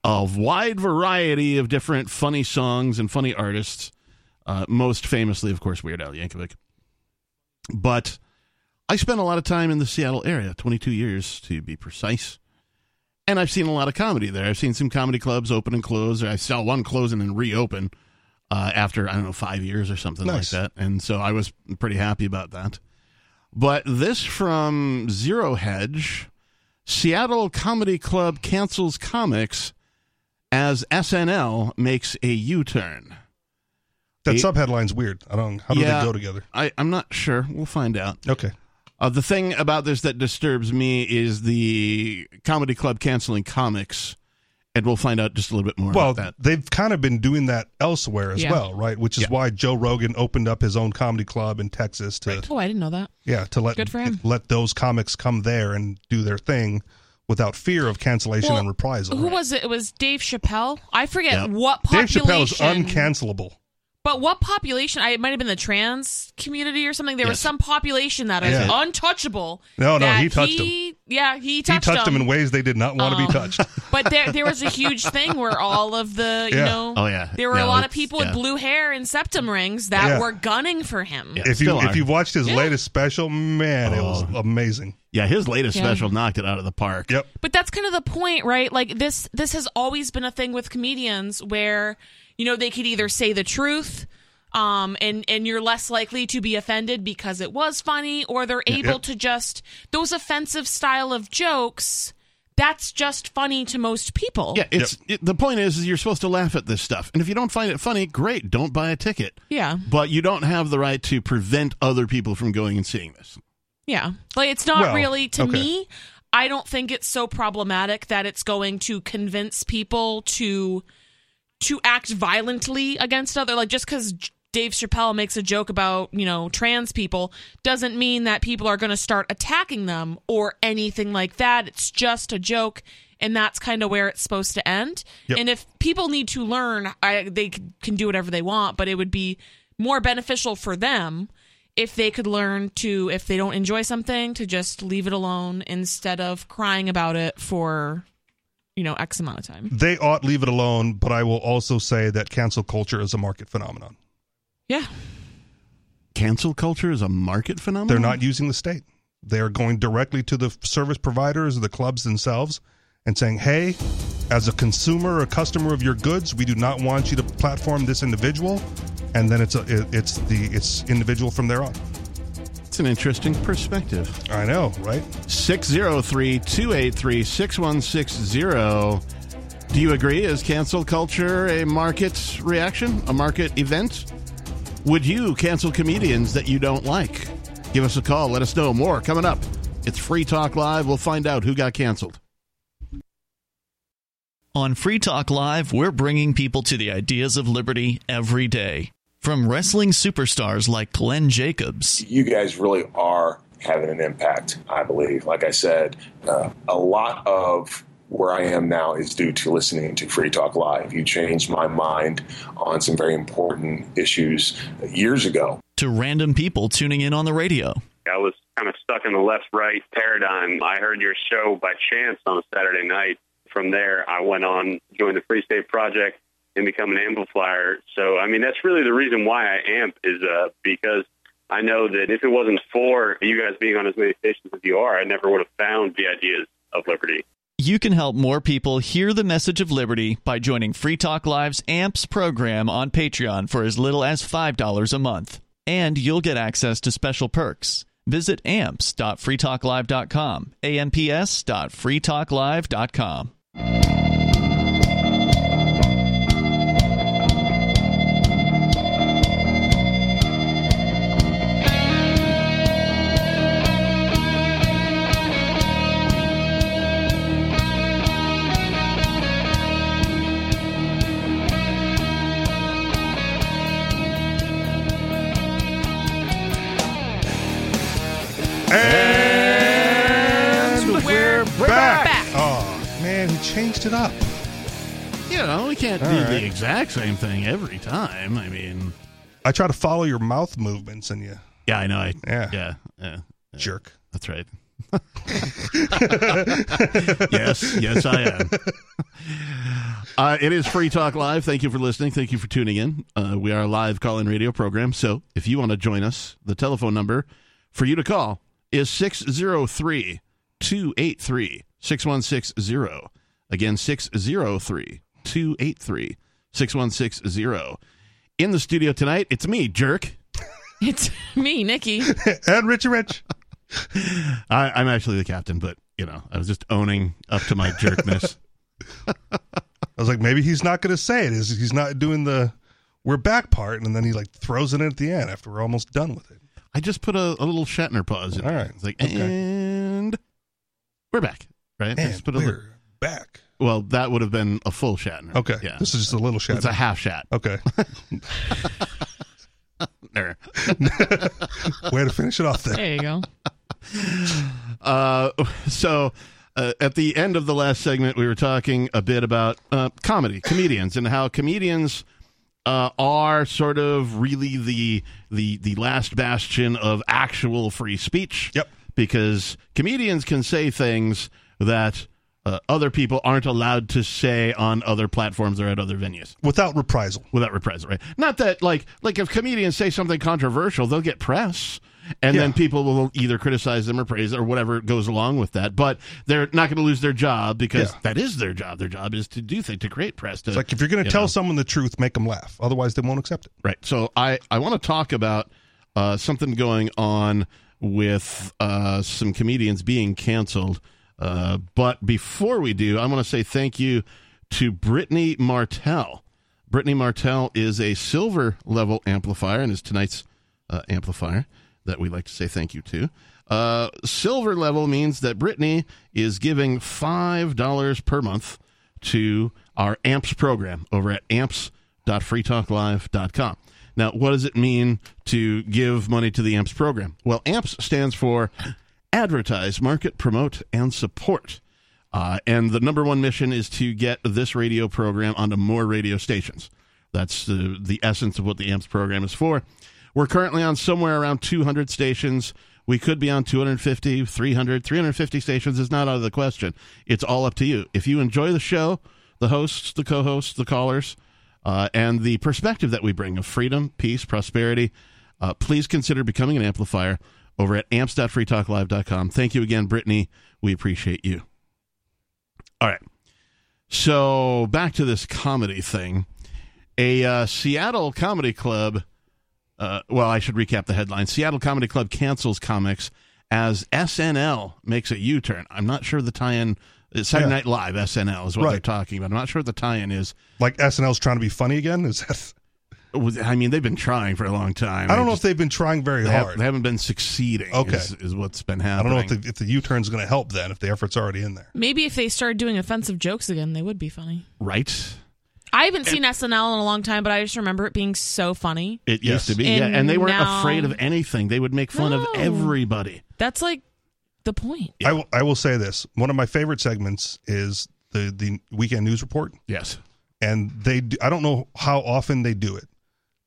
Speaker 2: a wide variety of different funny songs and funny artists. Uh, most famously, of course, Weird Al Yankovic. But I spent a lot of time in the Seattle area, 22 years to be precise. And I've seen a lot of comedy there. I've seen some comedy clubs open and close, or I saw one closing and reopen uh, after, I don't know, five years or something
Speaker 3: Nice.
Speaker 2: like that. And so I was pretty happy about that. But this from Zero Hedge Seattle Comedy Club cancels comics as SNL makes a U turn.
Speaker 3: That
Speaker 2: Eight-
Speaker 3: subheadline's weird. I don't. How do they go together?
Speaker 2: I, I'm not sure. We'll find out.
Speaker 3: Okay.
Speaker 2: Uh, the thing about this that disturbs me is the comedy club canceling comics, and we'll find out just a little bit more
Speaker 3: Well,
Speaker 2: about that.
Speaker 3: they've kind of been doing that elsewhere as
Speaker 4: Yeah.
Speaker 3: well, right? Which is
Speaker 2: Yeah.
Speaker 3: why Joe Rogan opened up his own comedy club in Texas to
Speaker 4: Oh, I didn't know that.
Speaker 3: yeah to let
Speaker 4: Good for him.
Speaker 3: let those comics come there and do their thing without fear of cancellation
Speaker 4: Well,
Speaker 3: and reprisal.
Speaker 4: Who was it? It was Dave Chappelle. I forget
Speaker 2: Yep.
Speaker 4: what
Speaker 3: Dave Chappelle is
Speaker 4: population.
Speaker 3: uncancelable.
Speaker 4: But what population? I, it might have been the trans community or something. There was
Speaker 2: Yes.
Speaker 4: some population that is
Speaker 3: Yeah.
Speaker 4: untouchable.
Speaker 3: No, no,
Speaker 4: that
Speaker 3: he touched
Speaker 4: he- Yeah, he
Speaker 3: He
Speaker 4: touched,
Speaker 3: touched them in ways they did not want to
Speaker 4: Oh.
Speaker 3: be touched.
Speaker 4: But there, there was a huge thing where all of the, you
Speaker 3: Yeah.
Speaker 4: know,
Speaker 2: Oh, yeah.
Speaker 4: there were
Speaker 2: Yeah,
Speaker 4: a lot of
Speaker 2: it's-
Speaker 4: people
Speaker 2: yeah.
Speaker 4: with blue hair and septum rings that
Speaker 3: Yeah.
Speaker 4: were gunning for him.
Speaker 2: Yeah.
Speaker 3: if you
Speaker 2: Still are. Oh.
Speaker 3: if you've watched his latest special, man, it was amazing.
Speaker 2: yeah, his latest
Speaker 4: Yeah.
Speaker 2: special knocked it out of the park.
Speaker 3: Yep.
Speaker 4: But that's kind of the point, right? Like this this has always been a thing with comedians where, you know, they could either say the truth um and and you're less likely to be offended because it was funny or they're able to just those offensive style of jokes that's just funny to most people.
Speaker 2: Yeah, it's it, the point is, is you're supposed to laugh at this stuff, and if you don't find it funny, great, don't buy a ticket.
Speaker 4: Yeah.
Speaker 2: But you don't have the right to prevent other people from going and seeing this.
Speaker 4: Yeah. Like it's not
Speaker 3: Well,
Speaker 4: really to
Speaker 3: okay.
Speaker 4: me. I don't think it's so problematic that it's going to convince people to to act violently against other like just cuz Dave Chappelle makes a joke about, you know, trans people doesn't mean that people are going to start attacking them or anything like that. It's just a joke and that's kind of where it's supposed to end.
Speaker 3: Yep.
Speaker 4: And if people need to learn, I, they c- can do whatever they want, but it would be more beneficial for them if they could learn to if they don't enjoy something to just leave it alone instead of crying about it for you know x amount of time
Speaker 3: They ought leave it alone, but I will also say that cancel culture is a market phenomenon.
Speaker 4: yeah
Speaker 2: Cancel culture is a market phenomenon.
Speaker 3: They're not using the state. They are going directly to the service providers or the clubs themselves and saying, hey, as a consumer or customer of your goods, we do not want you to platform this individual. And then it's a, it, it's the it's individual from there on.
Speaker 2: It's an interesting perspective.
Speaker 3: I know,
Speaker 2: Oh,
Speaker 3: right?
Speaker 2: 603 283 6160. Do you agree? Is cancel culture a market reaction, a market event? Would you cancel comedians that you don't like? Give us a call. Let us know more. Coming up, it's Free Talk Live. We'll find out who got canceled.
Speaker 1: On Free Talk Live, we're bringing people to the ideas of liberty every day. From wrestling superstars like Glenn Jacobs
Speaker 8: you guys really are having an impact, I believe. Like I said, uh, a lot of where I am now is due to listening to Free Talk Live. You changed my mind on some very important issues years ago.
Speaker 1: to random people tuning in on the radio.
Speaker 9: I was kind of stuck in the left right paradigm. I heard your show by chance on a Saturday night. From there, I went on, joined the Free State Project, and become an amplifier. So, I mean, that's really the reason why I amp is uh, because I know that if it wasn't for you guys being on as many stations as you are, I never would have found the ideas of liberty.
Speaker 1: You can help more people hear the message of liberty by joining Free Talk Live's AMPS program on Patreon for as little as $5 a month. And you'll get access to special perks. Visit amps.freetalklive.com, amps.freetalklive.com.
Speaker 3: And
Speaker 4: we're
Speaker 3: back.
Speaker 4: back.
Speaker 3: Oh, man, he changed it up.
Speaker 2: You know, we can't
Speaker 3: All
Speaker 2: do
Speaker 3: right.
Speaker 2: the exact same thing every time. I mean,
Speaker 3: I try to follow your mouth movements and you
Speaker 2: yeah, I know. I,
Speaker 3: Yeah.
Speaker 2: yeah, yeah,
Speaker 3: jerk.
Speaker 2: that's right. yes, yes, I am. Uh, it is Free Talk Live. Thank you for listening. Thank you for tuning in. Uh, we are a live call in radio program. So if you want to join us, the telephone number for you to call is 603 283 6160. oh. Again, 603 283 6160. oh. In the studio tonight, it's me, Jerk.
Speaker 4: it's me nikki
Speaker 3: and Richie Rich.
Speaker 2: I, I'm actually the captain, but, you know, I was just owning up to my jerkness.
Speaker 3: I was like, maybe he's not going to say it. Is he's not doing the we're back part, and then he like throws it in at the end after we're almost done with it.
Speaker 2: I just put a, a little Shatner pause in. All right, it's like and we're back. Right,
Speaker 3: Man,
Speaker 2: Just put a li-
Speaker 3: we're back.
Speaker 2: Well, that would have been a full Shatner.
Speaker 3: Okay,
Speaker 2: yeah,
Speaker 3: this is just a little shot.
Speaker 2: it's a half Shat.
Speaker 3: Okay,
Speaker 2: There.
Speaker 3: way to finish it off there.
Speaker 4: There you go.
Speaker 2: Uh, so uh, at the end of the last segment, we were talking a bit about uh, comedy, comedians, and how comedians uh, are sort of really the the the last bastion of actual free speech. Yep, because comedians can say things that. Uh, other people aren't allowed to say on other platforms or at other venues
Speaker 3: without reprisal.
Speaker 2: Without reprisal, right? Not that like like if comedians say something controversial, they'll get press, and then people will either criticize them or praise or whatever goes along with that. But they're not going to lose their job because
Speaker 3: Yeah.
Speaker 2: that is their job. Their job is to do things to create press. To,
Speaker 3: It's like if you're going to
Speaker 2: you
Speaker 3: tell
Speaker 2: know.
Speaker 3: someone the truth, make them laugh. Otherwise, they won't accept it.
Speaker 2: Right. So I, I want to talk about uh, something going on with uh, some comedians being canceled. Uh, but before we do, I want to say thank you to Brittany Martell. Brittany Martell is a silver level amplifier and is tonight's uh, amplifier that we like to say thank you to. Uh, silver level means that Brittany is giving $5 per month to our AMPS program over at amps.freetalklive.com. Now, what does it mean to give money to the AMPS program? Well, AMPS stands for Advertise, Market, Promote, and Support. Uh, and the number one mission is to get this radio program onto more radio stations. That's the, the essence of what the AMPS program is for. We're currently on somewhere around 200 stations. We could be on 250, 300, 350 stations is not out of the question. It's all up to you. If you enjoy the show, the hosts, the co hosts, the callers, uh, and the perspective that we bring of freedom, peace, prosperity, uh, please consider becoming an amplifier over at amps.freetalklive.com. Thank you again, Brittany. We appreciate you. All right. So back to this comedy thing. A uh, Seattle comedy club. Uh, well, I should recap the headline. Seattle Comedy Club cancels comics as SNL makes a U turn. I'm not sure the tie in. Saturday
Speaker 3: Yeah.
Speaker 2: Night Live, SNL, is what
Speaker 3: Right.
Speaker 2: they're talking about. I'm not sure what the tie in is.
Speaker 3: Like SNL's trying to be funny again. Is that?
Speaker 2: Was- I mean, they've been trying for a long time.
Speaker 3: I don't
Speaker 2: They
Speaker 3: know
Speaker 2: just-
Speaker 3: if they've been trying very
Speaker 2: they,
Speaker 3: hard.
Speaker 2: Have, not been succeeding.
Speaker 3: Okay.
Speaker 2: is, is what's been
Speaker 3: I
Speaker 2: happening.
Speaker 3: don't know if the, if the U-turn is going to help then if the effort's already in there.
Speaker 4: Maybe if they started doing offensive jokes again, they would be funny.
Speaker 2: right.
Speaker 4: I haven't seen SNL in a long time, but I just remember it being so funny.
Speaker 2: It
Speaker 3: Yes.
Speaker 2: used to be,
Speaker 4: And
Speaker 2: yeah, and they weren't
Speaker 4: now-
Speaker 2: afraid of anything. They would make fun of
Speaker 4: No.
Speaker 2: everybody.
Speaker 4: That's like the point.
Speaker 3: I will, I will say this. One of my favorite segments is the, the weekend news report.
Speaker 2: Yes.
Speaker 3: And they do, I don't know how often they do it,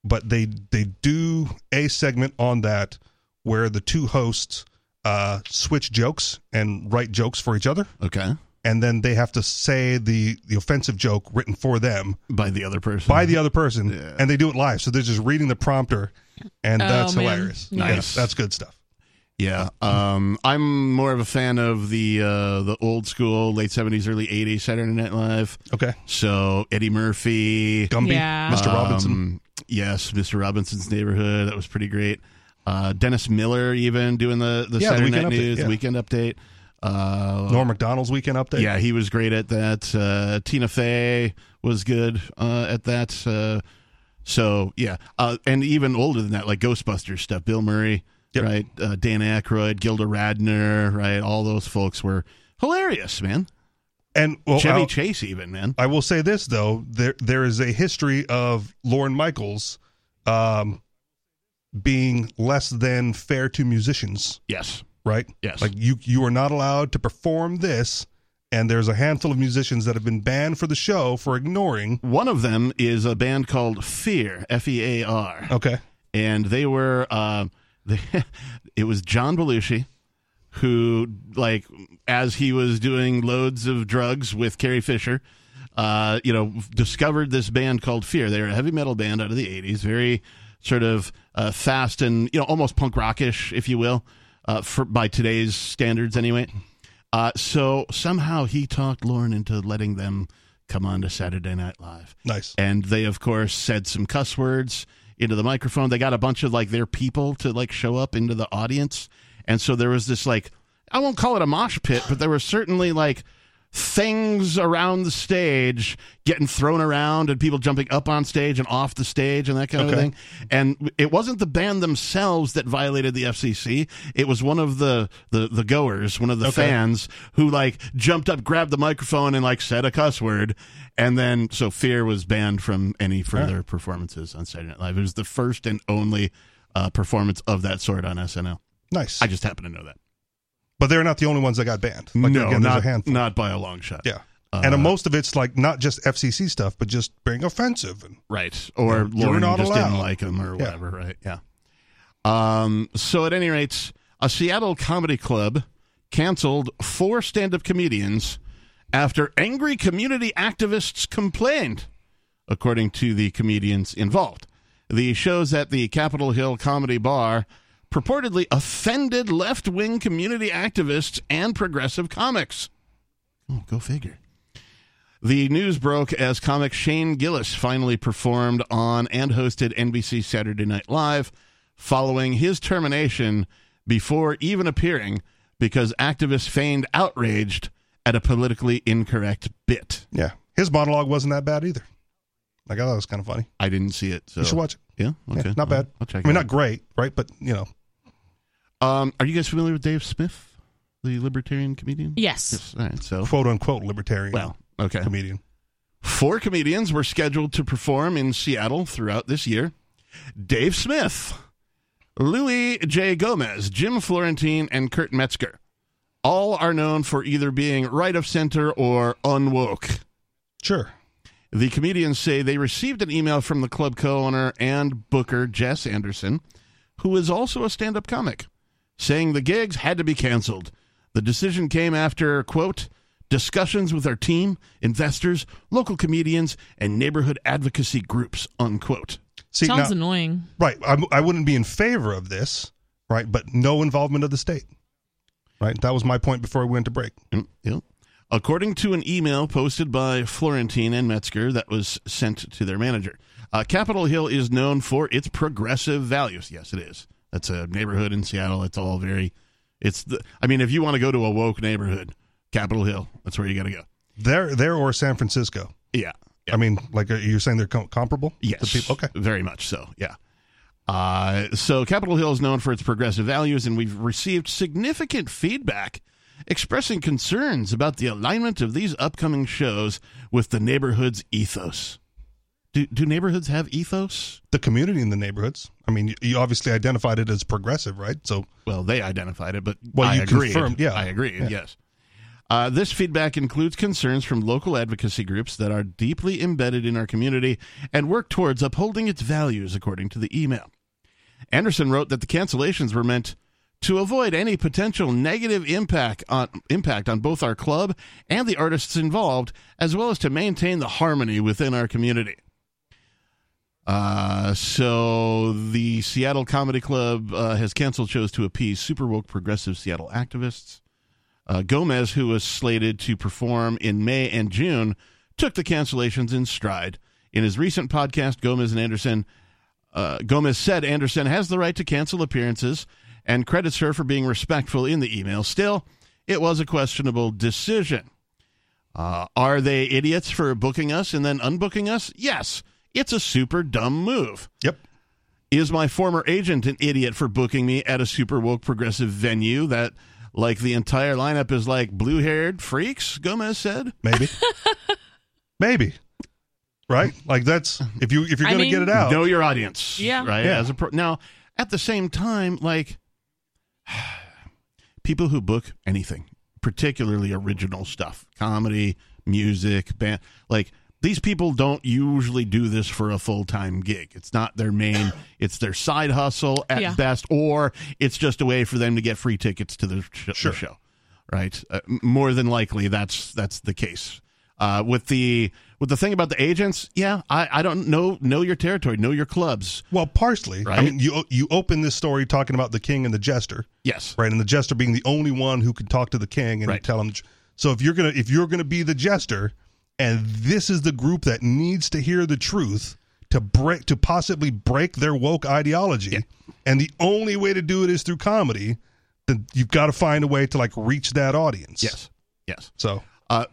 Speaker 3: but they they do a segment on that where the two hosts uh, switch jokes and write jokes for each other.
Speaker 2: Okay.
Speaker 3: And then they have to say the, the offensive joke written for them
Speaker 2: By the other person.
Speaker 3: by the other person. And they do it live. So they're just reading the prompter. And
Speaker 4: Oh,
Speaker 3: that's
Speaker 4: man.
Speaker 3: hilarious.
Speaker 4: Yeah.
Speaker 2: Nice.
Speaker 3: that's good stuff.
Speaker 2: Yeah, um, I'm more of a fan of the uh, the old school, late '70s, early '80s Saturday Night Live.
Speaker 3: Okay.
Speaker 2: So Eddie Murphy,
Speaker 3: Gumby,
Speaker 4: Yeah.
Speaker 3: Mr. Robinson.
Speaker 2: um, yes, Mr. Robinson's Neighborhood. That was pretty great. Uh, Dennis Miller, even doing the the
Speaker 3: Yeah, the
Speaker 2: Saturday
Speaker 3: Weekend
Speaker 2: Night
Speaker 3: Update,
Speaker 2: News, the
Speaker 3: yeah.
Speaker 2: Weekend Update. Uh,
Speaker 3: Norm McDonald's weekend update.
Speaker 2: yeah, he was great at that. Uh, Tina Fey was good uh, at that. Uh, so yeah, uh, and even older than that, like Ghostbusters stuff. Bill Murray,
Speaker 3: Yep.
Speaker 2: right? Uh, Dan Aykroyd, Gilda Radner, right? All those folks were hilarious, man.
Speaker 3: And well,
Speaker 2: Chevy
Speaker 3: I'll-
Speaker 2: Chase, even man.
Speaker 3: I will say this though, there there is a history of Lauren Michaels um being less than fair to musicians,
Speaker 2: Yes,
Speaker 3: right?
Speaker 2: yes,
Speaker 3: Like you you are not allowed to perform this and there's a handful of musicians that have been banned for the show for ignoring.
Speaker 2: one of them is a band called Fear, F E A R.
Speaker 3: Okay.
Speaker 2: and they were um they, it was John Belushi who like as he was doing loads of drugs with Carrie Fisher uh you know discovered this band called Fear they were a heavy metal band out of the 80s very sort of uh, fast and you know almost punk rockish if you will uh for, by today's standards anyway uh so somehow he talked Lauren into letting them come on to Saturday Night Live
Speaker 3: Nice.
Speaker 2: and they of course said some cuss words into the microphone they got a bunch of like their people to like show up into the audience and so there was this like i won't call it a mosh pit but there was certainly like things around the stage getting thrown around and people jumping up on stage and off the stage and that kind of
Speaker 3: Okay.
Speaker 2: thing. And it wasn't the band themselves that violated the FCC. It was one of the the, the goers, one of the
Speaker 3: Okay.
Speaker 2: fans who like jumped up, grabbed the microphone, and like said a cuss word. And then so Fear was banned from any further performances on Saturday Night Live. It was the first and only uh, performance of that sort on SNL.
Speaker 3: Nice.
Speaker 2: I just happen to know that.
Speaker 3: But they're not the only ones that got banned. Like,
Speaker 2: no,
Speaker 3: again, there's a
Speaker 2: not,
Speaker 3: handful.
Speaker 2: not by a long shot.
Speaker 3: Yeah.
Speaker 2: Uh,
Speaker 3: and uh, most of it's like not just FCC stuff, but just being offensive and
Speaker 2: Right. Or
Speaker 3: You're
Speaker 2: Lauren
Speaker 3: not
Speaker 2: just didn't
Speaker 3: allowed.
Speaker 2: like him or
Speaker 3: Yeah.
Speaker 2: whatever, right? Yeah. Um, so at any rate, a Seattle comedy club canceled four stand-up comedians after angry community activists complained, according to the comedians involved. The shows at the Capitol Hill Comedy Bar purportedly offended left-wing community activists and progressive comics. Oh, go figure. The news broke as comic Shane Gillis finally performed on and hosted NBC Saturday Night Live following his termination before even appearing because activists feigned outraged at a politically incorrect bit.
Speaker 3: Yeah. His monologue wasn't that bad either. Like I thought it was kind of funny.
Speaker 2: I didn't see it. So.
Speaker 3: You should watch it.
Speaker 2: Yeah,
Speaker 3: Yeah,
Speaker 2: okay.
Speaker 3: not bad.
Speaker 2: I'll check
Speaker 3: I mean,
Speaker 2: it
Speaker 3: not great, right? But you know,
Speaker 2: Um, are you guys familiar with Dave Smith, the libertarian comedian?
Speaker 4: Yes.
Speaker 2: All right, so
Speaker 3: quote unquote libertarian.
Speaker 2: Well, okay.
Speaker 3: comedian.
Speaker 2: Four comedians were scheduled to perform in Seattle throughout this year Dave Smith, Louis J. Gomez, Jim Florentine, and Kurt Metzger. All are known for either being right of center or unwoke.
Speaker 3: Sure.
Speaker 2: The comedians say they received an email from the club co owner and booker, Jess Anderson, who is also a stand up comic, saying the gigs had to be canceled. The decision came after, quote, discussions with our team, investors, local comedians, and neighborhood advocacy groups, unquote.
Speaker 3: See,
Speaker 4: Sounds
Speaker 3: now-
Speaker 4: annoying.
Speaker 3: Right. I, I wouldn't be in favor of this, right? But no involvement of the state. Right. That was my point before we went to break.
Speaker 2: Mm, yeah. According to an email posted by Florentine and Metzger that was sent to their manager, uh, Capitol Hill is known for its progressive values. Yes, it is. That's a neighborhood in Seattle. It's all very. It's the. I mean, if you want to go to a woke neighborhood, Capitol Hill. That's where you got to go.
Speaker 3: There, there, or San Francisco.
Speaker 2: Yeah.
Speaker 3: I mean, like are you saying they're com- comparable?
Speaker 2: Yes.
Speaker 3: The people- okay.
Speaker 2: Very much so. Yeah. Uh, so Capitol Hill is known for its progressive values, and we've received significant feedback expressing concerns about the alignment of these upcoming shows with the neighborhood's ethos. Do, do neighborhoods have ethos?
Speaker 3: The community in the neighborhoods. I mean, you, you obviously identified it as progressive, right? So
Speaker 2: Well, they identified it, but
Speaker 3: Well,
Speaker 2: I
Speaker 3: you
Speaker 2: agreed.
Speaker 3: confirmed, yeah.
Speaker 2: I agreed.
Speaker 3: Yeah.
Speaker 2: Yes. Uh, this feedback includes concerns from local advocacy groups that are deeply embedded in our community and work towards upholding its values, according to the email. Anderson wrote that the cancellations were meant to avoid any potential negative impact on impact on both our club and the artists involved, as well as to maintain the harmony within our community. Uh, so the Seattle Comedy Club uh, has canceled shows to appease super woke progressive Seattle activists. Uh, Gomez, who was slated to perform in May and June, took the cancellations in stride. In his recent podcast, Gomez and Anderson, uh, Gomez said Anderson has the right to cancel appearances and credits her for being respectful in the email. Still, it was a questionable decision. Uh, are they idiots for booking us and then unbooking us? Yes, it's a super dumb move.
Speaker 3: Yep.
Speaker 2: Is my former agent an idiot for booking me at a super woke progressive venue that, like, the entire lineup is like blue haired freaks? Gomez said.
Speaker 3: maybe, maybe, right? Like that's if you if you're
Speaker 4: I
Speaker 3: gonna
Speaker 4: mean-
Speaker 3: get it out,
Speaker 2: Know your audience.
Speaker 4: Yeah.
Speaker 2: Right.
Speaker 3: Yeah.
Speaker 2: As a pro- now, at the same time, like, people who book anything, particularly original stuff, comedy, music, band, like these people don't usually do this for a full time gig. It's not their main, it's their side hustle at
Speaker 4: Yeah.
Speaker 2: best, or it's just a way for them to get free tickets to the, sh-
Speaker 3: Sure.
Speaker 2: the show. Right, uh, m- more than likely, that's that's the case. Uh, with the with the thing about the agents, yeah, I, I don't know know your territory, know your clubs.
Speaker 3: well, partially.
Speaker 2: Right.
Speaker 3: I mean, you you open this story talking about the king and the jester,
Speaker 2: Yes,
Speaker 3: right? And the jester being the only one who can talk to the king and
Speaker 2: Right.
Speaker 3: tell him. So if you're gonna if you're gonna be the jester, and this is the group that needs to hear the truth to break to possibly break their woke ideology, and the only way to do it is through comedy, then you've got to find a way to like reach that audience.
Speaker 2: yes, yes.
Speaker 3: So
Speaker 2: Uh,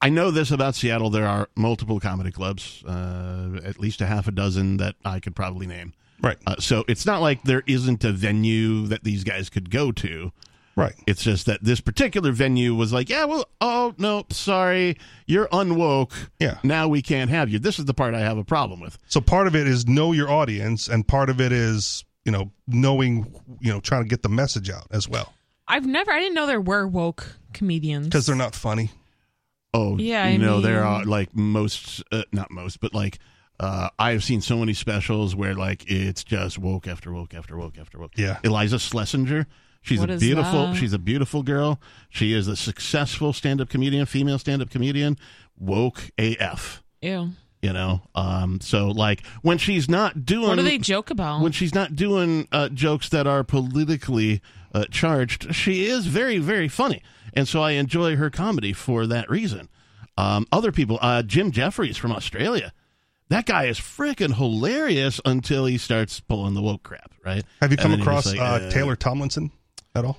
Speaker 2: I know this about Seattle. There are multiple comedy clubs, uh, at least a half a dozen that I could probably name.
Speaker 3: Right.
Speaker 2: Uh, so it's not like there isn't a venue that these guys could go to.
Speaker 3: Right.
Speaker 2: It's just that this particular venue was like, yeah, well, oh, no, sorry. You're unwoke.
Speaker 3: Yeah.
Speaker 2: Now we can't have you. This is the part I have a problem with.
Speaker 3: So part of it is know your audience, and part of it is you know knowing you know trying to get the message out as well
Speaker 4: I've never. I didn't know there were woke comedians.
Speaker 3: because they're not funny.
Speaker 2: Oh,
Speaker 4: Yeah,
Speaker 2: yeah.
Speaker 4: I
Speaker 2: You know, there
Speaker 4: mean-
Speaker 2: are like most, uh, not most, but like uh, I have seen so many specials where like it's just woke after woke after woke after woke.
Speaker 3: Yeah.
Speaker 2: Eliza Schlesinger. She's
Speaker 4: What
Speaker 2: a
Speaker 4: is
Speaker 2: beautiful.
Speaker 4: that?
Speaker 2: She's a beautiful girl. She is a successful stand-up comedian, female stand-up comedian, woke AF.
Speaker 4: Ew.
Speaker 2: You know, um, so like when she's not doing,
Speaker 4: What do they joke about?
Speaker 2: When she's not doing uh, jokes that are politically uh, charged, she is very, very funny, and so I enjoy her comedy for that reason. Um, other people, uh, Jim Jeffries from Australia, that guy is freaking hilarious until he starts pulling the woke crap, right?
Speaker 3: Have you
Speaker 2: And
Speaker 3: come
Speaker 2: then you're
Speaker 3: across
Speaker 2: just
Speaker 3: uh,
Speaker 2: like,
Speaker 3: Taylor Tomlinson at all?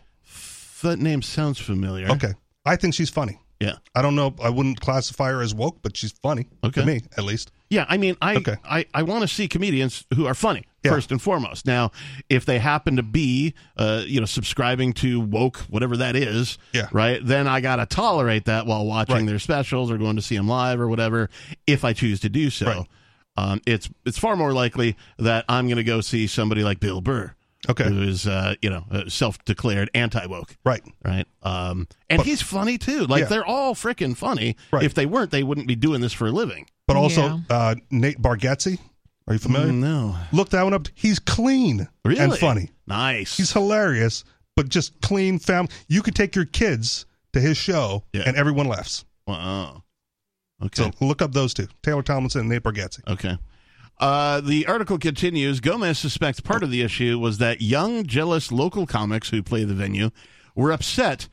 Speaker 2: That name sounds familiar.
Speaker 3: Okay, I think she's funny.
Speaker 2: Yeah.
Speaker 3: I don't know. I wouldn't classify her as woke, but she's funny
Speaker 2: Okay.
Speaker 3: to me at least.
Speaker 2: Yeah, I mean, I
Speaker 3: Okay.
Speaker 2: I, I want to see comedians who are funny
Speaker 3: Yeah.
Speaker 2: first and foremost. Now, if they happen to be, uh, you know, subscribing to woke whatever that is,
Speaker 3: Yeah.
Speaker 2: right, then I gotta tolerate that while watching
Speaker 3: Right.
Speaker 2: their specials or going to see them live or whatever, if I choose to do so.
Speaker 3: Right.
Speaker 2: Um, it's it's far more likely that I'm gonna go see somebody like Bill Burr,
Speaker 3: Okay.
Speaker 2: who is uh, you know self declared anti woke,
Speaker 3: Right.
Speaker 2: right? Um, and
Speaker 3: But-
Speaker 2: he's funny too. Like
Speaker 3: Yeah.
Speaker 2: they're all freaking funny.
Speaker 3: Right.
Speaker 2: If they weren't, they wouldn't be doing this for a living.
Speaker 3: But also
Speaker 4: Yeah.
Speaker 3: uh, Nate Bargatze. Are you familiar?
Speaker 2: Mm, No.
Speaker 3: Look that one up. He's clean
Speaker 2: Really?
Speaker 3: and funny.
Speaker 2: Nice.
Speaker 3: He's hilarious, but just clean family. You could take your kids to his show,
Speaker 2: Yeah.
Speaker 3: and everyone laughs.
Speaker 2: wow. Okay.
Speaker 3: So look up those two: Taylor Tomlinson and Nate Bargatze.
Speaker 2: okay. Uh, the article continues. Gomez suspects part of the issue was that young, jealous local comics who play the venue were upset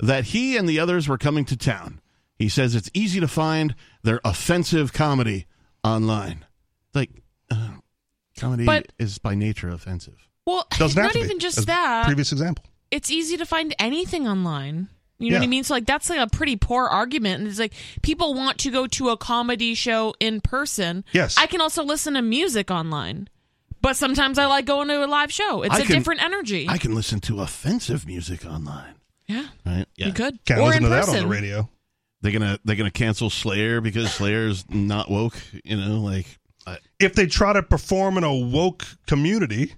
Speaker 2: that he and the others were coming to town. He says it's easy to find their offensive comedy online. Like, uh, comedy
Speaker 4: But-
Speaker 2: is by nature offensive.
Speaker 4: well,
Speaker 3: Doesn't have
Speaker 4: not
Speaker 3: to be.
Speaker 4: even just
Speaker 3: As
Speaker 4: that.
Speaker 3: Previous example.
Speaker 4: it's easy to find anything online. You know what
Speaker 3: Yeah.
Speaker 4: I mean? So like that's like a pretty poor argument. And it's like people want to go to a comedy show in person.
Speaker 3: Yes.
Speaker 4: I can also listen to music online. But sometimes I like going to a live show. It's
Speaker 2: I
Speaker 4: a
Speaker 2: can-
Speaker 4: different energy.
Speaker 2: I can listen to offensive music online,
Speaker 4: yeah,
Speaker 2: right? Yeah.
Speaker 4: You could.
Speaker 3: Can't
Speaker 4: or
Speaker 3: listen
Speaker 4: in
Speaker 3: to
Speaker 4: person.
Speaker 3: that on the radio.
Speaker 2: They're gonna they're gonna cancel Slayer because Slayer's not woke. You know, like I,
Speaker 3: If they try to perform in a woke community,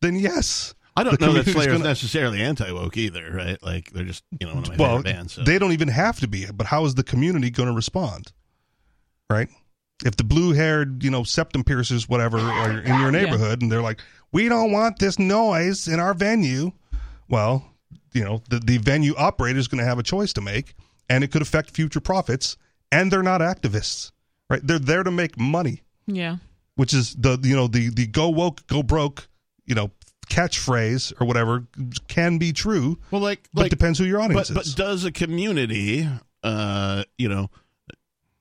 Speaker 3: then yes.
Speaker 2: I don't
Speaker 3: The
Speaker 2: know that
Speaker 3: community's
Speaker 2: Slayer's
Speaker 3: gonna-
Speaker 2: necessarily anti woke either, right? Like they're just you know one of my
Speaker 3: well,
Speaker 2: favorite bands. So.
Speaker 3: they don't even have to be. But how is the community going to respond? Right? If the blue-haired, you know, septum piercers, whatever, are in your neighborhood, and they're like, "We don't want this noise in our venue," well, you know, the the venue operator is going to have a choice to make, and it could affect future profits. And they're not activists, right? They're there to make money,
Speaker 4: Yeah.
Speaker 3: which is the you know the the go woke, go broke, you know, catchphrase or whatever can be true,
Speaker 2: well, like
Speaker 3: but
Speaker 2: like
Speaker 3: depends who your
Speaker 2: but,
Speaker 3: audience
Speaker 2: but
Speaker 3: is.
Speaker 2: does a community, uh, you know,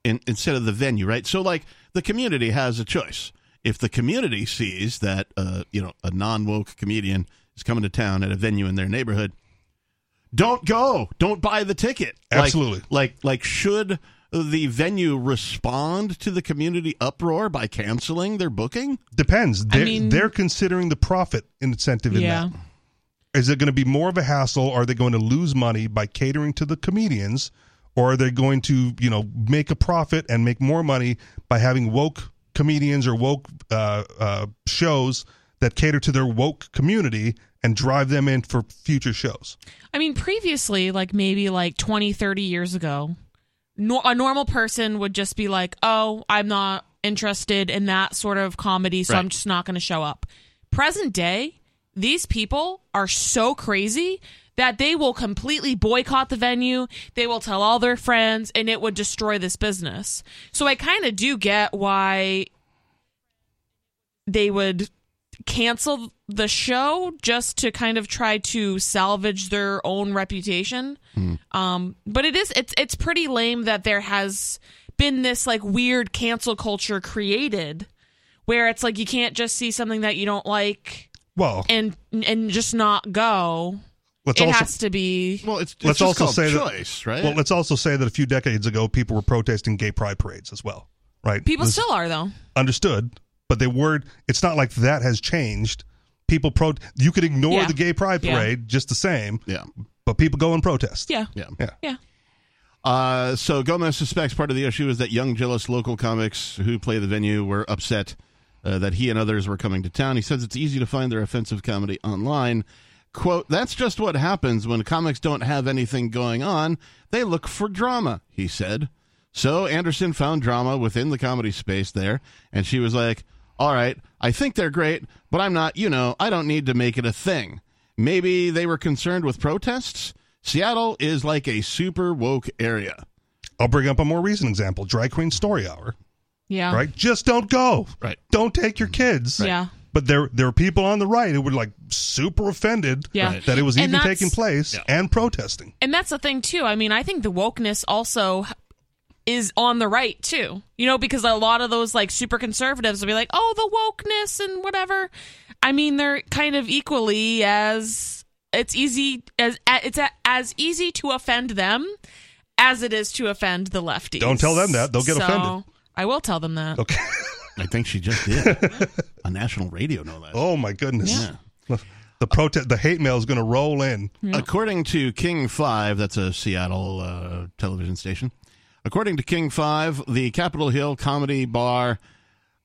Speaker 2: in, instead of the venue, right? So like the community has a choice. If the community sees that uh, you know a non woke comedian is coming to town at a venue in their neighborhood, don't go, don't buy the ticket. Like-
Speaker 3: Absolutely.
Speaker 2: like like should the venue respond to the community uproar by canceling their booking?
Speaker 3: Depends. They're,
Speaker 4: mean-
Speaker 3: they're considering the profit incentive in
Speaker 4: Yeah.
Speaker 3: that. Is it going to be more of a hassle? Are they going to lose money by catering to the comedians, or are they going to, you know, make a profit and make more money by having woke comedians or woke uh, uh, shows that cater to their woke community and drive them in for future shows?
Speaker 4: I mean, previously, like maybe like 20, 30 years ago, no- a normal person would just be like, oh, I'm not interested in that sort of comedy, so I'm
Speaker 2: Right.
Speaker 4: just not going to show up. Present day, these people are so crazy that they will completely boycott the venue. They will tell all their friends, and it would destroy this business. So I kind of do get why they would cancel the show just to kind of try to salvage their own reputation. Um, but it is it's it's pretty lame that there has been this like weird cancel culture created where it's like you can't just see something that you don't like
Speaker 3: Well,
Speaker 4: and and just not go.
Speaker 3: Let's
Speaker 4: it
Speaker 3: also-
Speaker 4: has to be.
Speaker 2: Well, it's,
Speaker 3: let's also say that, Well, let's also say that a few decades ago, people were protesting gay pride parades as well, right?
Speaker 4: People
Speaker 3: This-
Speaker 4: still are though.
Speaker 3: understood, but they were. It's not like that has changed. People pro. You could ignore
Speaker 4: Yeah.
Speaker 3: the gay pride
Speaker 4: Yeah.
Speaker 3: parade just the same.
Speaker 2: Yeah,
Speaker 3: but people go and protest.
Speaker 4: Yeah.
Speaker 2: Yeah.
Speaker 3: yeah.
Speaker 4: Yeah.
Speaker 2: Uh, so Gomez suspects part of the issue is that young, jealous local comics who play the venue were upset uh, that he and others were coming to town. He says it's easy to find their offensive comedy online. "Quote: That's just what happens when comics don't have anything going on. They look for drama," he said. So Anderson found drama within the comedy space there, and she was like, "All right, I think they're great, but I'm not. You know, I don't need to make it a thing." Maybe they were concerned with protests. Seattle is like a super woke area.
Speaker 3: I'll bring up a more recent example: Drag Queen Story Hour.
Speaker 4: Yeah.
Speaker 3: Right? Just don't go.
Speaker 2: Right.
Speaker 3: Don't take your kids.
Speaker 4: Right. Yeah.
Speaker 3: But there there were people on the right who were like super offended
Speaker 4: Yeah. Right.
Speaker 3: that it was
Speaker 4: And
Speaker 3: even
Speaker 4: that's-
Speaker 3: taking place and protesting.
Speaker 4: And that's the thing too. I mean, I think the wokeness also is on the right too. You know, because a lot of those like super conservatives will be like, "Oh, the wokeness and whatever." I mean, they're kind of equally as it's easy as it's a- as easy to offend them as it is to offend the lefties.
Speaker 3: Don't tell them that. They'll get
Speaker 4: So,
Speaker 3: offended.
Speaker 4: I will tell them that.
Speaker 3: Okay.
Speaker 2: I think she just did on national radio. No less.
Speaker 3: Oh my goodness.
Speaker 2: Yeah.
Speaker 3: The protest, the hate mail is going to roll in.
Speaker 4: Hmm.
Speaker 2: According to King 5, that's a Seattle uh, television station. According to King 5, the Capitol Hill comedy bar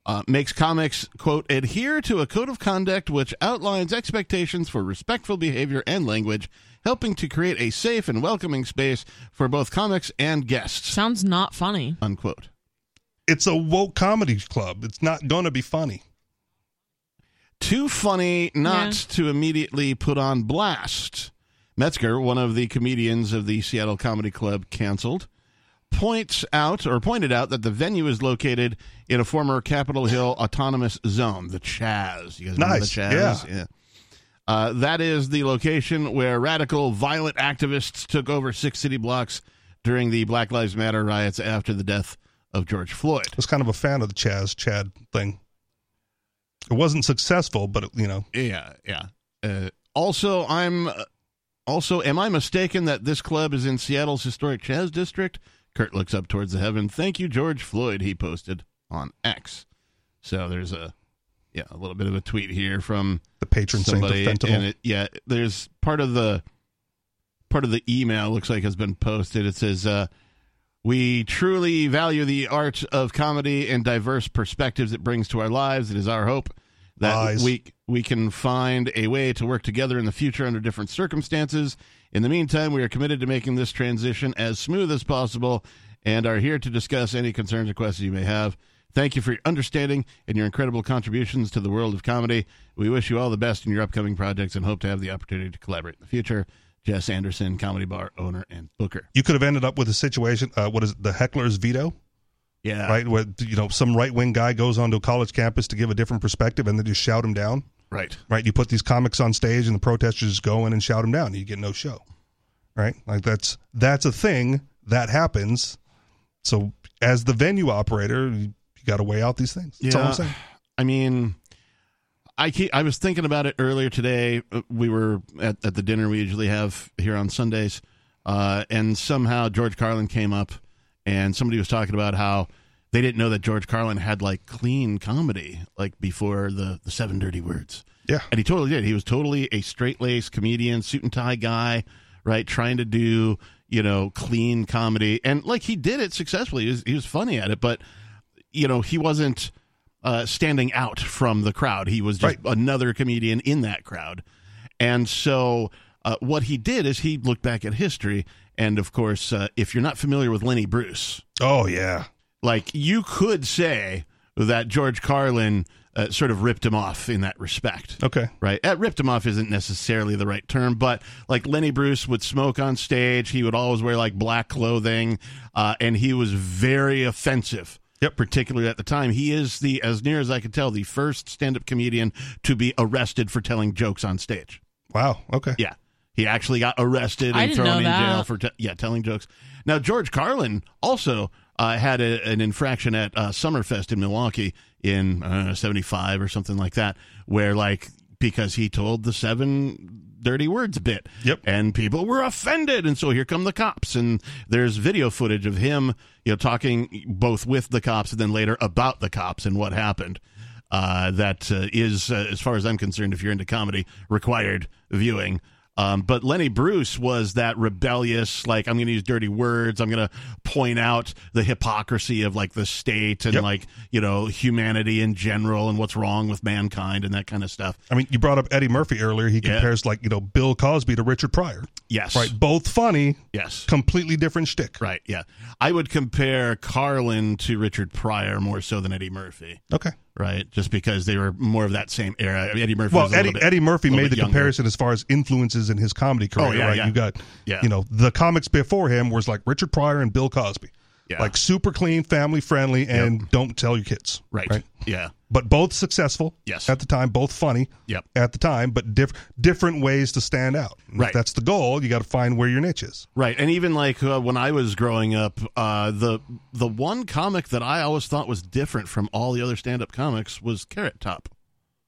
Speaker 2: uh, makes comics, quote, adhere to a code of conduct which outlines expectations for respectful behavior and language, helping to create a safe and welcoming space for both comics and guests.
Speaker 4: Sounds not funny.
Speaker 2: Unquote.
Speaker 3: It's a woke comedy club. It's not going to be funny.
Speaker 2: too funny not to immediately put on blast. Metzger, one of the comedians of the Seattle Comedy Club, canceled, points out or pointed out that the venue is located in a former Capitol Hill autonomous zone, the Chaz. You guys remember
Speaker 3: Nice,
Speaker 2: the Chaz? Yeah. Uh, that is the location where radical, violent activists took over six city blocks during the Black Lives Matter riots after the death of George Floyd.
Speaker 3: I was kind of a fan of the Chaz Chad thing. It wasn't successful, but it, you know,
Speaker 2: Yeah, yeah. Uh, also, I'm uh, also am I mistaken that this club is in Seattle's historic Chaz district? Kurt looks up towards the heaven. Thank you, George Floyd. He posted on X. So there's a yeah a little bit of a tweet here from
Speaker 3: the patron saint of
Speaker 2: somebody,
Speaker 3: fentanyl.
Speaker 2: and it, yeah, there's part of the part of the email looks like has been posted. It says. uh we truly value the art of comedy and diverse perspectives it brings to our lives. It is our hope that
Speaker 3: Lies.
Speaker 2: we we can find a way to work together in the future under different circumstances. In the meantime, we are committed to making this transition as smooth as possible and are here to discuss any concerns or questions you may have. Thank you for your understanding and your incredible contributions to the world of comedy. We wish you all the best in your upcoming projects and hope to have the opportunity to collaborate in the future. Jess Anderson, comedy bar owner and booker.
Speaker 3: you could have ended up with a situation. Uh, what is it, the heckler's veto?
Speaker 2: Yeah.
Speaker 3: Right, where you know some right wing guy goes onto a college campus to give a different perspective, and they just shout him down.
Speaker 2: Right.
Speaker 3: Right, you put these comics on stage, and the protesters just go in and shout him down. And you get no show. Right, like that's that's a thing that happens. So as the venue operator, you, you got to weigh out these things. That's all I'm saying.
Speaker 2: I mean, I keep, I was thinking about it earlier today. Uh, We were at, at the dinner we usually have here on Sundays, uh, and somehow George Carlin came up, and somebody was talking about how they didn't know that George Carlin had like clean comedy like before the the seven dirty words.
Speaker 3: Yeah.
Speaker 2: And he totally did. He was totally a straight laced comedian, suit and tie guy, right? Trying to do, you know, clean comedy. And like he did it successfully. He was, he was funny at it, but, you know, he wasn't uh, standing out from the crowd. He was just another comedian in that crowd. And so uh, what he did is he looked back at history. And of course, uh, if you're not familiar with Lenny Bruce,
Speaker 3: Oh yeah,
Speaker 2: like you could say that George Carlin uh, sort of ripped him off in that respect.
Speaker 3: okay.
Speaker 2: Right. At ripped him off isn't necessarily the right term, but like Lenny Bruce would smoke on stage. He would always wear like black clothing, uh, and he was very offensive.
Speaker 3: Yep.
Speaker 2: Particularly at the time, he is the, as near as I can tell, the first stand-up comedian to be arrested for telling jokes on stage.
Speaker 3: Wow. Okay.
Speaker 2: Yeah. He actually got arrested
Speaker 4: I
Speaker 2: and
Speaker 4: didn't
Speaker 2: thrown
Speaker 4: know
Speaker 2: in
Speaker 4: that.
Speaker 2: jail for te- yeah telling jokes. Now George Carlin also uh, had a, an infraction at uh, Summerfest in Milwaukee in I don't know, '75 or something like that, where like because he told the seven dirty words bit. Yep. And people were offended. And so here come the cops. And there's video footage of him, you know, talking both with the cops and then later about the cops and what happened. Uh, that uh, is, uh, as far as I'm concerned, if you're into comedy, required viewing. Um, but Lenny Bruce was that rebellious, like I'm going to use dirty words. I'm going to point out the hypocrisy of like the state and like you know humanity in general and what's wrong with mankind and that kind of stuff.
Speaker 3: I mean, you brought up Eddie Murphy earlier. He compares like you know Bill Cosby to Richard Pryor.
Speaker 2: Yes.
Speaker 3: right. Both funny.
Speaker 2: Yes.
Speaker 3: completely different shtick.
Speaker 2: Right. Yeah, I would compare Carlin to Richard Pryor more so than Eddie Murphy.
Speaker 3: Okay.
Speaker 2: Right, just because they were more of that same era. I mean, Eddie Murphy. was
Speaker 3: Well,
Speaker 2: a little
Speaker 3: Eddie,
Speaker 2: bit-
Speaker 3: Eddie Murphy
Speaker 2: a little
Speaker 3: made the
Speaker 2: bit younger.
Speaker 3: comparison as far as influences in his comedy career.
Speaker 2: Oh, yeah,
Speaker 3: right,
Speaker 2: yeah.
Speaker 3: you got,
Speaker 2: Yeah.
Speaker 3: you know, the comics before him was like Richard Pryor and Bill Cosby,
Speaker 2: Yeah.
Speaker 3: like super clean, family friendly, and don't tell your kids.
Speaker 2: Right. Yeah.
Speaker 3: But both successful.
Speaker 2: Yes.
Speaker 3: At the time, both funny.
Speaker 2: Yep.
Speaker 3: At the time, but diff- different ways to stand out. And if
Speaker 2: Right.
Speaker 3: that's the goal. You got to find where your niche is.
Speaker 2: Right, and even like uh, when I was growing up, uh, the the one comic that I always thought was different from all the other stand up comics was Carrot Top.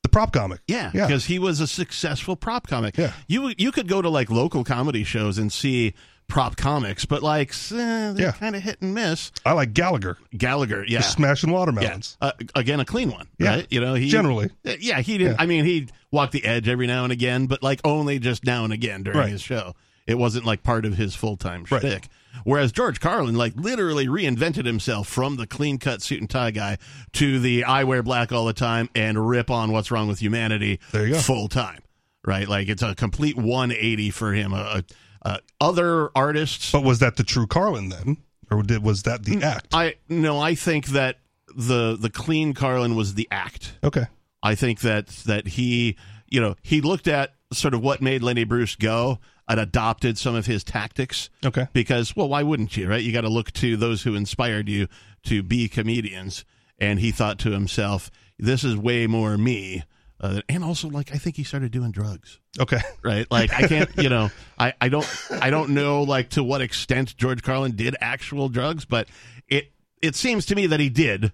Speaker 3: The prop comic.
Speaker 2: Yeah,
Speaker 3: Yeah.
Speaker 2: because he was a successful prop comic. Yeah, you you could go to like local comedy shows and see prop comics, but like s- eh, they're
Speaker 3: Yeah.
Speaker 2: kind of hit and miss.
Speaker 3: I like Gallagher.
Speaker 2: Gallagher, yeah,
Speaker 3: Just Smashing watermelons.
Speaker 2: Yeah. Uh, again, a clean one.
Speaker 3: Yeah.
Speaker 2: Right? You know, he
Speaker 3: Generally.
Speaker 2: Yeah, he didn't.
Speaker 3: Yeah.
Speaker 2: I mean, he walked the edge every now and again, but like only just now and again during
Speaker 3: Right.
Speaker 2: his show. It wasn't like part of his full time
Speaker 3: Right.
Speaker 2: shtick. Whereas George Carlin, like, literally reinvented himself from the clean cut suit and tie guy to the I wear black all the time and rip on what's wrong with humanity
Speaker 3: There you go.
Speaker 2: full time. Right? Like, it's a complete 180 for him. A, a, a other artists
Speaker 3: But was that the true Carlin then? Or did, was that
Speaker 2: Hmm.
Speaker 3: the act?
Speaker 2: I no, I think that the the clean Carlin was the act.
Speaker 3: Okay.
Speaker 2: I think that that he, you know, he looked at sort of what made Lenny Bruce go and adopted some of his tactics.
Speaker 3: Okay.
Speaker 2: Because well, why wouldn't you, right? You got to look to those who inspired you to be comedians. And he thought to himself, "This is way more me." Uh, and also, like, I think he started doing drugs
Speaker 3: Okay.
Speaker 2: right like i can't you know I, I don't i don't know like to what extent george carlin did actual drugs but it it seems to me that he did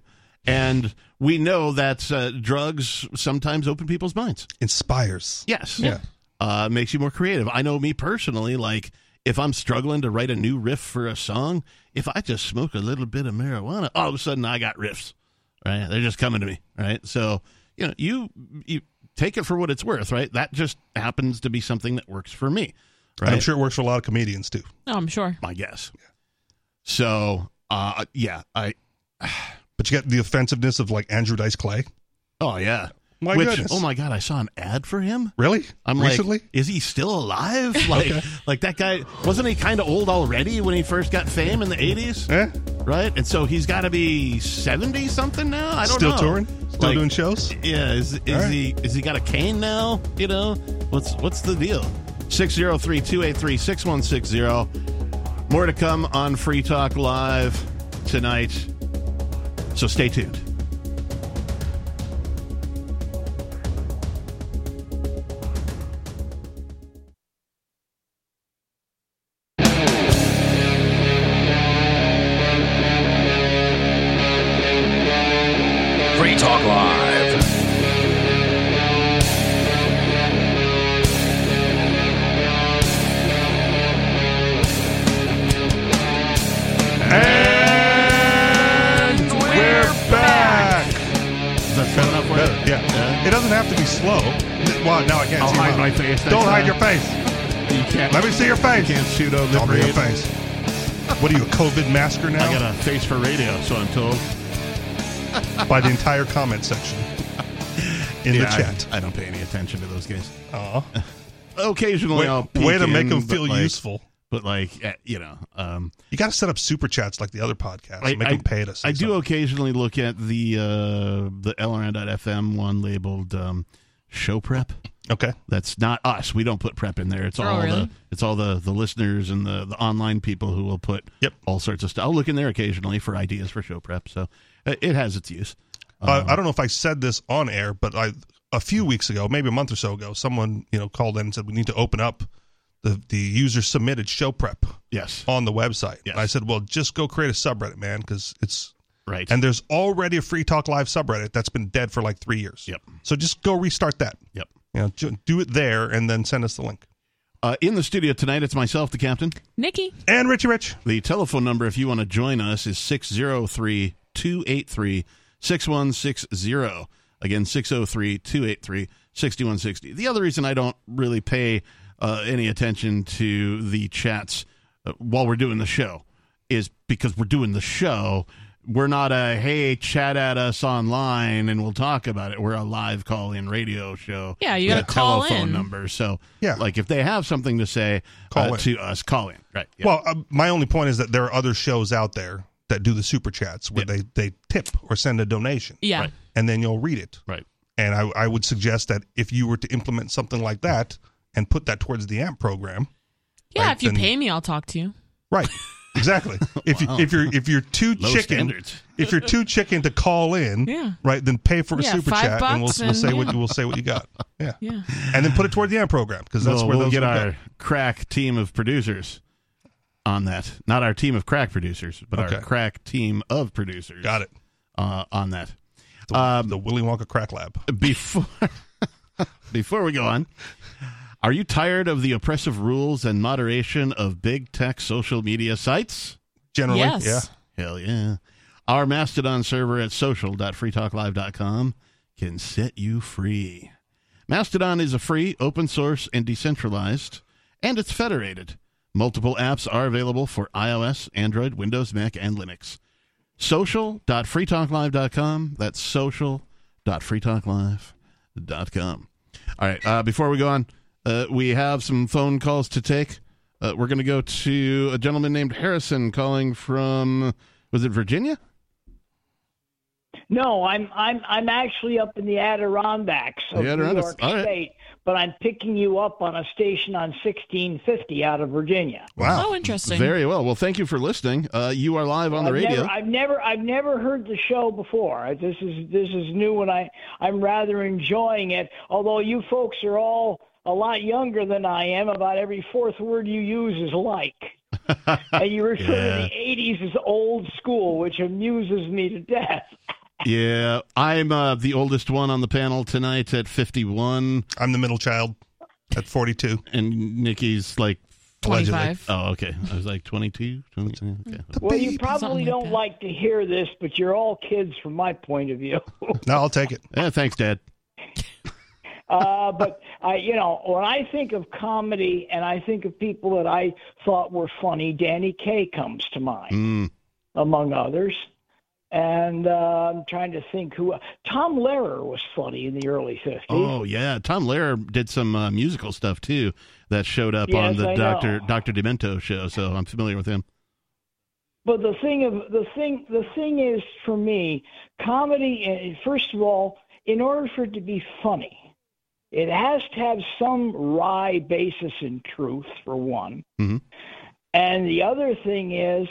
Speaker 2: and we know that uh, drugs sometimes open people's minds
Speaker 3: Inspires.
Speaker 2: yes
Speaker 3: Yeah.
Speaker 2: uh, makes you more creative i know me personally like if i'm struggling to write a new riff for a song if i just smoke a little bit of marijuana all of a sudden i got riffs right they're just coming to me right so you know you you take it for what it's worth right that just happens to be something that works for me
Speaker 3: And
Speaker 2: right
Speaker 3: I'm sure it works for a lot of comedians too.
Speaker 4: Oh, I'm sure.
Speaker 2: my guess so uh yeah i
Speaker 3: But you got the offensiveness of like Andrew Dice Clay.
Speaker 2: oh yeah
Speaker 3: My
Speaker 2: Which,
Speaker 3: goodness.
Speaker 2: oh my god i saw an ad for him
Speaker 3: Really?
Speaker 2: I'm
Speaker 3: Recently?
Speaker 2: like, is he still alive? Like,
Speaker 3: Okay.
Speaker 2: like that guy wasn't he kind of old already when he first got fame in the '80s,
Speaker 3: Eh?
Speaker 2: right? And so he's got to be seventy something now. I don't
Speaker 3: Still
Speaker 2: know.
Speaker 3: touring? Still
Speaker 2: Like,
Speaker 3: doing shows?
Speaker 2: Yeah, is, is
Speaker 3: right.
Speaker 2: he is he got a cane now? You know, what's what's the deal? 603-283-6160. oh. More to come on Free Talk Live tonight. So stay tuned.
Speaker 5: Free Talk Live.
Speaker 3: And we're back.
Speaker 2: Is that fair enough?
Speaker 3: Better,
Speaker 2: Wyatt?
Speaker 3: yeah. It doesn't have to be slow. Well, now I can't
Speaker 2: I'll
Speaker 3: see
Speaker 2: hide
Speaker 3: mine.
Speaker 2: my face next
Speaker 3: Don't hide
Speaker 2: time.
Speaker 3: your face.
Speaker 2: You can't,
Speaker 3: Let me see your face.
Speaker 2: can't pseudo
Speaker 3: Show me your
Speaker 2: liberate.
Speaker 3: face. What are you, a COVID masker now?
Speaker 2: I got a face for radio, so I'm told.
Speaker 3: By the entire comment section in
Speaker 2: Yeah, I-
Speaker 3: the chat.
Speaker 2: I, don't pay any attention to those guys.
Speaker 3: Aw.
Speaker 2: Occasionally, I'll
Speaker 3: Way, way
Speaker 2: peek
Speaker 3: to make
Speaker 2: in,
Speaker 3: them
Speaker 2: but
Speaker 3: feel
Speaker 2: like-
Speaker 3: useful.
Speaker 2: But like, eh, you know, um,
Speaker 3: You got to set up super chats like the other podcasts.
Speaker 2: I,
Speaker 3: make
Speaker 2: I-
Speaker 3: them pay to say
Speaker 2: I do
Speaker 3: something.
Speaker 2: occasionally look at the uh, the LRN.FM one labeled um, show prep.
Speaker 3: Okay.
Speaker 2: That's not us. We don't put prep in there. It's
Speaker 4: Oh,
Speaker 2: all the
Speaker 4: really?
Speaker 2: it's all the the listeners and the the online people who will put
Speaker 3: Yep.
Speaker 2: all sorts of stuff. I'll look in there occasionally for ideas for show prep. So uh, it has its use. Um,
Speaker 3: Uh, I don't know if I said this on air, but I a few weeks ago, maybe a month or so ago, someone you know called in and said we need to open up the the user submitted show prep
Speaker 2: Yes.
Speaker 3: on the website.
Speaker 2: Yes.
Speaker 3: And I said, well, just go create a subreddit, man, because it's
Speaker 2: Right.
Speaker 3: and there's already a free talk live subreddit that's been dead for like three years.
Speaker 2: Yep.
Speaker 3: So just go restart that.
Speaker 2: Yep.
Speaker 3: You know, ju- do it there and then send us the link.
Speaker 2: Uh, in the studio tonight, it's myself, the captain.
Speaker 4: Nikki.
Speaker 3: And Richie Rich.
Speaker 2: The telephone number, if you want to join us, is 603 283 6160. Again, 603 283 6160. The other reason I don't really pay uh, any attention to the chats uh, while we're doing the show is because we're doing the show. We're not a hey, chat at us online and we'll talk about it. We're a live call in radio show.
Speaker 4: Yeah, you
Speaker 2: with
Speaker 4: gotta
Speaker 2: a
Speaker 4: call
Speaker 2: telephone
Speaker 4: in.
Speaker 2: number. So,
Speaker 3: Yeah.
Speaker 2: like if they have something to say
Speaker 3: Call
Speaker 2: uh,
Speaker 3: in.
Speaker 2: to us, call in. Right. yeah.
Speaker 3: Well, uh, my only point is that there are other shows out there that do the super chats where they, they tip or send a donation.
Speaker 4: Yeah. Right.
Speaker 3: And then you'll read it.
Speaker 2: Right.
Speaker 3: And I, I would suggest that if you were to implement something like that and put that towards the AMP program.
Speaker 4: Yeah,
Speaker 3: right,
Speaker 4: if you
Speaker 3: then-
Speaker 4: pay me, I'll talk to you.
Speaker 3: Right. Exactly. If you
Speaker 4: Wow.
Speaker 3: if you're if you're too
Speaker 4: Low
Speaker 3: chicken
Speaker 4: standards.
Speaker 3: if you're too chicken to call in,
Speaker 4: Yeah.
Speaker 3: right, then pay for a
Speaker 4: Yeah,
Speaker 3: super
Speaker 4: five
Speaker 3: chat and we'll,
Speaker 4: bucks
Speaker 3: we'll say
Speaker 4: and-
Speaker 3: what
Speaker 4: yeah.
Speaker 3: you we'll say what you got. Yeah.
Speaker 4: Yeah.
Speaker 3: And then put it toward the AMP program because that's
Speaker 2: we'll,
Speaker 3: where
Speaker 2: we'll
Speaker 3: those
Speaker 2: get
Speaker 3: will go.
Speaker 2: our crack team of producers on that. Not our team of crack producers, but
Speaker 3: Okay.
Speaker 2: our crack team of producers.
Speaker 3: Got it.
Speaker 2: Uh, on that. Um,
Speaker 3: The, the Willy Wonka crack lab.
Speaker 2: Before before we go on, are you tired of the oppressive rules and moderation of big tech social media sites?
Speaker 3: Generally, Yes. yeah.
Speaker 2: Hell yeah. Our Mastodon server at social.freetalklive.com can set you free. Mastodon is a free, open source, and decentralized, and it's federated. Multiple apps are available for iOS, Android, Windows, Mac, and Linux. Social.freetalklive.com. That's social.freetalklive.com. All right, uh, before we go on, uh, we have some phone calls to take. Uh, we're going to go to a gentleman named Harrison calling from, was it Virginia?
Speaker 10: No, I'm I'm I'm actually up in the Adirondacks of
Speaker 2: The
Speaker 10: New
Speaker 2: Adirondacks,
Speaker 10: York
Speaker 2: all right.
Speaker 10: State, but I'm picking you up on a station on 1650 out of Virginia.
Speaker 2: Wow.
Speaker 10: Oh, interesting.
Speaker 2: Very well. Well, thank you for listening. Uh, you are live on the
Speaker 10: I've
Speaker 2: radio.
Speaker 10: Never, I've never I've never heard the show before. I- This is this is new, and I I'm rather enjoying it. Although you folks are all a lot younger than I am. About every fourth word you use is like. and you refer to
Speaker 2: Yeah.
Speaker 10: the 80s as old school, which amuses me to death.
Speaker 2: yeah, I'm uh, the oldest one on the panel tonight at 51.
Speaker 3: I'm the middle child at 42.
Speaker 2: And Nikki's like
Speaker 10: 25.
Speaker 2: Oh, okay. I was like 22. 22? Okay.
Speaker 10: Well, you probably don't like to hear this, but you're all kids from my point of view.
Speaker 3: No, I'll take it.
Speaker 2: Yeah, thanks, Dad.
Speaker 10: Uh, but I, you know, when I think of comedy and I think of people that I thought were funny, Danny Kaye comes to mind,
Speaker 2: Mm.
Speaker 10: among others. And uh, I'm trying to think who. Tom Lehrer was funny in the early '50s.
Speaker 2: Oh yeah, Tom Lehrer did some uh, musical stuff too that showed up on
Speaker 10: Yes,
Speaker 2: the
Speaker 10: I
Speaker 2: Doctor Doctor Demento show, so I'm familiar with him.
Speaker 10: But the thing of the thing the thing is for me, comedy. uh, First of all, in order for it to be funny, it has to have some wry basis in truth, for one.
Speaker 2: Mhm.
Speaker 10: And the other thing is,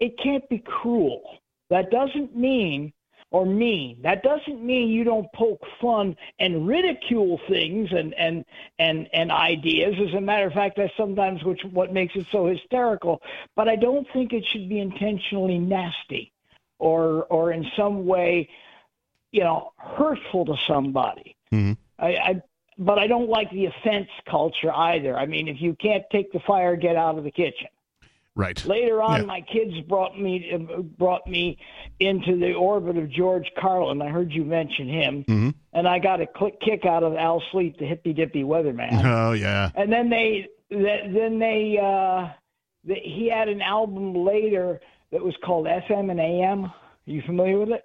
Speaker 10: it can't be cruel. That doesn't mean or mean that doesn't mean you don't poke fun and ridicule things and and and and ideas as a matter of fact that's sometimes which what makes it so hysterical but i don't think it should be intentionally nasty or or in some way you know hurtful to somebody
Speaker 2: Mm-hmm.
Speaker 10: I, I but I don't like the offense culture either. I mean, if you can't take the fire, get out of the kitchen.
Speaker 2: Right.
Speaker 10: Later on,
Speaker 2: Yeah.
Speaker 10: my kids brought me brought me into the orbit of George Carlin. I heard you mention him,
Speaker 2: Mhm.
Speaker 10: and I got a click kick out of Al Sleep, the hippy dippy weatherman.
Speaker 2: Oh yeah.
Speaker 10: And then they, th- then they, uh, th he had an album later that was called FM and AM. Are you familiar with it?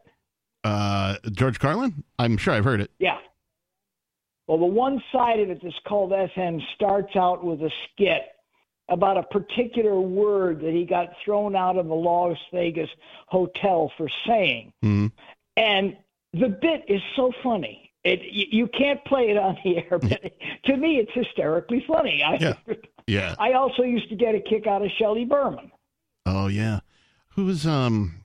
Speaker 2: Uh, George Carlin. I'm sure I've heard it.
Speaker 10: Yeah. Well, the one side of it that's called FM starts out with a skit about a particular word that he got thrown out of a Las Vegas hotel for saying.
Speaker 2: Mm-hmm.
Speaker 10: And the bit is so funny. It you, you can't play it on the air, but to me it's hysterically funny. I
Speaker 2: Yeah.
Speaker 10: I also used to get a kick out of Shelley Berman.
Speaker 2: Oh yeah. Who was um,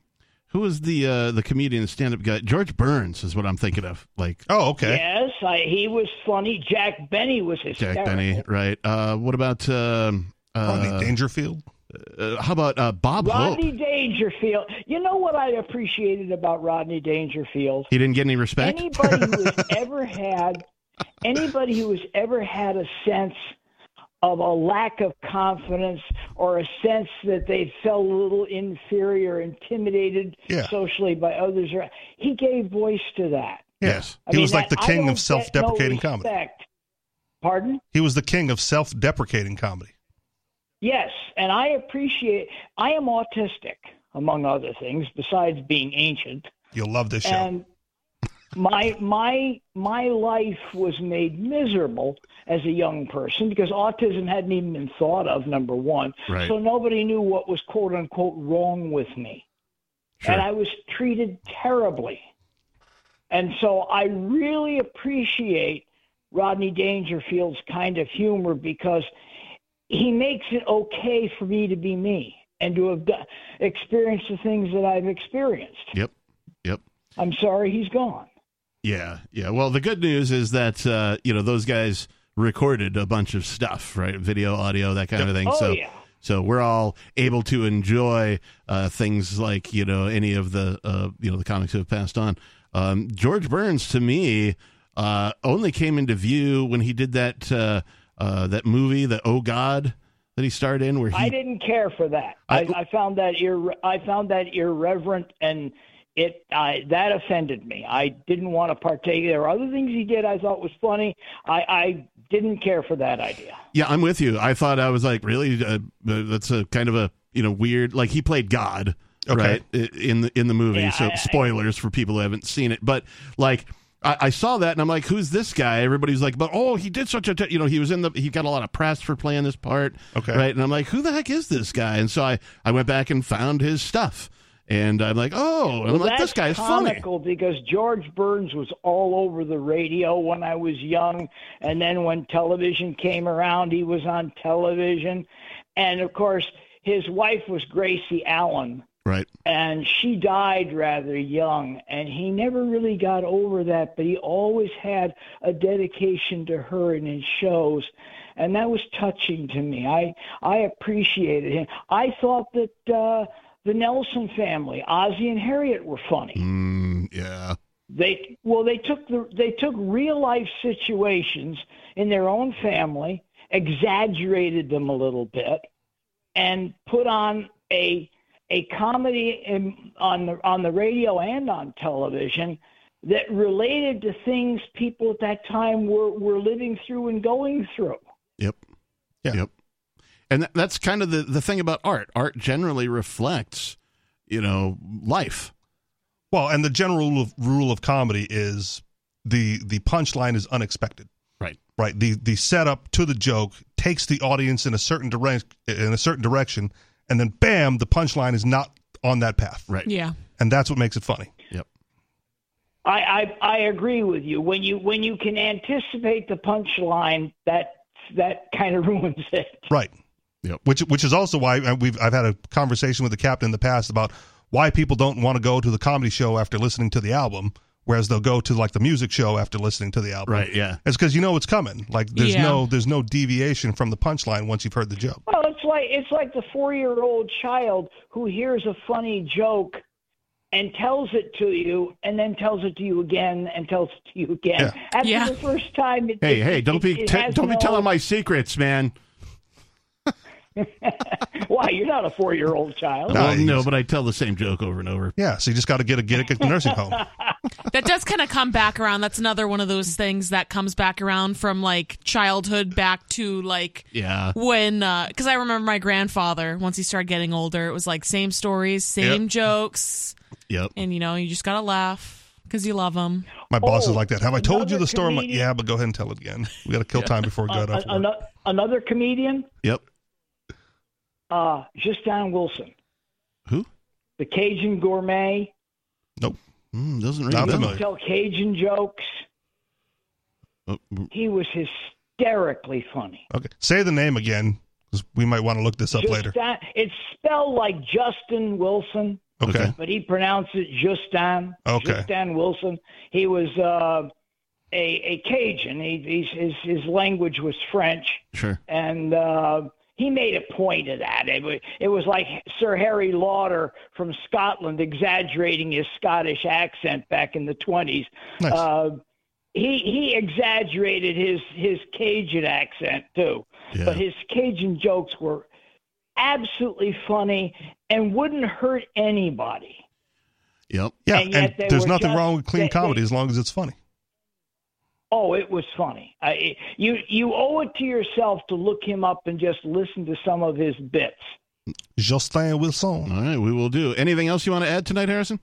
Speaker 2: who was the uh the comedian stand up guy? George Burns is what I'm thinking of. Like
Speaker 3: oh
Speaker 10: Yes, I, he was funny. Jack Benny was hysterical.
Speaker 2: Jack Benny, right? Uh, what about um, uh,
Speaker 3: Rodney Dangerfield?
Speaker 2: Uh, how about uh, Bob Hope?
Speaker 10: Rodney Dangerfield. You know what I appreciated about Rodney Dangerfield?
Speaker 2: He didn't get any respect.
Speaker 10: Anybody who has ever had anybody who has ever had a sense of a lack of confidence or a sense that they felt a little inferior, intimidated
Speaker 3: Yeah.
Speaker 10: socially by others. or- He gave voice to that.
Speaker 3: Yes.
Speaker 10: I
Speaker 3: he
Speaker 10: mean,
Speaker 3: was like
Speaker 10: that-
Speaker 3: the
Speaker 10: I
Speaker 3: king
Speaker 10: don't
Speaker 3: of
Speaker 10: get
Speaker 3: self deprecating
Speaker 10: no
Speaker 3: comedy.
Speaker 10: respect. Pardon?
Speaker 3: He was the king of self deprecating comedy.
Speaker 10: Yes, and I appreciate. I am autistic, among other things, besides being ancient.
Speaker 3: You'll love this show.
Speaker 10: And my my my life was made miserable as a young person because autism hadn't even been thought of. Number one,
Speaker 11: Right.
Speaker 10: so nobody knew what was quote unquote wrong with me, and I was treated terribly. And so I really appreciate Rodney Dangerfield's kind of humor because he makes it okay for me to be me and to have done, experienced the things that I've experienced.
Speaker 2: Yep. Yep.
Speaker 10: I'm sorry he's gone.
Speaker 2: Yeah, yeah. Well, the good news is that uh, you know those guys recorded a bunch of stuff, right? Video, audio, that kind of thing.
Speaker 10: Oh,
Speaker 2: so,
Speaker 10: yeah.
Speaker 2: so we're all able to enjoy uh, things like you know any of the uh, you know the comics who have passed on. Um, George Burns, to me, uh, only came into view when he did that uh, uh, that movie, the Oh God, that he starred in, where he
Speaker 10: I didn't care for that. I, I, found that irre- I found that irreverent and it I, that offended me. I didn't want to partake. There were other things he did I thought was funny. I, I didn't care for that idea.
Speaker 2: Yeah, I'm with you. I thought I was like, really? Uh, uh, that's a kind of a you know weird. Like he played God, right? i- In the in the movie.
Speaker 10: Yeah,
Speaker 2: so
Speaker 10: I- I-
Speaker 2: spoilers for people who haven't seen it, but like. I I saw that and I'm like, who's this guy? Everybody's like, but oh, he did such a, t-, you know, he was in the, he got a lot of press for playing this part, okay, right? And I'm like, who the heck is this guy? And so I, I went back and found his stuff, and I'm like, oh, and I'm like, this guy's funny.
Speaker 10: comical because George Burns was all over the radio when I was young, and then when television came around, he was on television, and of course his wife was Gracie Allen,
Speaker 2: right?
Speaker 10: And she died rather young, and he never really got over that, but he always had a dedication to her in his shows. And that was touching to me. I I appreciated him. I thought that uh, the Nelson family, Ozzy and Harriet, were funny
Speaker 2: Mm, yeah.
Speaker 10: they well they took the they took real life situations in their own family exaggerated them a little bit and put on a a comedy in, on the on the radio and on television that related to things people at that time were were living through and going through
Speaker 2: Yep. Yep. And tha- that's kind of the, the thing about art. Art generally reflects, you know, life.
Speaker 3: Well, and the general rule of, rule of comedy is the the punchline is unexpected.
Speaker 2: Right.
Speaker 3: Right. The the setup to the joke takes the audience in a certain direct in a certain direction, and then bam, the punchline is not on that path.
Speaker 2: Right.
Speaker 4: Yeah.
Speaker 3: And that's what makes it funny.
Speaker 2: Yep.
Speaker 10: I, I I agree with you. When you when you can anticipate the punchline, that that kind of ruins it.
Speaker 3: Right.
Speaker 2: Yep.
Speaker 3: Which which is also why uh, we've I've had a conversation with the captain in the past about why people don't want to go to the comedy show after listening to the album, whereas they'll go to like the music show after listening to the album.
Speaker 2: Right, yeah.
Speaker 3: It's because you know it's coming. Like there's
Speaker 10: Yeah.
Speaker 3: no there's no deviation from the punchline once you've heard the joke.
Speaker 10: Well, it's like it's like the four-year-old child who hears a funny joke and tells it to you, and then tells it to you again, and tells it to you again.
Speaker 2: Yeah.
Speaker 10: After the first time, it,
Speaker 2: Hey,
Speaker 10: it-
Speaker 2: hey, don't
Speaker 10: it-
Speaker 2: be
Speaker 10: it
Speaker 2: te-
Speaker 10: has
Speaker 2: don't be
Speaker 10: no-
Speaker 2: telling my secrets, man.
Speaker 10: Why you're not a four-year-old child?
Speaker 2: Well, no, but I tell the same joke over and over.
Speaker 3: Oh. Yeah, so you just got to get a get a nursing home.
Speaker 4: That does kind of come back around. That's another one of those things that comes back around from like childhood back to like
Speaker 2: Yeah.
Speaker 4: when because I remember my grandfather once he started getting older, it was like same stories, same
Speaker 3: Yep.
Speaker 4: jokes,
Speaker 2: Yep.
Speaker 4: and you know you just gotta laugh because you love them.
Speaker 3: My
Speaker 10: Oh,
Speaker 3: boss is like that. Have I told you the story? I'm like, yeah, but go ahead and tell it again. We got to kill time before we
Speaker 10: Uh,
Speaker 3: go
Speaker 10: an-
Speaker 3: off. work.
Speaker 10: ano- another comedian,
Speaker 2: Yep.
Speaker 10: uh, Justin Wilson.
Speaker 2: Who?
Speaker 10: The Cajun gourmet.
Speaker 3: Nope.
Speaker 2: Mm, doesn't ring
Speaker 3: Not
Speaker 2: a bell.
Speaker 3: familiar.
Speaker 10: Tell Cajun jokes.
Speaker 2: Oh, mm.
Speaker 10: He was hysterically funny.
Speaker 3: Okay, say the name again because we might want to look this up
Speaker 10: Just
Speaker 3: later.
Speaker 10: Don- it's spelled like Justin Wilson.
Speaker 3: Okay.
Speaker 10: But he pronounced it Justin.
Speaker 3: Okay.
Speaker 10: Justin Wilson. He was uh, a a Cajun. He, he's, his his language was French,
Speaker 2: Sure.
Speaker 10: and uh, he made a point of that. It was, it was like Sir Harry Lauder from Scotland exaggerating his Scottish accent back in the twenties.
Speaker 3: Nice.
Speaker 10: Uh, he he exaggerated his his Cajun accent too, but his Cajun jokes were absolutely funny and wouldn't hurt anybody.
Speaker 2: Yep.
Speaker 3: Yeah,
Speaker 10: And
Speaker 3: and,
Speaker 10: yet they
Speaker 3: there's
Speaker 10: were
Speaker 3: nothing
Speaker 10: just-
Speaker 3: wrong with clean
Speaker 10: they-
Speaker 3: comedy
Speaker 10: they-
Speaker 3: as long as it's funny.
Speaker 10: Oh, it was funny. I, it- you you owe it to yourself to look him up and just listen to some of his bits.
Speaker 3: Justin Wilson.
Speaker 2: All right, we will do. Anything else you want to add tonight, Harrison?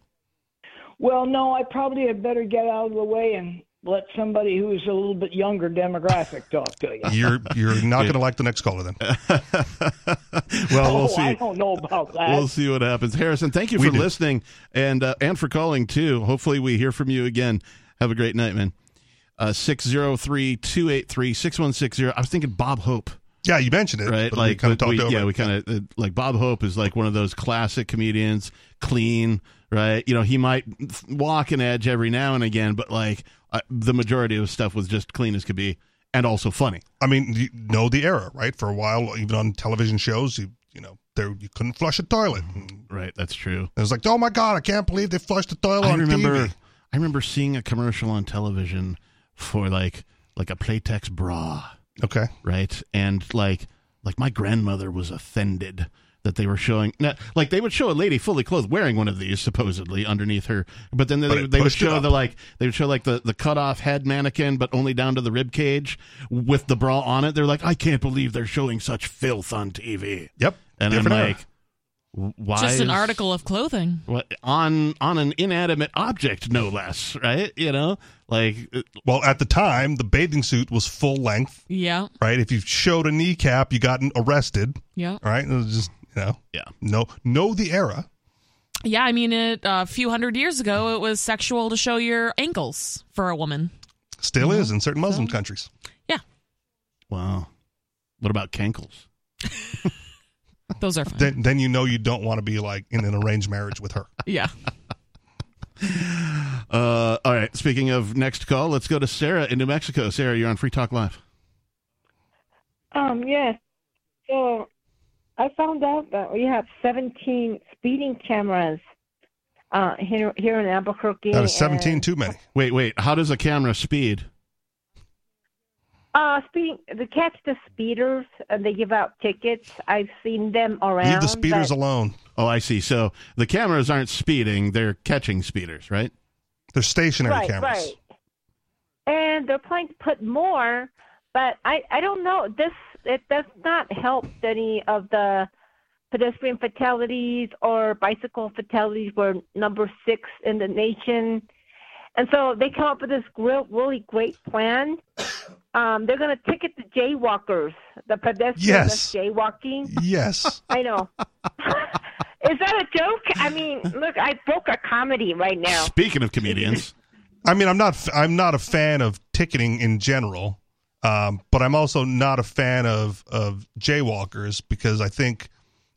Speaker 10: Well, no, I probably had better get out of the way and let somebody who's a little bit younger demographic talk to you.
Speaker 3: You're you're not going to like the next caller then.
Speaker 2: Well,
Speaker 10: oh,
Speaker 2: we'll see.
Speaker 10: I don't know about that.
Speaker 2: We'll see what happens. Harrison, thank you
Speaker 3: We
Speaker 2: for
Speaker 3: do.
Speaker 2: listening and uh, and for calling too. Hopefully, we hear from you again. Have a great night, man. Uh, Six zero three two eight three six one six zero. I was thinking Bob Hope.
Speaker 3: Yeah, you mentioned it,
Speaker 2: right?
Speaker 3: but we
Speaker 2: Like,
Speaker 3: kinda
Speaker 2: but
Speaker 3: talked
Speaker 2: we-
Speaker 3: over
Speaker 2: yeah,
Speaker 3: it.
Speaker 2: we kind of like Bob Hope is like one of those classic comedians, clean, right? You know, he might walk an edge every now and again, but like uh, the majority of his stuff was just clean as could be, and also funny.
Speaker 3: I mean, you know the era, right? For a while, even on television shows, you you know, there you couldn't flush a toilet.
Speaker 2: Mm-hmm. Right, that's true.
Speaker 3: It was like, oh my god, I can't believe they flushed the toilet
Speaker 2: I
Speaker 3: on
Speaker 2: remember
Speaker 3: TV.
Speaker 2: I remember seeing a commercial on television for like like a Playtex bra.
Speaker 3: Okay.
Speaker 2: Right? And like like my grandmother was offended that they were showing now, like they would show a lady fully clothed wearing one of these supposedly underneath her but then they,
Speaker 3: But it
Speaker 2: they would
Speaker 3: pushed it
Speaker 2: show
Speaker 3: up.
Speaker 2: the like they would show like the the cut off head mannequin but only down to the rib cage with the bra on it they're like I can't believe they're showing such filth on TV
Speaker 3: Yep
Speaker 2: and I'm
Speaker 3: Different era.
Speaker 2: like w- why
Speaker 4: Just an
Speaker 2: is-
Speaker 4: article of clothing.
Speaker 2: what on on an inanimate object no less right you know like
Speaker 3: Well, at the time, the bathing suit was full length,
Speaker 4: Yeah.
Speaker 3: right? If you showed a kneecap, you got arrested,
Speaker 4: Yeah.
Speaker 3: right? It was just you know,
Speaker 2: yeah,
Speaker 3: no, know the era.
Speaker 4: Yeah, I mean, it, uh, a few hundred years ago, it was sexual to show your ankles for a woman.
Speaker 3: Still is in certain Muslim countries.
Speaker 4: Mm-hmm. Yeah.
Speaker 2: wow what about cankles
Speaker 4: Those are fun.
Speaker 3: Then, then you know you don't want to be like in an arranged marriage with her.
Speaker 4: yeah.
Speaker 2: uh all right speaking of next call let's go to sarah in new mexico sarah you're on free talk live
Speaker 11: Um, yes. So I found out that we have 17 speeding cameras uh, here here in Albuquerque.
Speaker 2: Out of
Speaker 11: and-
Speaker 2: too many wait wait how does a camera speed
Speaker 11: Uh, speeding, they catch the speeders and they give out tickets. I've seen them around. but-
Speaker 2: alone oh i see so the cameras aren't speeding they're catching speeders right
Speaker 3: they're stationary
Speaker 11: right, Right. And they're planning to put more, but I, I don't know. This it does not help any of the pedestrian fatalities or bicycle fatalities. We're number six in the nation. And so they come up with this real, really great plan. Um, they're going to ticket the jaywalkers, the pedestrians
Speaker 3: Yes.
Speaker 11: that's jaywalking.
Speaker 3: Yes.
Speaker 11: I know. Is that a joke? I mean, look, I broke a comedy right now.
Speaker 2: speaking of comedians
Speaker 3: I mean, I'm not I'm not a fan of ticketing in general, um, but I'm also not a fan of of jaywalkers because I think,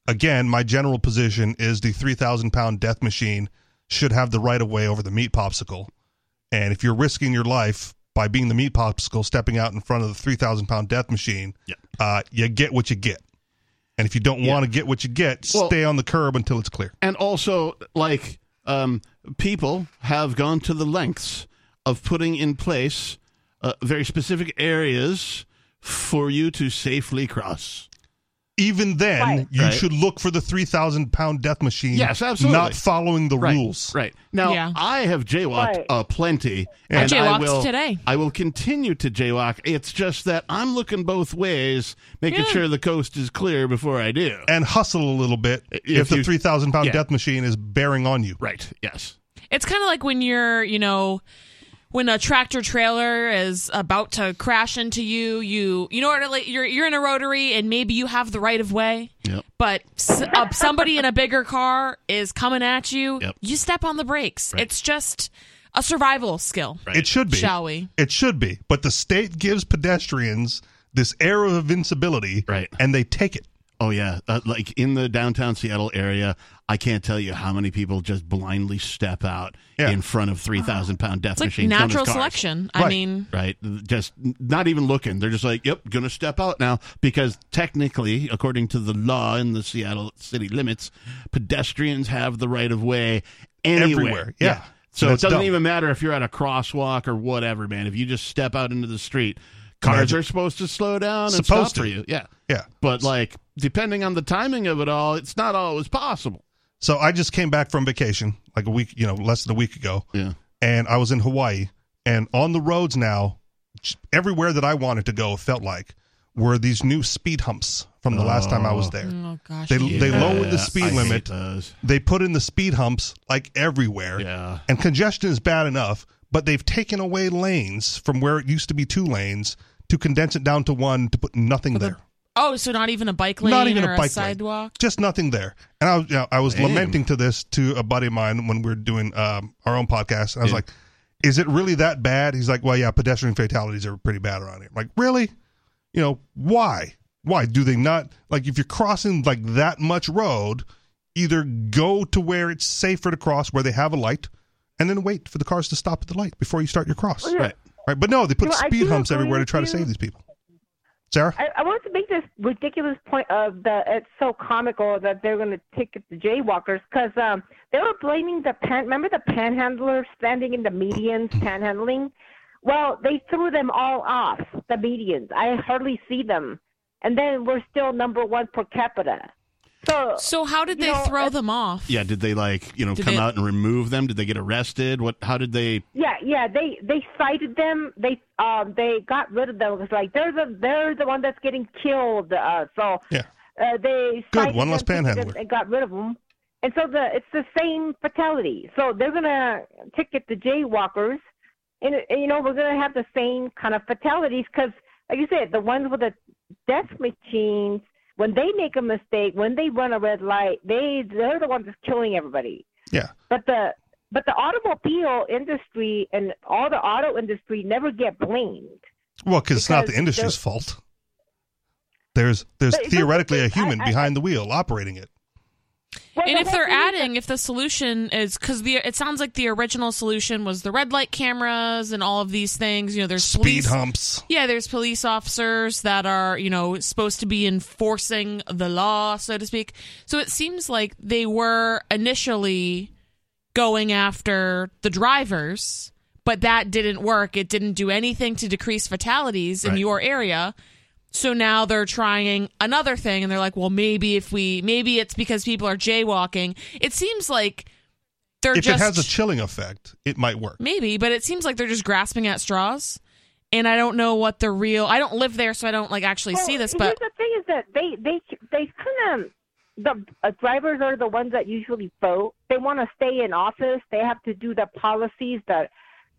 Speaker 3: again, my general position is the three thousand pound death machine should have the right of way over the meat popsicle, and if you're risking your life by being the meat popsicle stepping out in front of the three thousand pound death machine, uh, you get what you get, and if you don't want to get what you get,
Speaker 2: Well-
Speaker 3: stay on the curb until it's clear.
Speaker 2: and also like um, people have gone to the lengths of putting in place uh, very specific areas for you to safely cross.
Speaker 3: even then you
Speaker 2: Right.
Speaker 3: should look for the 3000 pound death machine
Speaker 2: Yes, absolutely.
Speaker 3: not following the
Speaker 2: Right,
Speaker 3: rules
Speaker 2: right Now
Speaker 4: Yeah.
Speaker 2: I have jaywalked
Speaker 4: Right.
Speaker 2: uh, plenty,
Speaker 4: I
Speaker 2: and
Speaker 4: jaywalked
Speaker 2: will
Speaker 4: today.
Speaker 2: I will continue to jaywalk. It's just that I'm looking both ways, making
Speaker 4: Yeah.
Speaker 2: sure the coast is clear before I do.
Speaker 3: and hustle a little bit if,
Speaker 2: you-
Speaker 3: the 3000 pound
Speaker 2: Yeah.
Speaker 3: death machine is bearing on you
Speaker 2: right yes
Speaker 4: It's kind of like when you're, you know, when a tractor trailer is about to crash into you, you you know what like, you're you're in a rotary and maybe you have the right of way,
Speaker 2: Yep.
Speaker 4: but s- uh, somebody in a bigger car is coming at you. You step on the brakes. It's just a survival skill.
Speaker 3: it should be
Speaker 4: Shall we?
Speaker 3: it should be but the state gives pedestrians this air of invincibility
Speaker 2: Right.
Speaker 3: and they take it
Speaker 2: Oh yeah, uh, like in the downtown Seattle area, I can't tell you how many people just blindly step out in front of three thousand pound death
Speaker 4: It's like
Speaker 2: machines. known as
Speaker 4: natural
Speaker 2: cars.
Speaker 4: selection. I Right. mean-
Speaker 2: right? Just not even looking. They're just like, "Yep, gonna step out now," because technically, according to the law in the Seattle city limits, pedestrians have the right of way anywhere.
Speaker 3: Everywhere, yeah.
Speaker 2: So
Speaker 3: That's
Speaker 2: it doesn't
Speaker 3: dumb.
Speaker 2: even matter if you're at a crosswalk or whatever, man. If you just step out into the street, cars
Speaker 3: Imagine-
Speaker 2: are supposed to slow down and
Speaker 3: Supposed
Speaker 2: stop for
Speaker 3: to.
Speaker 2: you. Yeah.
Speaker 3: Yeah.
Speaker 2: But like depending on the timing of it all, it's not always possible.
Speaker 3: So I just came back from vacation like a week, you know, less than a week ago.
Speaker 2: Yeah.
Speaker 3: And I was in Hawaii and on the roads now, j- everywhere that I wanted to go it felt like were these new speed humps from the last time I was there.
Speaker 4: Oh gosh.
Speaker 3: They they
Speaker 2: Yeah,
Speaker 3: lowered the
Speaker 2: I
Speaker 3: speed
Speaker 2: hate
Speaker 3: limit.
Speaker 2: those.
Speaker 3: They put in the speed humps like everywhere.
Speaker 2: Yeah.
Speaker 3: And congestion is bad enough, but they've taken away lanes from where it used to be two lanes to condense it down to one to put nothing there.
Speaker 4: Oh, so not even a bike lane
Speaker 3: Not even
Speaker 4: or
Speaker 3: a
Speaker 4: a,
Speaker 3: bike lane.
Speaker 4: sidewalk.
Speaker 3: Just nothing there. And I was, you know, I was
Speaker 4: Damn.
Speaker 3: lamenting to this to a buddy of mine when we were doing um, our own podcast. And I was
Speaker 2: Yeah.
Speaker 3: like, is it really that bad? He's like, well, yeah, pedestrian fatalities are pretty bad around here. I'm like, really? You know, why? Why do they not? Like, if you're crossing like that much road, either go to where it's safer to cross, where they have a light, and then wait for the cars to stop at the light before you start your cross.
Speaker 11: Well, yeah.
Speaker 3: Right. Right. But no, they put
Speaker 11: You know, I
Speaker 3: speed
Speaker 11: do
Speaker 3: humps
Speaker 11: agree
Speaker 3: everywhere to
Speaker 11: with
Speaker 3: try to
Speaker 11: you.
Speaker 3: save these people. Sarah?
Speaker 11: I, I wanted to make this ridiculous point of the it's so comical that they're going to ticket the jaywalkers because um, they were blaming the pan. Remember the panhandlers standing in the medians panhandling? Well, they threw them all off the medians. I hardly see them, and then we're still number one per capita. So
Speaker 4: so how did they throw them off?
Speaker 2: Yeah, did they like, you know,
Speaker 4: Did
Speaker 2: come
Speaker 4: they-
Speaker 2: out and remove them? Did they get arrested? What how did they
Speaker 11: Yeah, yeah. They they cited them. They um they got rid of them. It was like they're the they're the one that's getting killed. Uh, so
Speaker 3: Yeah.
Speaker 11: uh, they
Speaker 3: Good,
Speaker 11: cited
Speaker 3: one
Speaker 11: them,
Speaker 3: less
Speaker 11: ticketed
Speaker 3: panhandler.
Speaker 11: them, and got rid of them. And so the it's the same fatality. So they're gonna ticket the jaywalkers, and, and you know we're gonna have the same kind of fatalities because, like you said, the ones with the death machines when they make a mistake, when they run a red light, they they're the ones that's killing everybody.
Speaker 3: Yeah.
Speaker 11: But the but the automobile industry and all the auto industry never get blamed.
Speaker 3: Well, cause it's not
Speaker 11: Because
Speaker 3: the industry's
Speaker 11: they're-
Speaker 3: fault. There's there's
Speaker 11: But- but-
Speaker 3: theoretically a
Speaker 11: but I-
Speaker 3: human
Speaker 11: I-
Speaker 3: behind the wheel operating it.
Speaker 4: and if
Speaker 11: the
Speaker 4: they're
Speaker 11: whole thing is
Speaker 4: adding, if the solution is because the it sounds like the original solution was the red light cameras and all of these things. You know, there's
Speaker 3: Speed
Speaker 4: police.
Speaker 3: humps.
Speaker 4: Yeah, there's police officers that are you know supposed to be enforcing the law, so to speak. So it seems like they were initially going after the drivers, but that didn't work. It didn't do anything to decrease fatalities in
Speaker 12: Right.
Speaker 4: your area. So now they're trying another thing and they're like, well, maybe if we, maybe it's because people are jaywalking. It seems like they're
Speaker 3: if
Speaker 4: just,
Speaker 3: it has a chilling effect, it might work.
Speaker 4: maybe, but it seems like they're just grasping at straws. And I don't know what the real, I don't live there, so I don't like actually see this, but
Speaker 11: here's the thing: is that they they they kind of the uh, drivers are the ones that usually vote. They want to stay in office. They have to do the policies that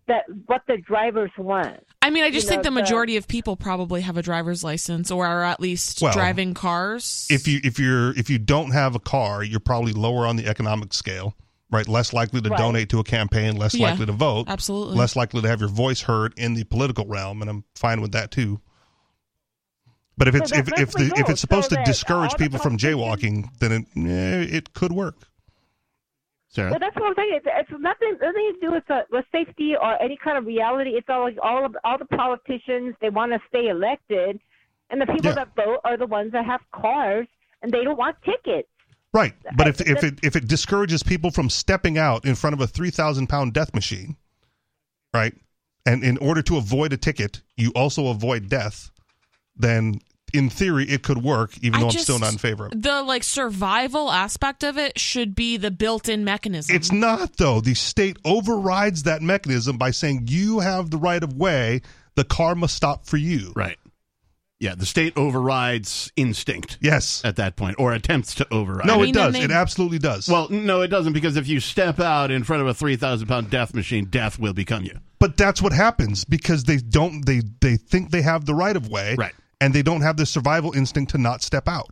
Speaker 11: that what the drivers want.
Speaker 4: I mean, I just
Speaker 11: you
Speaker 4: think
Speaker 11: know,
Speaker 4: the
Speaker 11: the-
Speaker 4: majority of people probably have a driver's license or are at least
Speaker 3: Well,
Speaker 4: driving cars.
Speaker 3: If you if you're if you don't have a car, you're probably lower on the economic scale, right? Less likely to
Speaker 4: Right.
Speaker 3: donate to a campaign, less
Speaker 4: Yeah,
Speaker 3: likely to vote,
Speaker 4: absolutely.
Speaker 3: less likely to have your voice heard in the political realm, and I'm fine with that too. But if
Speaker 11: So
Speaker 3: it's
Speaker 11: that-
Speaker 3: if
Speaker 11: that's
Speaker 3: if
Speaker 11: my
Speaker 3: the, if
Speaker 11: goal,
Speaker 3: it's supposed
Speaker 11: so
Speaker 3: to
Speaker 11: that
Speaker 3: discourage
Speaker 11: all the
Speaker 3: people from jaywalking, then it eh, it could work.
Speaker 2: Sarah,
Speaker 11: Well, that's what I'm saying. It's, it's nothing nothing to do with uh, with safety or any kind of reality. It's all like all of, all the politicians they want to stay elected, and the people
Speaker 3: Yeah.
Speaker 11: that vote are the ones that have cars and they don't want tickets.
Speaker 3: Right, but if
Speaker 11: I-
Speaker 3: if it if it discourages people from stepping out in front of a three thousand pound death machine, right, and in order to avoid a ticket, you also avoid death, then in theory it could work. Even
Speaker 4: I
Speaker 3: though I'm
Speaker 4: just-
Speaker 3: still not in favor of it,
Speaker 4: The like survival aspect of it should be the built-in mechanism.
Speaker 3: it's not though. The state overrides that mechanism by saying you have the right of way. The car must stop for you.
Speaker 2: Right. Yeah, the state overrides instinct.
Speaker 3: Yes.
Speaker 2: At that point, or attempts to override.
Speaker 3: No, I it mean, does. and they- It absolutely does.
Speaker 2: Well, no, it doesn't because if you step out in front of a 3,000 pound death machine, death will become you.
Speaker 3: But that's what happens because they don't they they think they have the right of way, right, and they don't have the survival instinct to not step out.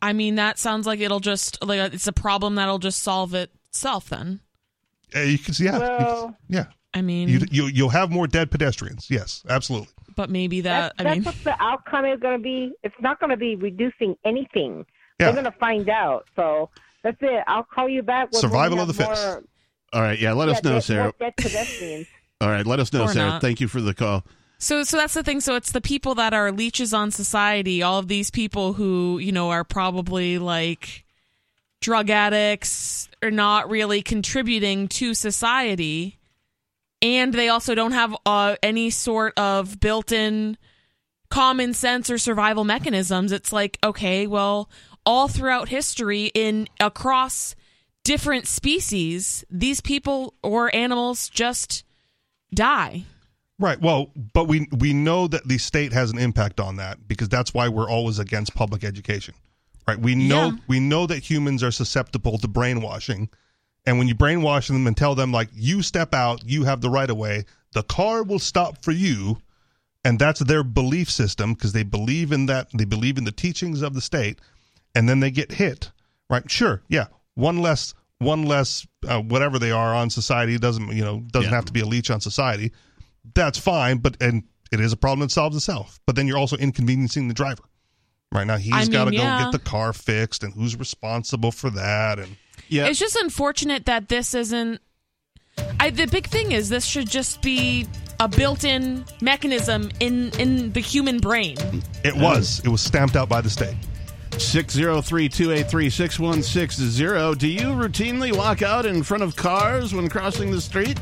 Speaker 4: I mean, that sounds like it'll just like uh, it's a problem that'll just solve itself. Then
Speaker 3: Uh, you can see, yeah, you can-
Speaker 4: Well-
Speaker 3: yeah.
Speaker 4: I mean,
Speaker 3: you, you you'll have more dead pedestrians. Yes, absolutely.
Speaker 4: but maybe that.
Speaker 11: that's
Speaker 4: I mean,
Speaker 11: what the outcome is going to be. It's not going to be reducing anything.
Speaker 2: Yeah.
Speaker 11: We're going to find out. So that's it. I'll call you back. when we
Speaker 2: Survival of
Speaker 11: have
Speaker 2: the fittest.
Speaker 11: more-
Speaker 2: All right. Yeah, let
Speaker 11: yeah,
Speaker 2: us know,
Speaker 11: more
Speaker 2: Sarah.
Speaker 11: dead pedestrians.
Speaker 2: All right. Let us know,
Speaker 4: Or
Speaker 2: Sarah.
Speaker 4: not.
Speaker 2: Thank you for the call.
Speaker 4: so so that's the thing. So it's the people that are leeches on society. All of these people who you know are probably like drug addicts are not really contributing to society and they also don't have uh, any sort of built-in common sense or survival mechanisms it's like okay well all throughout history in across different species these people or animals just die
Speaker 3: Right. Well, but we we know that the state has an impact on that because that's why we're always against public education. Right. We know
Speaker 12: Yeah.
Speaker 3: we know that humans are susceptible to brainwashing. And when you brainwash them and tell them like you step out, you have the right of way, the car will stop for you, and that's their belief system because they believe in that they believe in the teachings of the state and then they get hit right sure yeah one less one less uh, whatever they are on society doesn't you know doesn't have to be a leech on society that's fine but and it is a problem that solves itself but then you're also inconveniencing the driver right now he's
Speaker 4: I mean,
Speaker 3: got to go
Speaker 4: yeah.
Speaker 3: get the car fixed and who's responsible for that and yeah
Speaker 4: It's just unfortunate that this isn't. I, the big thing is this should just be a built-in mechanism in in the human brain.
Speaker 2: Mm-hmm.
Speaker 3: it was it was stamped out by the state
Speaker 2: 603 283 6160. Do you routinely walk out in front of cars when crossing the street?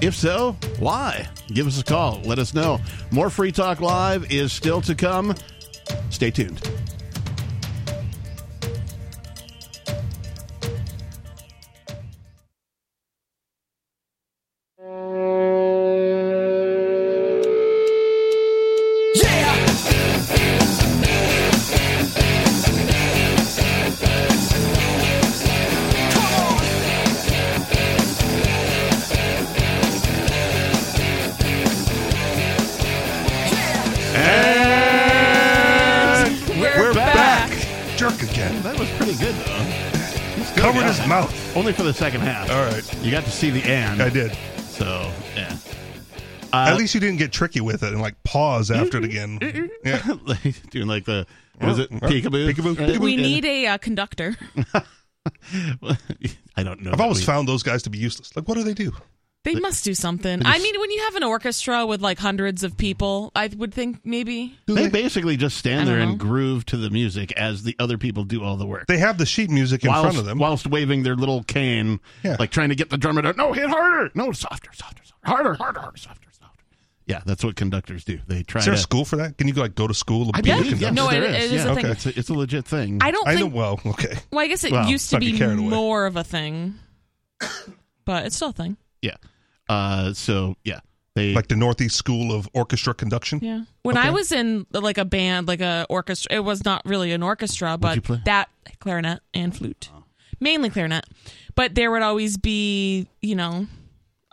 Speaker 2: If so, why? Give us a call. Let us know. More Free Talk Live is still to come. Stay tuned.
Speaker 3: We're back. jerk again
Speaker 2: that was pretty good though He's good,
Speaker 3: Covered
Speaker 2: yeah.
Speaker 3: his mouth.
Speaker 2: only for the second half
Speaker 3: all right
Speaker 2: you got to see the end
Speaker 3: i did
Speaker 2: so yeah Uh,
Speaker 3: at least you didn't get tricky with it and like pause after it again yeah
Speaker 2: doing like the what is it peekaboo
Speaker 3: Peekaboo.
Speaker 2: Right?
Speaker 4: We need a uh, conductor.
Speaker 2: I don't know
Speaker 3: I've
Speaker 2: that
Speaker 3: always
Speaker 2: we-
Speaker 3: found those guys to be useless. Like, what do they do?
Speaker 4: They must
Speaker 2: mm-hmm.
Speaker 4: do something. I mean, when you have an orchestra with like hundreds of people, I would think maybe.
Speaker 2: they basically
Speaker 4: I
Speaker 2: just stand
Speaker 4: don't
Speaker 2: there and groove to the music as the other people do all the work
Speaker 3: They have the sheet music in
Speaker 2: whilst,
Speaker 3: front of them.
Speaker 2: whilst waving their little cane, like trying to get the drummer to no hit harder, no softer, softer, softer, harder, harder, harder, softer, softer. Yeah, that's what conductors do. They try.
Speaker 3: Is there
Speaker 2: to,
Speaker 3: a school for that? Can you like go to school?
Speaker 2: I
Speaker 3: be a
Speaker 2: believe, yes,
Speaker 3: conductor?
Speaker 4: No,
Speaker 2: there
Speaker 4: it- it is a
Speaker 2: yeah.
Speaker 4: thing.
Speaker 2: Okay, it's a, it's a legit thing.
Speaker 4: I don't
Speaker 3: I know.
Speaker 4: think-
Speaker 3: Well, okay.
Speaker 4: Well, I guess it
Speaker 2: Well,
Speaker 4: used to
Speaker 2: not get
Speaker 4: be
Speaker 2: carried away.
Speaker 4: more of a thing, but it's still a thing.
Speaker 2: Yeah. Uh, so yeah, they
Speaker 3: like the Northeast School of Orchestra Conduction.
Speaker 4: Yeah. When I was in like a band, like a orchestra, it was not really an orchestra,
Speaker 3: you play? Oh.
Speaker 4: but that clarinet and flute, mainly clarinet. But there would always be, you know,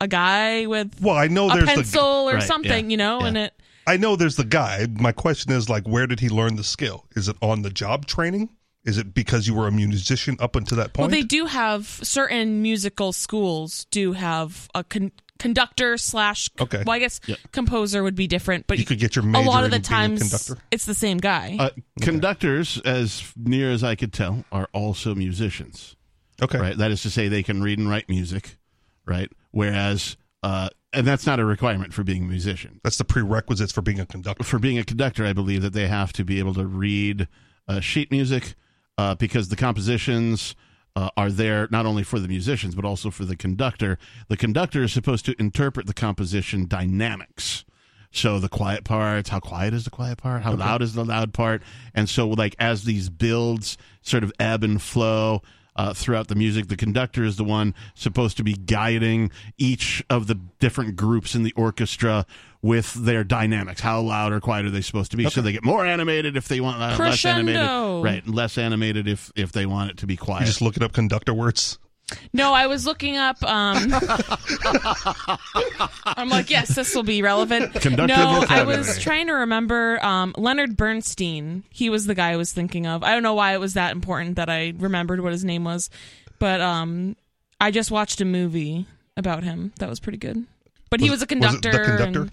Speaker 4: a guy with
Speaker 3: Well, I know
Speaker 4: a
Speaker 3: there's
Speaker 4: pencil
Speaker 3: the,
Speaker 4: or something, you know, and it.
Speaker 3: I know there's the guy. My question is like, where did he learn the skill? Is it on the job training? Is it because you were a musician up until that
Speaker 4: Well,
Speaker 3: point?
Speaker 4: they do have certain musical schools do have a con- conductor slash.
Speaker 3: Okay.
Speaker 4: Well, I guess
Speaker 3: Yep.
Speaker 4: composer would be different, but
Speaker 3: You could get your
Speaker 4: a lot
Speaker 3: major
Speaker 4: of the
Speaker 3: in being a
Speaker 4: times
Speaker 3: conductor.
Speaker 4: it's the same guy.
Speaker 2: Uh, Conductors, as near as I could tell, are also musicians.
Speaker 3: Okay.
Speaker 2: Right. That is to say, they can read and write music, right? Whereas, uh, and that's not a requirement for being a musician.
Speaker 3: That's the prerequisites for being a conductor.
Speaker 2: For being a conductor, I believe that they have to be able to read uh, sheet music uh, because the compositions. Uh, are there not only for the musicians but also for the conductor? The conductor is supposed to interpret the composition dynamics. So the quiet parts, how quiet is the quiet part? How loud is the loud part? And so, like as these builds sort of ebb and flow uh, throughout the music, the conductor is the one supposed to be guiding each of the different groups in the orchestra with their dynamics. How loud or quiet are they supposed to be? So they get more animated if they want uh, less animated,
Speaker 4: Crescendo.
Speaker 2: right? Less animated if if they want it to be quiet.
Speaker 3: You just looking up conductor words.
Speaker 4: No, I was looking up. Um, I'm like, yes, this will be relevant.
Speaker 2: Conductor
Speaker 4: no, I
Speaker 2: vocabulary.
Speaker 4: was trying to remember um, Leonard Bernstein. He was the guy I was thinking of. I don't know why it was that important that I remembered what his name was, but um, I just watched a movie about him that was pretty good. But he
Speaker 3: Was
Speaker 4: was a
Speaker 3: it- was it The
Speaker 4: conductor.
Speaker 3: Conductor?
Speaker 4: and-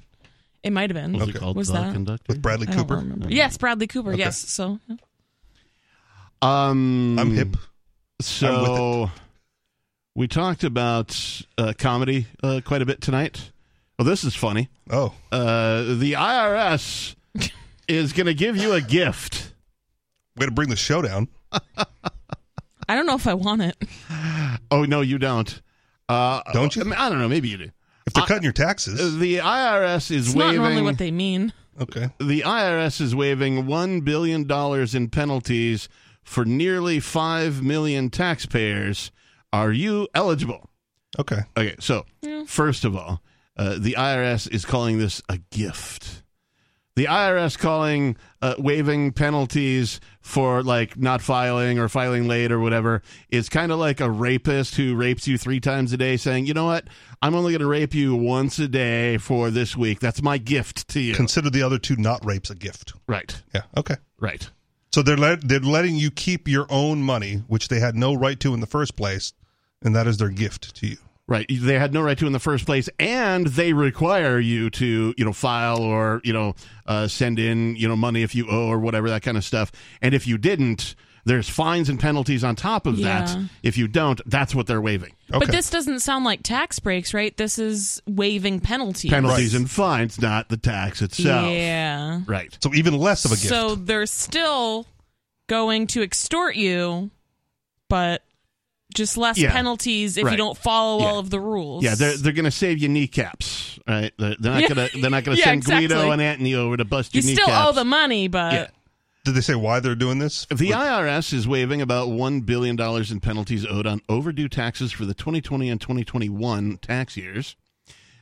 Speaker 4: it might have been.
Speaker 2: Was it called
Speaker 4: Was
Speaker 2: The
Speaker 4: that?
Speaker 2: Conductor? Mm.
Speaker 3: With Bradley
Speaker 4: I don't
Speaker 3: Cooper?
Speaker 4: remember. Yes, Bradley Cooper.
Speaker 3: Okay.
Speaker 4: Yes. So
Speaker 2: Um, I'm
Speaker 3: hip.
Speaker 2: So we talked about uh, comedy uh, quite a bit tonight. Well, this is funny.
Speaker 3: Oh,
Speaker 2: uh, the IRS is going to give you a gift.
Speaker 3: Way to bring the show down.
Speaker 4: I don't know if I want it.
Speaker 2: Oh no, you don't. Uh,
Speaker 3: Don't you?
Speaker 2: I, mean, I don't know. Maybe you do.
Speaker 3: If they're cutting your taxes,
Speaker 2: Uh, the IRS is
Speaker 4: It's not
Speaker 2: waiving.
Speaker 4: normally what they mean.
Speaker 3: okay.
Speaker 2: The IRS is waiving one billion dollars in penalties for nearly five million taxpayers. Are you eligible?
Speaker 3: Okay.
Speaker 2: Okay. So first of all, uh, the IRS is calling this a gift. The IRS calling uh, waiving penalties for like not filing or filing late or whatever is kind of like a rapist who rapes you three times a day, saying, "You know what? I'm only going to rape you once a day for this week. That's my gift to you."
Speaker 3: Consider the other two not rapes a gift.
Speaker 2: Right.
Speaker 3: Yeah. Okay.
Speaker 2: Right.
Speaker 3: So they're let, they're letting you keep your own money, which they had no right to in the first place, and that is their gift to you.
Speaker 2: Right. They had no right to in the first place, and they require you to, you know, file or, you know, uh, send in, you know, money if you owe or whatever, that kind of stuff. And if you didn't, there's fines and penalties on top of
Speaker 4: Yeah.
Speaker 2: that. If you don't, that's what they're waiving.
Speaker 4: But this doesn't sound like tax breaks, right? This is waiving penalties.
Speaker 2: penalties and fines, not the tax itself.
Speaker 4: Yeah.
Speaker 2: Right.
Speaker 3: So even less of a gift.
Speaker 4: So they're still going to extort you, but just less
Speaker 2: Yeah.
Speaker 4: penalties if
Speaker 2: Right.
Speaker 4: you don't follow all
Speaker 2: Yeah.
Speaker 4: of the rules.
Speaker 2: Yeah, they're they're gonna save you kneecaps, right? They're, they're not
Speaker 4: Yeah.
Speaker 2: gonna they're not gonna
Speaker 4: Yeah,
Speaker 2: send Guido
Speaker 4: exactly.
Speaker 2: and Antony over to bust
Speaker 4: you
Speaker 2: your
Speaker 4: still
Speaker 2: kneecaps.
Speaker 4: owe the money, but
Speaker 2: Yeah.
Speaker 3: Did they say why they're doing this?
Speaker 2: The IRS is waiving about $1 billion in penalties owed on overdue taxes for the 2020 and 2021 tax years.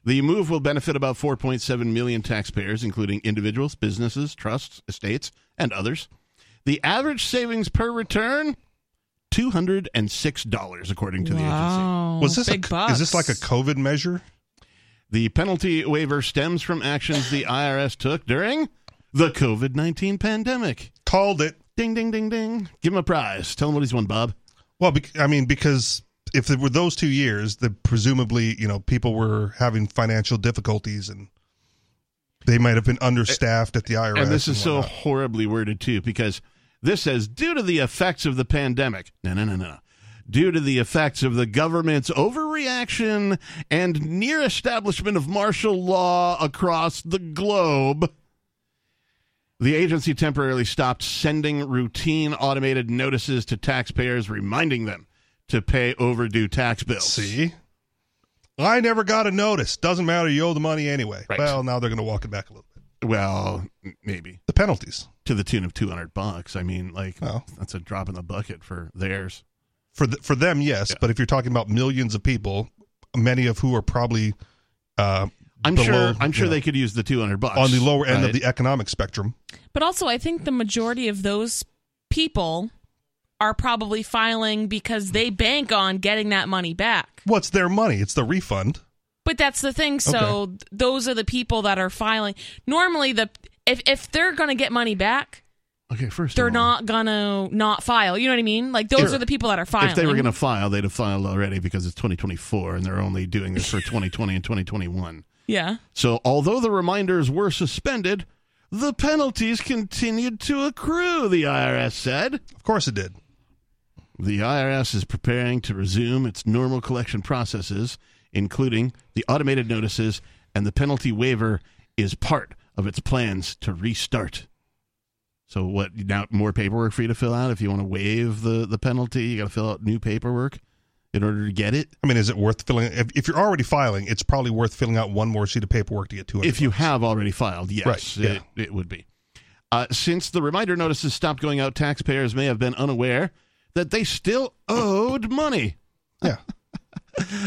Speaker 2: The move will benefit about 4.7 million taxpayers, including individuals, businesses, trusts, estates, and others. The average savings per return. Two hundred and six dollars, according to
Speaker 4: Wow,
Speaker 2: the agency.
Speaker 4: Was this a- big bucks.
Speaker 3: is this like a COVID measure?
Speaker 2: The penalty waiver stems from actions the IRS took during the COVID nineteen pandemic.
Speaker 3: Called it.
Speaker 2: Ding, ding, ding, ding. Give him a prize. Tell him what he's won, Bob.
Speaker 3: Well, bec- I mean, because if it were those two years, that presumably you know people were having financial difficulties and they might have been understaffed at the IRS.
Speaker 2: And this is so
Speaker 3: whatnot.
Speaker 2: horribly worded too, because this says due to the effects of the pandemic. No, no, no, no. no. Due to the effects of the government's overreaction and near establishment of martial law across the globe, the agency temporarily stopped sending routine automated notices to taxpayers, reminding them to pay overdue tax bills.
Speaker 3: See, I never got a notice. Doesn't matter. You owe the money anyway. Well, now they're going to walk it back a little bit.
Speaker 2: Well, m- maybe
Speaker 3: The penalties
Speaker 2: to the tune of two hundred bucks. I mean, like
Speaker 3: Well.
Speaker 2: that's a drop in the bucket for theirs.
Speaker 3: for the, for them, yes, but if you're talking about millions of people, many of who are probably, uh,
Speaker 2: I'm
Speaker 3: below,
Speaker 2: sure. I'm sure
Speaker 3: you know,
Speaker 2: they could use the 200 bucks
Speaker 3: on the lower end of
Speaker 2: right?
Speaker 3: the economic spectrum.
Speaker 4: But also, I think the majority of those people are probably filing because they bank on getting that money back.
Speaker 3: What's their money? It's the refund.
Speaker 4: But that's the thing. So th- those are the people that are filing. Normally, the if if they're gonna get money back,
Speaker 2: Okay, first
Speaker 4: they're
Speaker 2: of all,
Speaker 4: not gonna not file. You know what I mean? Like those
Speaker 2: If-
Speaker 4: are the people that are filing.
Speaker 2: If they were going to file, they'd have filed already because it's 2024 and they're only doing this for 2020 and 2021.
Speaker 4: yeah.
Speaker 2: So, although the reminders were suspended, the penalties continued to accrue. The IRS said.
Speaker 3: Of course, it did.
Speaker 2: The IRS is preparing to resume its normal collection processes, including the automated notices, and the penalty waiver is part of its plans to restart. So, what now? More paperwork for you to fill out if you want to waive the, the penalty? You got to fill out new paperwork in order to get it.
Speaker 3: I mean, is it worth filling? If, if you're already filing, it's probably worth filling out one more sheet of paperwork to get to it.
Speaker 2: If you have already filed, yes,
Speaker 3: Right, yeah.
Speaker 2: it, it would be. Uh, since the reminder notices stopped going out, taxpayers may have been unaware that they still owed money.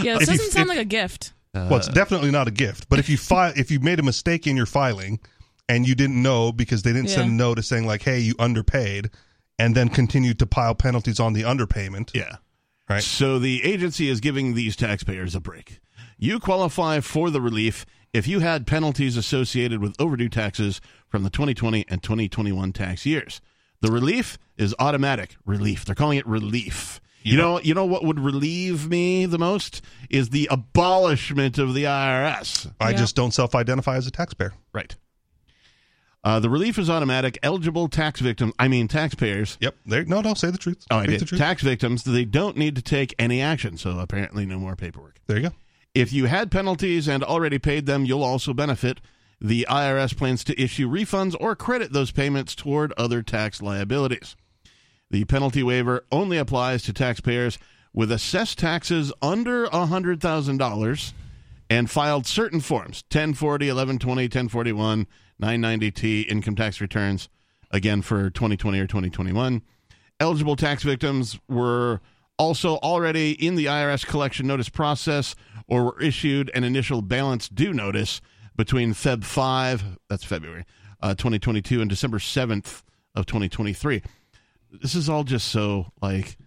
Speaker 4: Yeah, this
Speaker 3: If you-
Speaker 4: doesn't sound
Speaker 3: if-
Speaker 4: like a gift.
Speaker 2: uh,
Speaker 3: well, it's definitely not a gift. But if you file, if you made a mistake in your filing and you didn't know because they didn't send a
Speaker 4: Yeah.
Speaker 3: notice saying like, "Hey, you underpaid," and then continued to pile penalties on the underpayment.
Speaker 2: Yeah.
Speaker 3: Right.
Speaker 2: So the agency is giving these taxpayers a break. You qualify for the relief if you had penalties associated with overdue taxes from the 2020 and 2021 tax years. The relief is automatic relief. They're calling it relief. You know, you know what would relieve me the most is the abolishment of the IRS.
Speaker 3: I just don't self-identify as a taxpayer.
Speaker 2: Right. Uh, the relief is automatic. Eligible tax victims, I mean taxpayers.
Speaker 3: Yep. There. No, no. Say the truth.
Speaker 2: Oh, I
Speaker 3: Speak the
Speaker 2: did.
Speaker 3: truth.
Speaker 2: Tax victims, they don't need to take any action. So apparently, no more paperwork.
Speaker 3: there you go.
Speaker 2: If you had penalties and already paid them, you'll also benefit. The IRS plans to issue refunds or credit those payments toward other tax liabilities. The penalty waiver only applies to taxpayers with assessed taxes under $100,000 and filed certain forms 1040, 1120, 1041, 990T income tax returns, again for 2020 or 2021. Eligible tax victims were also already in the IRS collection notice process or were issued an initial balance due notice between Feb 5, that's February, uh, 2022, and December 7th of 2023. This is all just so like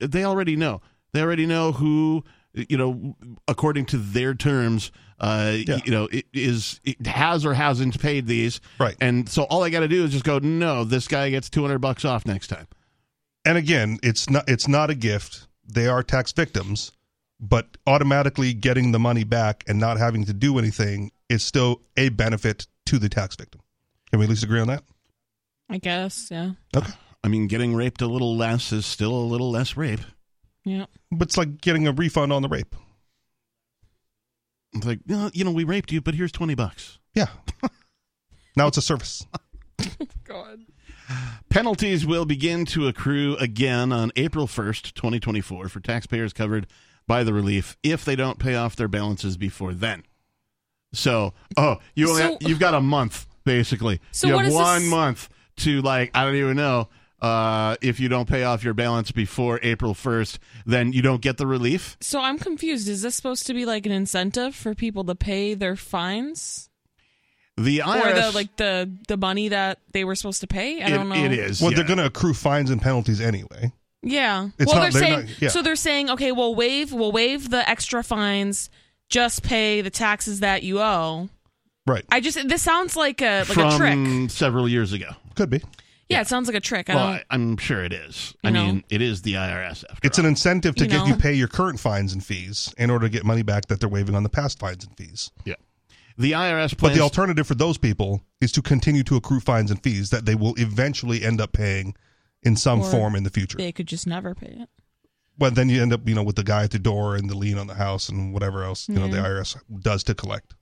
Speaker 2: they already know. They already know who you know according to their terms uh you know it is it has or hasn't paid these right and so all i got to do is just go no this guy gets 200 bucks off next time
Speaker 3: and again, it's not it's not a gift. They are tax victims, but automatically getting the money back and not having to do anything is still a benefit to the tax victim. Can we at least agree on that?
Speaker 4: I guess, yeah.
Speaker 3: Okay.
Speaker 2: I mean, getting raped a little less is still a little less rape.
Speaker 4: Yeah.
Speaker 3: But it's like getting a refund on the rape.
Speaker 2: It's like, "No, you know, we raped you, but here's 20 bucks.
Speaker 3: Yeah. now it's a service.
Speaker 2: Penalties will begin to accrue again on April 1st, 2024, for taxpayers covered by the relief if they don't pay off their balances before then. So, oh, you only
Speaker 4: So-
Speaker 2: you've got a month basically.
Speaker 4: So
Speaker 2: you
Speaker 4: what
Speaker 2: have
Speaker 4: is
Speaker 2: one
Speaker 4: this-
Speaker 2: month to like I don't even know uh, if you don't pay off your balance before April 1st, then you don't get the relief.
Speaker 4: So I'm confused. Is this supposed to be like an incentive for people to pay their fines?
Speaker 2: The IRS
Speaker 4: Or the like the the money that they were supposed to pay? I don't know.
Speaker 3: Well, they're going to accrue fines and penalties anyway.
Speaker 4: Yeah.
Speaker 3: It's
Speaker 4: well,
Speaker 3: not-
Speaker 4: they're,
Speaker 3: they're
Speaker 4: saying
Speaker 3: not- yeah.
Speaker 4: so. They're saying okay, we'll waive we'll waive the extra fines, just pay the taxes that you owe.
Speaker 3: Right.
Speaker 4: I just this sounds like a like
Speaker 2: from
Speaker 4: a trick. Yeah,
Speaker 2: several years ago.
Speaker 3: Could be.
Speaker 4: it sounds like a trick. I
Speaker 2: Well,
Speaker 4: don't,
Speaker 2: I, I'm sure it is. I
Speaker 4: You know?
Speaker 2: mean, it is the IRS after
Speaker 3: It's an incentive to
Speaker 4: You
Speaker 3: get
Speaker 4: know.
Speaker 3: you pay your current fines and fees in order to get money back that they're waiving on the past fines and fees.
Speaker 2: Yeah. The IRS
Speaker 3: But
Speaker 2: plans
Speaker 3: the alternative for those people is to continue to accrue fines and fees that they will eventually end up paying in some
Speaker 4: or
Speaker 3: form in the future.
Speaker 4: They could just never pay it.
Speaker 3: Well, then you end up, you know, with the guy at the door and the lien on the house and whatever else, you know, the
Speaker 4: Yeah.
Speaker 3: IRS does to collect.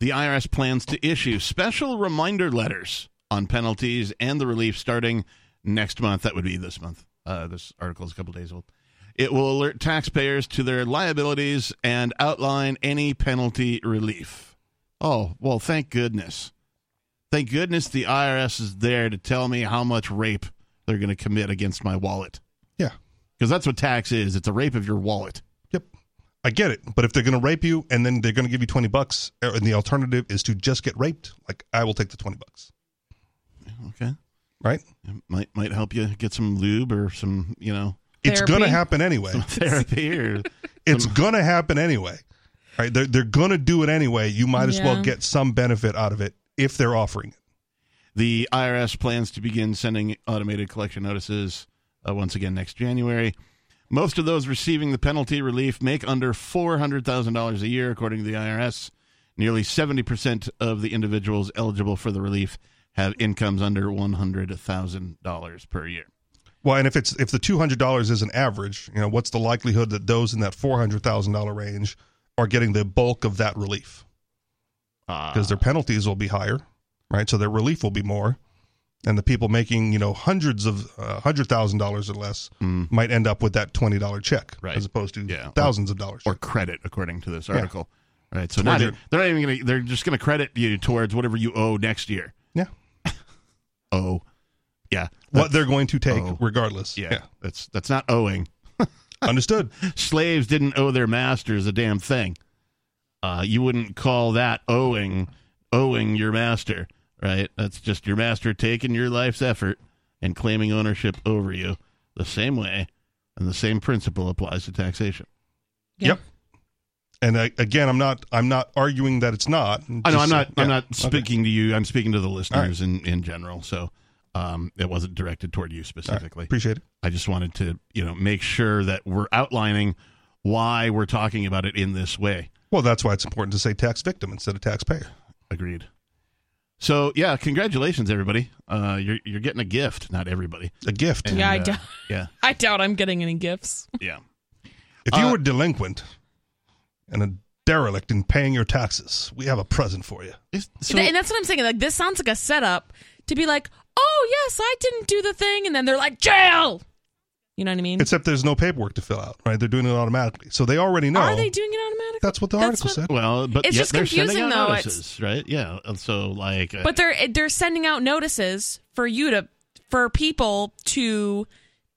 Speaker 2: The IRS plans to issue special reminder letters on penalties and the relief starting next month. That would be this month. Uh, this article is a couple days old. It will alert taxpayers to their liabilities and outline any penalty relief. Oh, well, thank goodness. Thank goodness the IRS is there to tell me how much rape they're going to commit against my wallet.
Speaker 3: Yeah.
Speaker 2: Because that's what tax is it's a rape of your wallet.
Speaker 3: I get it, but if they're going to rape you and then they're going to give you 20 bucks er, and the alternative is to just get raped, like I will take the 20 bucks,
Speaker 2: Okay.
Speaker 3: right?
Speaker 2: It might, might help you get some lube or some, you know.
Speaker 3: It's going to happen anyway.
Speaker 2: Some therapy or
Speaker 3: It's going to happen anyway. Right? They're, they're going to do it anyway. You might as well
Speaker 2: Yeah.
Speaker 3: get some benefit out of it if they're offering it.
Speaker 2: The IRS plans to begin sending automated collection notices uh, once again next January. Most of those receiving the penalty relief make under $400,000 a year, according to the IRS. Nearly 70% of the individuals eligible for the relief have incomes under $100,000 per year.
Speaker 3: Well, and if it's if the two hundred dollars is an average, you know, what's the likelihood that those in that four hundred thousand dollar range are getting the bulk of that relief?
Speaker 2: Ah.
Speaker 3: Because their penalties will be higher, right? So their relief will be more, and the people making you know hundreds of uh, hundred thousand dollars or less might end up with that twenty dollar check,
Speaker 2: Mm. Right.
Speaker 3: as opposed to
Speaker 2: Yeah.
Speaker 3: thousands of dollars
Speaker 2: Or credit, according to this
Speaker 3: Yeah.
Speaker 2: article. Right. So
Speaker 3: Or
Speaker 2: now
Speaker 3: they're-
Speaker 2: they're, they're not even going to, they're just going to credit you towards whatever you owe next year.
Speaker 3: Yeah.
Speaker 2: oh. Yeah.
Speaker 3: what they're going to take,
Speaker 2: Oh.
Speaker 3: regardless.
Speaker 2: Yeah, that's that's not owing.
Speaker 3: Understood.
Speaker 2: Slaves didn't owe their masters a damn thing. Uh, you wouldn't call that owing owing your master, right? That's just your master taking your life's effort and claiming ownership over you the same way, and the same principle applies to taxation.
Speaker 3: Yep. And I, again, I'm not I'm not arguing that it's not.
Speaker 2: I know I'm
Speaker 3: Just-
Speaker 2: not I'm
Speaker 3: yeah.
Speaker 2: not
Speaker 3: Okay.
Speaker 2: speaking to you. I'm speaking to the listeners in in general. So um, it wasn't directed toward you specifically.
Speaker 3: Appreciate it.
Speaker 2: I just wanted to you know make sure that we're outlining why we're talking about it in this way.
Speaker 3: Well, that's why it's important to say tax victim instead of taxpayer.
Speaker 2: Agreed. So yeah, congratulations everybody. Uh, you're you're getting a gift. Not everybody. uh,
Speaker 3: A gift.
Speaker 4: Yeah, I doubt-
Speaker 2: yeah.
Speaker 4: I doubt I'm getting any gifts.
Speaker 2: Yeah.
Speaker 3: If
Speaker 4: Uh,
Speaker 3: you were delinquent and a derelict in paying your taxes, we have a present for you.
Speaker 4: and that's what I'm saying. Like this sounds like a setup to be like, oh, yes, I didn't do the thing. And then they're like, jail. You know what I mean?
Speaker 3: Except there's no paperwork to fill out, right? They're doing it automatically, so they already know.
Speaker 4: Are they doing it automatically?
Speaker 3: That's what the article said.
Speaker 2: Well, but
Speaker 4: It's
Speaker 2: yet
Speaker 4: just
Speaker 2: they're sending
Speaker 4: confusing,
Speaker 2: out
Speaker 4: though. It's-
Speaker 2: notices, right? Yeah. and So like, uh,
Speaker 4: But they're eh, they're sending out notices for you to for people to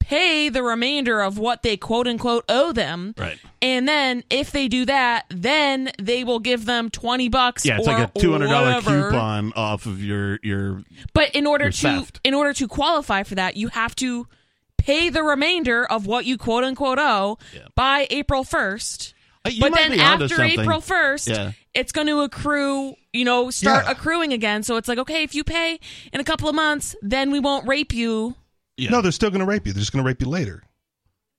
Speaker 4: pay the remainder of what they quote unquote owe them.
Speaker 2: Right.
Speaker 4: And then if they do that, then they will give them twenty bucks.
Speaker 2: yeah, it's
Speaker 4: or
Speaker 2: like a two hundred dollar
Speaker 4: whatever.
Speaker 2: coupon off of your your.
Speaker 4: But in order
Speaker 2: Your
Speaker 4: to
Speaker 2: theft.
Speaker 4: in order to qualify for that, you have to pay the remainder of what you quote unquote owe by April first.
Speaker 3: Uh,
Speaker 2: you
Speaker 4: but
Speaker 2: might
Speaker 4: then
Speaker 2: be onto
Speaker 4: after
Speaker 2: something.
Speaker 4: April first,
Speaker 2: Yeah.
Speaker 4: it's going to accrue. You know, start
Speaker 2: Yeah.
Speaker 4: accruing again. So it's like, okay, if you pay in a couple of months, then we won't rape you.
Speaker 3: No, they're still going to rape you. They're just going to rape you later.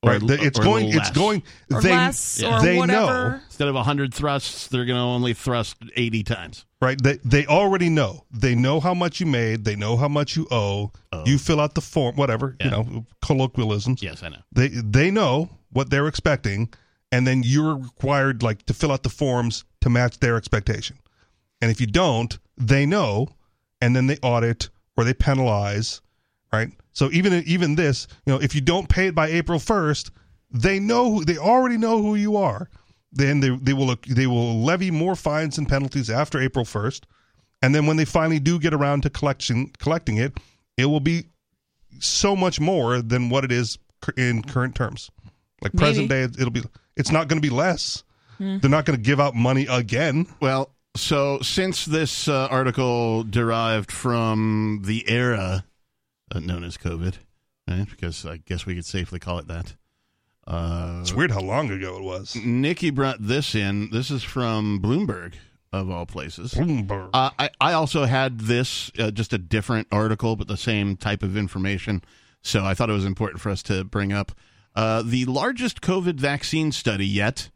Speaker 3: right? They- It's
Speaker 2: or
Speaker 3: going. It's
Speaker 2: less.
Speaker 3: going.
Speaker 4: Or
Speaker 3: they
Speaker 4: less, or
Speaker 3: they
Speaker 4: whatever.
Speaker 3: know.
Speaker 2: Instead of hundred thrusts, they're going to only thrust eighty times.
Speaker 3: Right? They they already know. They know how much you made. They know how much you owe. You fill out the form, whatever you know, colloquialisms.
Speaker 2: Oh. Yes, I know.
Speaker 3: They they know what they're expecting, and then you're required like to fill out the forms to match their expectation. And if you don't, they know, and then they audit or they penalize. Right? So even even this, you know, if you don't pay it by April first, they know who, they already know who you are. Then they they will they will levy more fines and penalties after April first, and then when they finally do get around to collection collecting it, it will be so much more than what it is cur- in current terms. Like
Speaker 2: Maybe. Hmm.
Speaker 3: present day, it'll be it's not going to be less.
Speaker 4: Hmm.
Speaker 3: They're not going to give out money again.
Speaker 2: Well, so since this uh, article derived from the era uh, known as COVID, right? Because I guess we could safely call it that. Uh, it's
Speaker 3: weird how long ago it was.
Speaker 2: Nikki brought this in. This is from Bloomberg, of all places.
Speaker 3: Bloomberg.
Speaker 2: Uh, I, I also had this, uh, just a different article, but the same type of information. So I thought it was important for us to bring up. Uh, the largest COVID vaccine study yet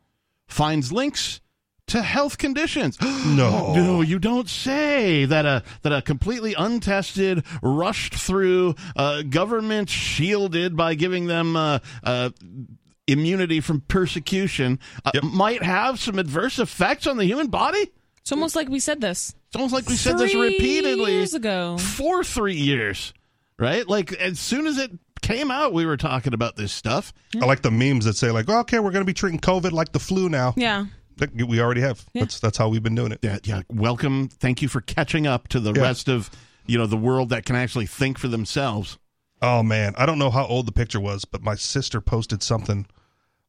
Speaker 2: finds links to health conditions.
Speaker 3: No.
Speaker 2: no, you don't say that a that a completely untested, rushed through, uh, government shielded by giving them uh, uh, immunity from persecution uh, might have some adverse effects on the human body.
Speaker 4: It's almost like we said this.
Speaker 2: It's almost like we said this
Speaker 4: Three
Speaker 2: repeatedly
Speaker 4: years ago.
Speaker 2: for three years, right? Like as soon as it came out, we were talking about this stuff.
Speaker 3: I like the memes that say like, okay, we're going to be treating COVID like the flu now.
Speaker 4: Yeah.
Speaker 3: That- we already have. That's that's how we've been doing it.
Speaker 2: Yeah, yeah. Welcome. Thank you for catching up to the
Speaker 3: Yeah.
Speaker 2: rest of you know the world that can actually think for themselves.
Speaker 3: Oh man, I don't know how old the picture was, but my sister posted something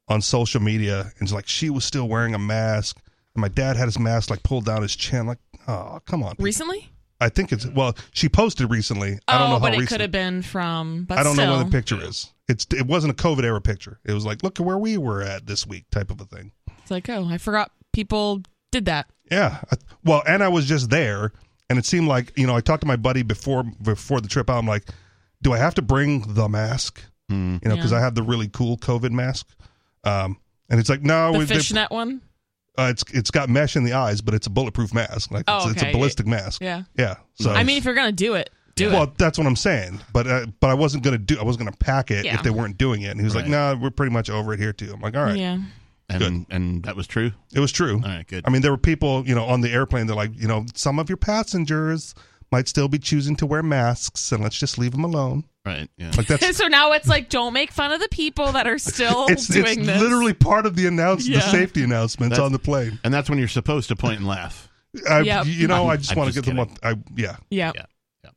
Speaker 3: on social media and it's like she was still wearing a mask and my dad had his mask like pulled down his chin like, "Oh, come on."
Speaker 4: Recently?
Speaker 3: I think it's well, she posted recently. I don't
Speaker 4: oh,
Speaker 3: know how
Speaker 4: but
Speaker 3: recent.
Speaker 4: it could have been from. But
Speaker 3: I don't know
Speaker 4: still.
Speaker 3: where the picture is. It's it wasn't a COVID era picture. It was like, "Look at where we were at this week" type of a thing.
Speaker 4: It's like, oh, I forgot people did that.
Speaker 3: Yeah. I- Well, and I was just there, and it seemed like you know I talked to my buddy before before the trip out. I'm like, do I have to bring the mask? You know, because
Speaker 4: Yeah.
Speaker 3: I have the really cool COVID mask. Um, and it's like no,
Speaker 4: the
Speaker 3: we- they-
Speaker 4: fishnet one.
Speaker 3: uh, it's it's got mesh in the eyes, but it's a bulletproof mask. Like
Speaker 4: Oh,
Speaker 3: it's, it's
Speaker 4: okay.
Speaker 3: a ballistic mask.
Speaker 4: Yeah.
Speaker 3: Yeah. So
Speaker 4: I mean, if you're gonna do it, do it.
Speaker 3: well, that's what I'm saying. But uh, but I wasn't gonna do. I wasn't gonna pack it
Speaker 4: Yeah.
Speaker 3: if they weren't doing it. And he was like, no, we're pretty much over it here too. I'm like, all right.
Speaker 4: Yeah.
Speaker 2: And and that was true.
Speaker 3: It was true. All
Speaker 2: right, good.
Speaker 3: I mean, there were people, you know, on the airplane. They're like, you know, some of your passengers might still be choosing to wear masks, and let's just leave them alone.
Speaker 2: Right. Yeah.
Speaker 3: Like that's
Speaker 4: so now it's like, don't make fun of the people that are still
Speaker 3: it's,
Speaker 4: doing
Speaker 3: it's
Speaker 4: this.
Speaker 3: literally part of the announce the
Speaker 4: Yeah.
Speaker 3: safety announcements
Speaker 2: That's-
Speaker 3: on the plane.
Speaker 2: And that's when you're supposed to point and laugh.
Speaker 3: I,
Speaker 4: Yep.
Speaker 3: You know, I
Speaker 2: I'm-
Speaker 3: just
Speaker 2: I'm
Speaker 3: want to
Speaker 2: just
Speaker 3: give them. A, I yeah.
Speaker 4: yeah.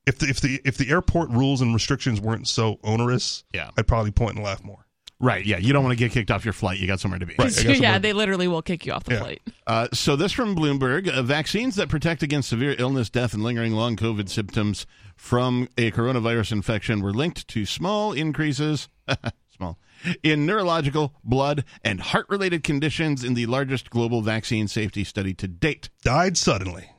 Speaker 3: If the, if the if the airport rules and restrictions weren't so onerous,
Speaker 2: Yeah.
Speaker 3: I'd probably point and laugh more.
Speaker 2: Right. Yeah. You don't want to get kicked off your flight. You got somewhere to be.
Speaker 4: yeah, they literally will kick you off the plate.
Speaker 2: Uh, so this from Bloomberg: uh, vaccines that protect against severe illness, death, and lingering long COVID symptoms from a coronavirus infection were linked to small increases, small, in neurological, blood, and heart-related conditions in the largest global vaccine safety study to date.
Speaker 3: Died suddenly.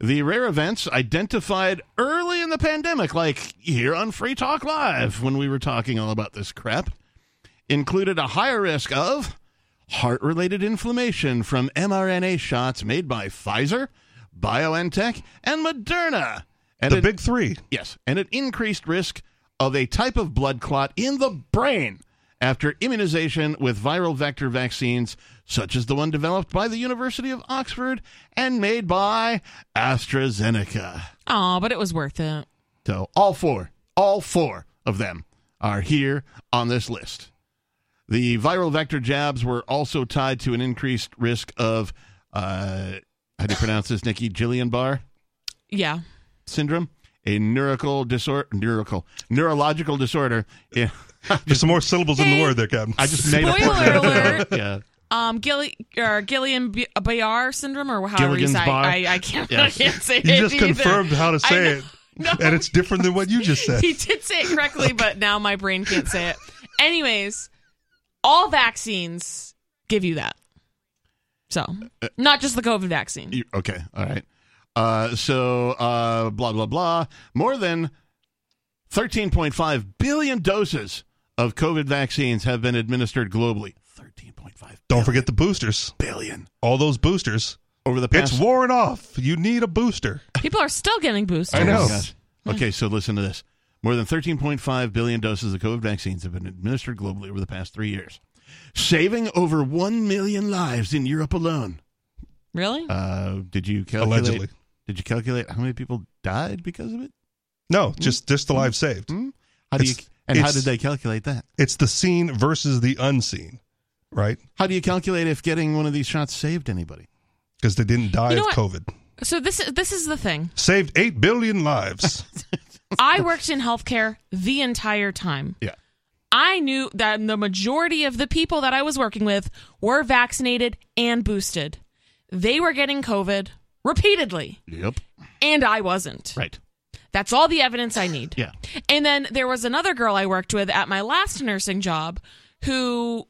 Speaker 2: The rare events identified early in the pandemic, like here on Free Talk Live when we were talking all about this crap, included a higher risk of heart related inflammation from mRNA shots made by Pfizer, BioNTech, and Moderna. And
Speaker 3: The
Speaker 2: an-
Speaker 3: big three.
Speaker 2: Yes, and an increased risk of a type of blood clot in the brain after immunization with viral vector vaccines such as the one developed by the University of Oxford and made by AstraZeneca.
Speaker 4: Oh, but it was worth it.
Speaker 2: So all four, all four of them are here on this list. The viral vector jabs were also tied to an increased risk of, uh, how do you pronounce this, Nikki? Gillian Barr
Speaker 4: Yeah.
Speaker 2: syndrome, a neurical disorder, neurical, neurological disorder. Yeah. There's
Speaker 3: some more syllables in the word there, Captain.
Speaker 2: I just made up
Speaker 4: Spoiler alert.
Speaker 2: Yeah.
Speaker 4: Um, Gilly, or Gillian B- Bayar syndrome, or however you
Speaker 3: Gilligan's
Speaker 4: say
Speaker 3: Barr?
Speaker 4: I, I, can't,
Speaker 3: Yes.
Speaker 4: I can't say
Speaker 3: You
Speaker 4: it.
Speaker 3: just
Speaker 4: either.
Speaker 3: confirmed how to
Speaker 4: I
Speaker 3: say
Speaker 4: know-
Speaker 3: it, and it's different than what you just said.
Speaker 4: He did say it correctly, but now my brain can't say it. Anyways, all vaccines give you that. So,
Speaker 3: Uh,
Speaker 4: not just the COVID vaccine.
Speaker 2: You- okay, all right. Uh, so uh, blah blah blah. More than 13.5 billion doses of COVID vaccines have been administered globally.
Speaker 3: Don't forget the boosters.
Speaker 2: Billion.
Speaker 3: All those boosters.
Speaker 2: Over the
Speaker 3: It's
Speaker 2: past-
Speaker 3: worn off. You need a booster.
Speaker 4: People are still getting boosters.
Speaker 2: Oh my gosh. Okay, so listen to this. More than 13.5 billion doses of COVID vaccines have been administered globally over the past three years, saving over 1 million lives in Europe alone.
Speaker 4: Really?
Speaker 2: Uh, did you calculate?
Speaker 3: Allegedly.
Speaker 2: Did you calculate how many people died because of it? Hmm?
Speaker 3: No, just just the lives saved.
Speaker 2: How do you,
Speaker 3: It's-
Speaker 2: and how
Speaker 3: it's-
Speaker 2: did they calculate that?
Speaker 3: It's the seen versus the unseen, right?
Speaker 2: How do you calculate if getting one of these shots saved anybody?
Speaker 3: Because they didn't die
Speaker 4: You know
Speaker 3: of
Speaker 4: what?
Speaker 3: COVID.
Speaker 4: So this is this is the thing.
Speaker 3: Saved eight billion lives.
Speaker 4: I worked in healthcare the entire time.
Speaker 2: Yeah.
Speaker 4: I knew that the majority of the people that I was working with were vaccinated and boosted. They were getting COVID repeatedly,
Speaker 2: Yep.
Speaker 4: and I wasn't.
Speaker 2: Right.
Speaker 4: That's all the evidence I need.
Speaker 2: Yeah.
Speaker 4: And then there was another girl I worked with at my last nursing job who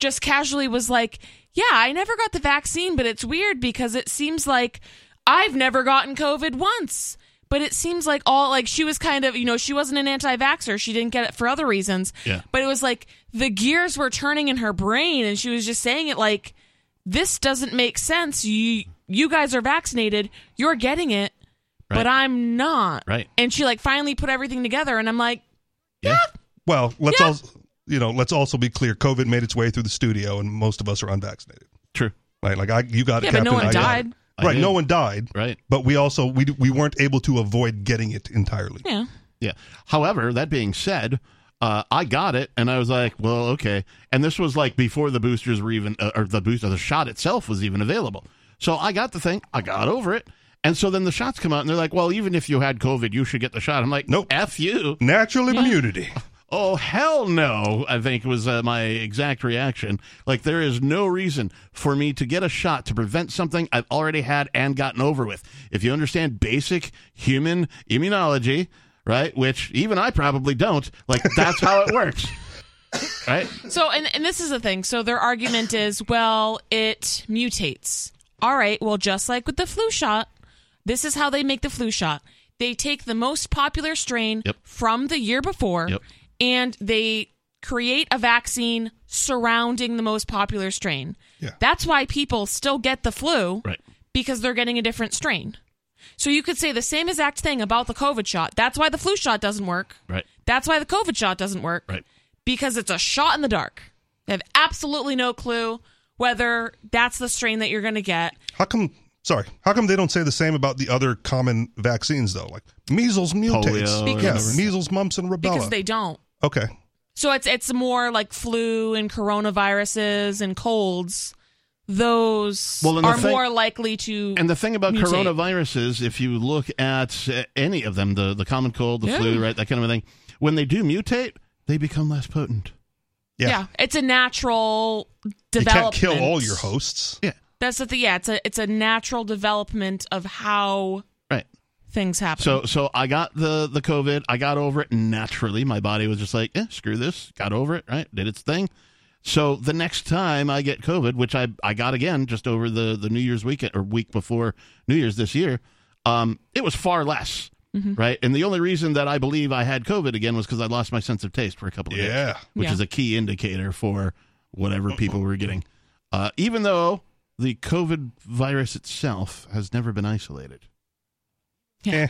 Speaker 4: just casually was like, Yeah, I never got the vaccine, but it's weird because it seems like I've never gotten COVID once. But it seems like all, like, she was kind of, you know, she wasn't an anti vaxxer. She didn't get it for other reasons.
Speaker 12: Yeah.
Speaker 4: But it was like the gears were turning in her brain and she was just saying it like, This doesn't make sense. You, you guys are vaccinated, you're getting it, but
Speaker 3: Right.
Speaker 4: I'm not.
Speaker 3: Right.
Speaker 4: And she like finally put everything together, and I'm like,
Speaker 3: Well, let's also you know, let's also be clear. COVID made its way through the studio, and most of us are unvaccinated.
Speaker 2: True.
Speaker 3: Right? Like I, you got
Speaker 4: Yeah,
Speaker 3: it,
Speaker 4: but
Speaker 3: Captain.
Speaker 4: no one
Speaker 3: I got
Speaker 4: died.
Speaker 3: it.
Speaker 2: I
Speaker 3: Right? No
Speaker 2: did.
Speaker 3: one died.
Speaker 2: Right.
Speaker 3: But we also we we weren't able to avoid getting it entirely.
Speaker 4: yeah.
Speaker 2: Yeah. However, that being said, uh, I got it, and I was like, "Well, okay." And this was like before the boosters were even, uh, or the booster, the shot itself was even available. So I got the thing, I got over it, and so then the shots come out, and they're like, "Well, even if you had COVID, you should get the shot." I'm like, "Nope, f you."
Speaker 3: Natural immunity.
Speaker 2: Oh hell no! I think was uh, my exact reaction. Like there is no reason for me to get a shot to prevent something I've already had and gotten over with. If you understand basic human immunology, right? Which even I probably don't. Like that's how it works, right?
Speaker 4: So, and, and this is the thing. So, their argument is, well, it mutates. All right. Well, just like with the flu shot, this is how they make the flu shot. They take the most popular strain
Speaker 12: Yep.
Speaker 4: from the year before
Speaker 12: Yep.
Speaker 4: and they create a vaccine surrounding the most popular strain.
Speaker 3: Yeah.
Speaker 4: That's why people still get the flu
Speaker 2: right.
Speaker 4: because they're getting a different strain. So, you could say the same exact thing about the COVID shot. That's why the flu shot doesn't work.
Speaker 2: Right.
Speaker 4: That's why the COVID shot doesn't work.
Speaker 2: Right.
Speaker 4: Because it's a shot in the dark. They have absolutely no clue whether that's the strain that you're going to get.
Speaker 3: How come? Sorry. How come they don't say the same about the other common vaccines though? Like measles mutates.
Speaker 4: or
Speaker 3: yeah,
Speaker 4: whatever.
Speaker 3: measles, mumps, and rubella.
Speaker 4: Because they don't.
Speaker 3: okay.
Speaker 4: So it's it's more like flu and coronaviruses and colds. Those
Speaker 2: Well, and the
Speaker 4: are
Speaker 2: thing-
Speaker 4: more likely to
Speaker 2: And the thing about
Speaker 4: mutate.
Speaker 2: coronaviruses, if you look at uh, any of them, the the common cold, the
Speaker 4: Yeah.
Speaker 2: flu, right, that kind of a thing, when they do mutate, they become less potent.
Speaker 4: Yeah. it's a natural development.
Speaker 3: hosts.
Speaker 2: Yeah.
Speaker 4: That's the thing. Yeah, it's a it's a natural development of how
Speaker 2: Right.
Speaker 4: things happen.
Speaker 2: So so I got the the COVID. I got over it naturally. My body was just like, eh, screw this. Got over it. Right, did its thing. So the next time I get COVID, which I I got again just over the the New Year's weekend or week before New Year's this year, um, it was far less.
Speaker 4: Mm-hmm.
Speaker 12: Mhm.
Speaker 2: Right, and the only reason that I believe I had COVID again was because I lost my sense of taste for a couple of
Speaker 3: Yeah.
Speaker 2: days, which
Speaker 12: Yeah.
Speaker 2: is a key indicator for whatever people were getting. Uh, even though the COVID virus itself has never been isolated
Speaker 3: Eh.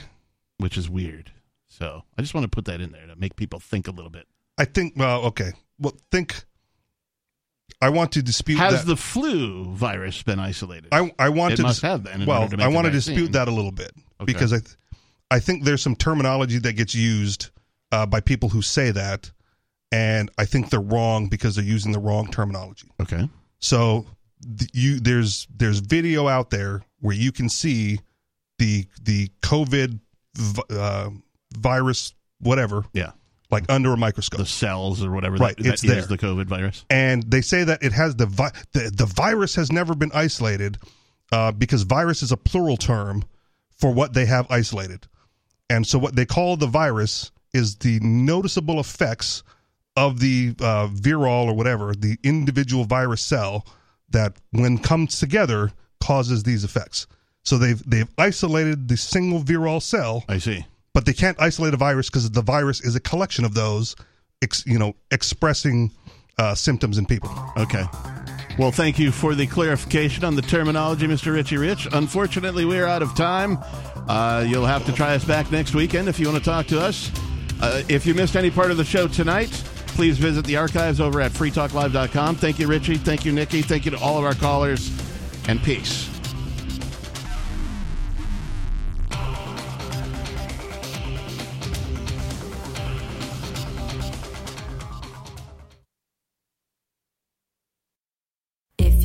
Speaker 2: which is weird. So I just want to put that in there to make people think a little bit.
Speaker 3: I think. Well, okay. Well, think. I want to dispute.
Speaker 2: Has
Speaker 3: that.
Speaker 2: the flu virus been isolated?
Speaker 3: I I want
Speaker 2: It
Speaker 3: to
Speaker 2: must
Speaker 3: dis-
Speaker 2: have been in
Speaker 3: well,
Speaker 2: order to make
Speaker 3: I
Speaker 2: the
Speaker 3: want to
Speaker 2: vaccine.
Speaker 3: dispute that a little bit
Speaker 2: Okay.
Speaker 3: because I th- I think there's some terminology that gets used uh, by people who say that, and I think they're wrong because they're using the wrong terminology.
Speaker 2: Okay.
Speaker 3: So th- you there's there's video out there where you can see the the COVID vi- uh, virus whatever.
Speaker 2: Yeah.
Speaker 3: Like under a microscope. The
Speaker 2: cells or whatever.
Speaker 3: Right.
Speaker 2: that,
Speaker 3: it's
Speaker 2: that
Speaker 3: there
Speaker 2: is the COVID virus.
Speaker 3: and they say that it has the vi- the, the virus has never been isolated uh, because virus is a plural term for what they have isolated, and so what they call the virus is the noticeable effects of the uh, viral or whatever the individual virus cell that when comes together causes these effects. So they've they've isolated the single viral cell.
Speaker 2: I see,
Speaker 3: but they can't isolate a virus because the virus is a collection of those, ex- you know, expressing uh, symptoms in people.
Speaker 2: Okay. Well, thank you for the clarification on the terminology, Mr. Richie Rich. Unfortunately, we are out of time. Uh, you'll have to try us back next weekend if you want to talk to us. Uh, if you missed any part of the show tonight, please visit the archives over at freetalklive.com. Thank you, Richie. Thank you, Nikki. Thank you to all of our callers, and peace.
Speaker 12: If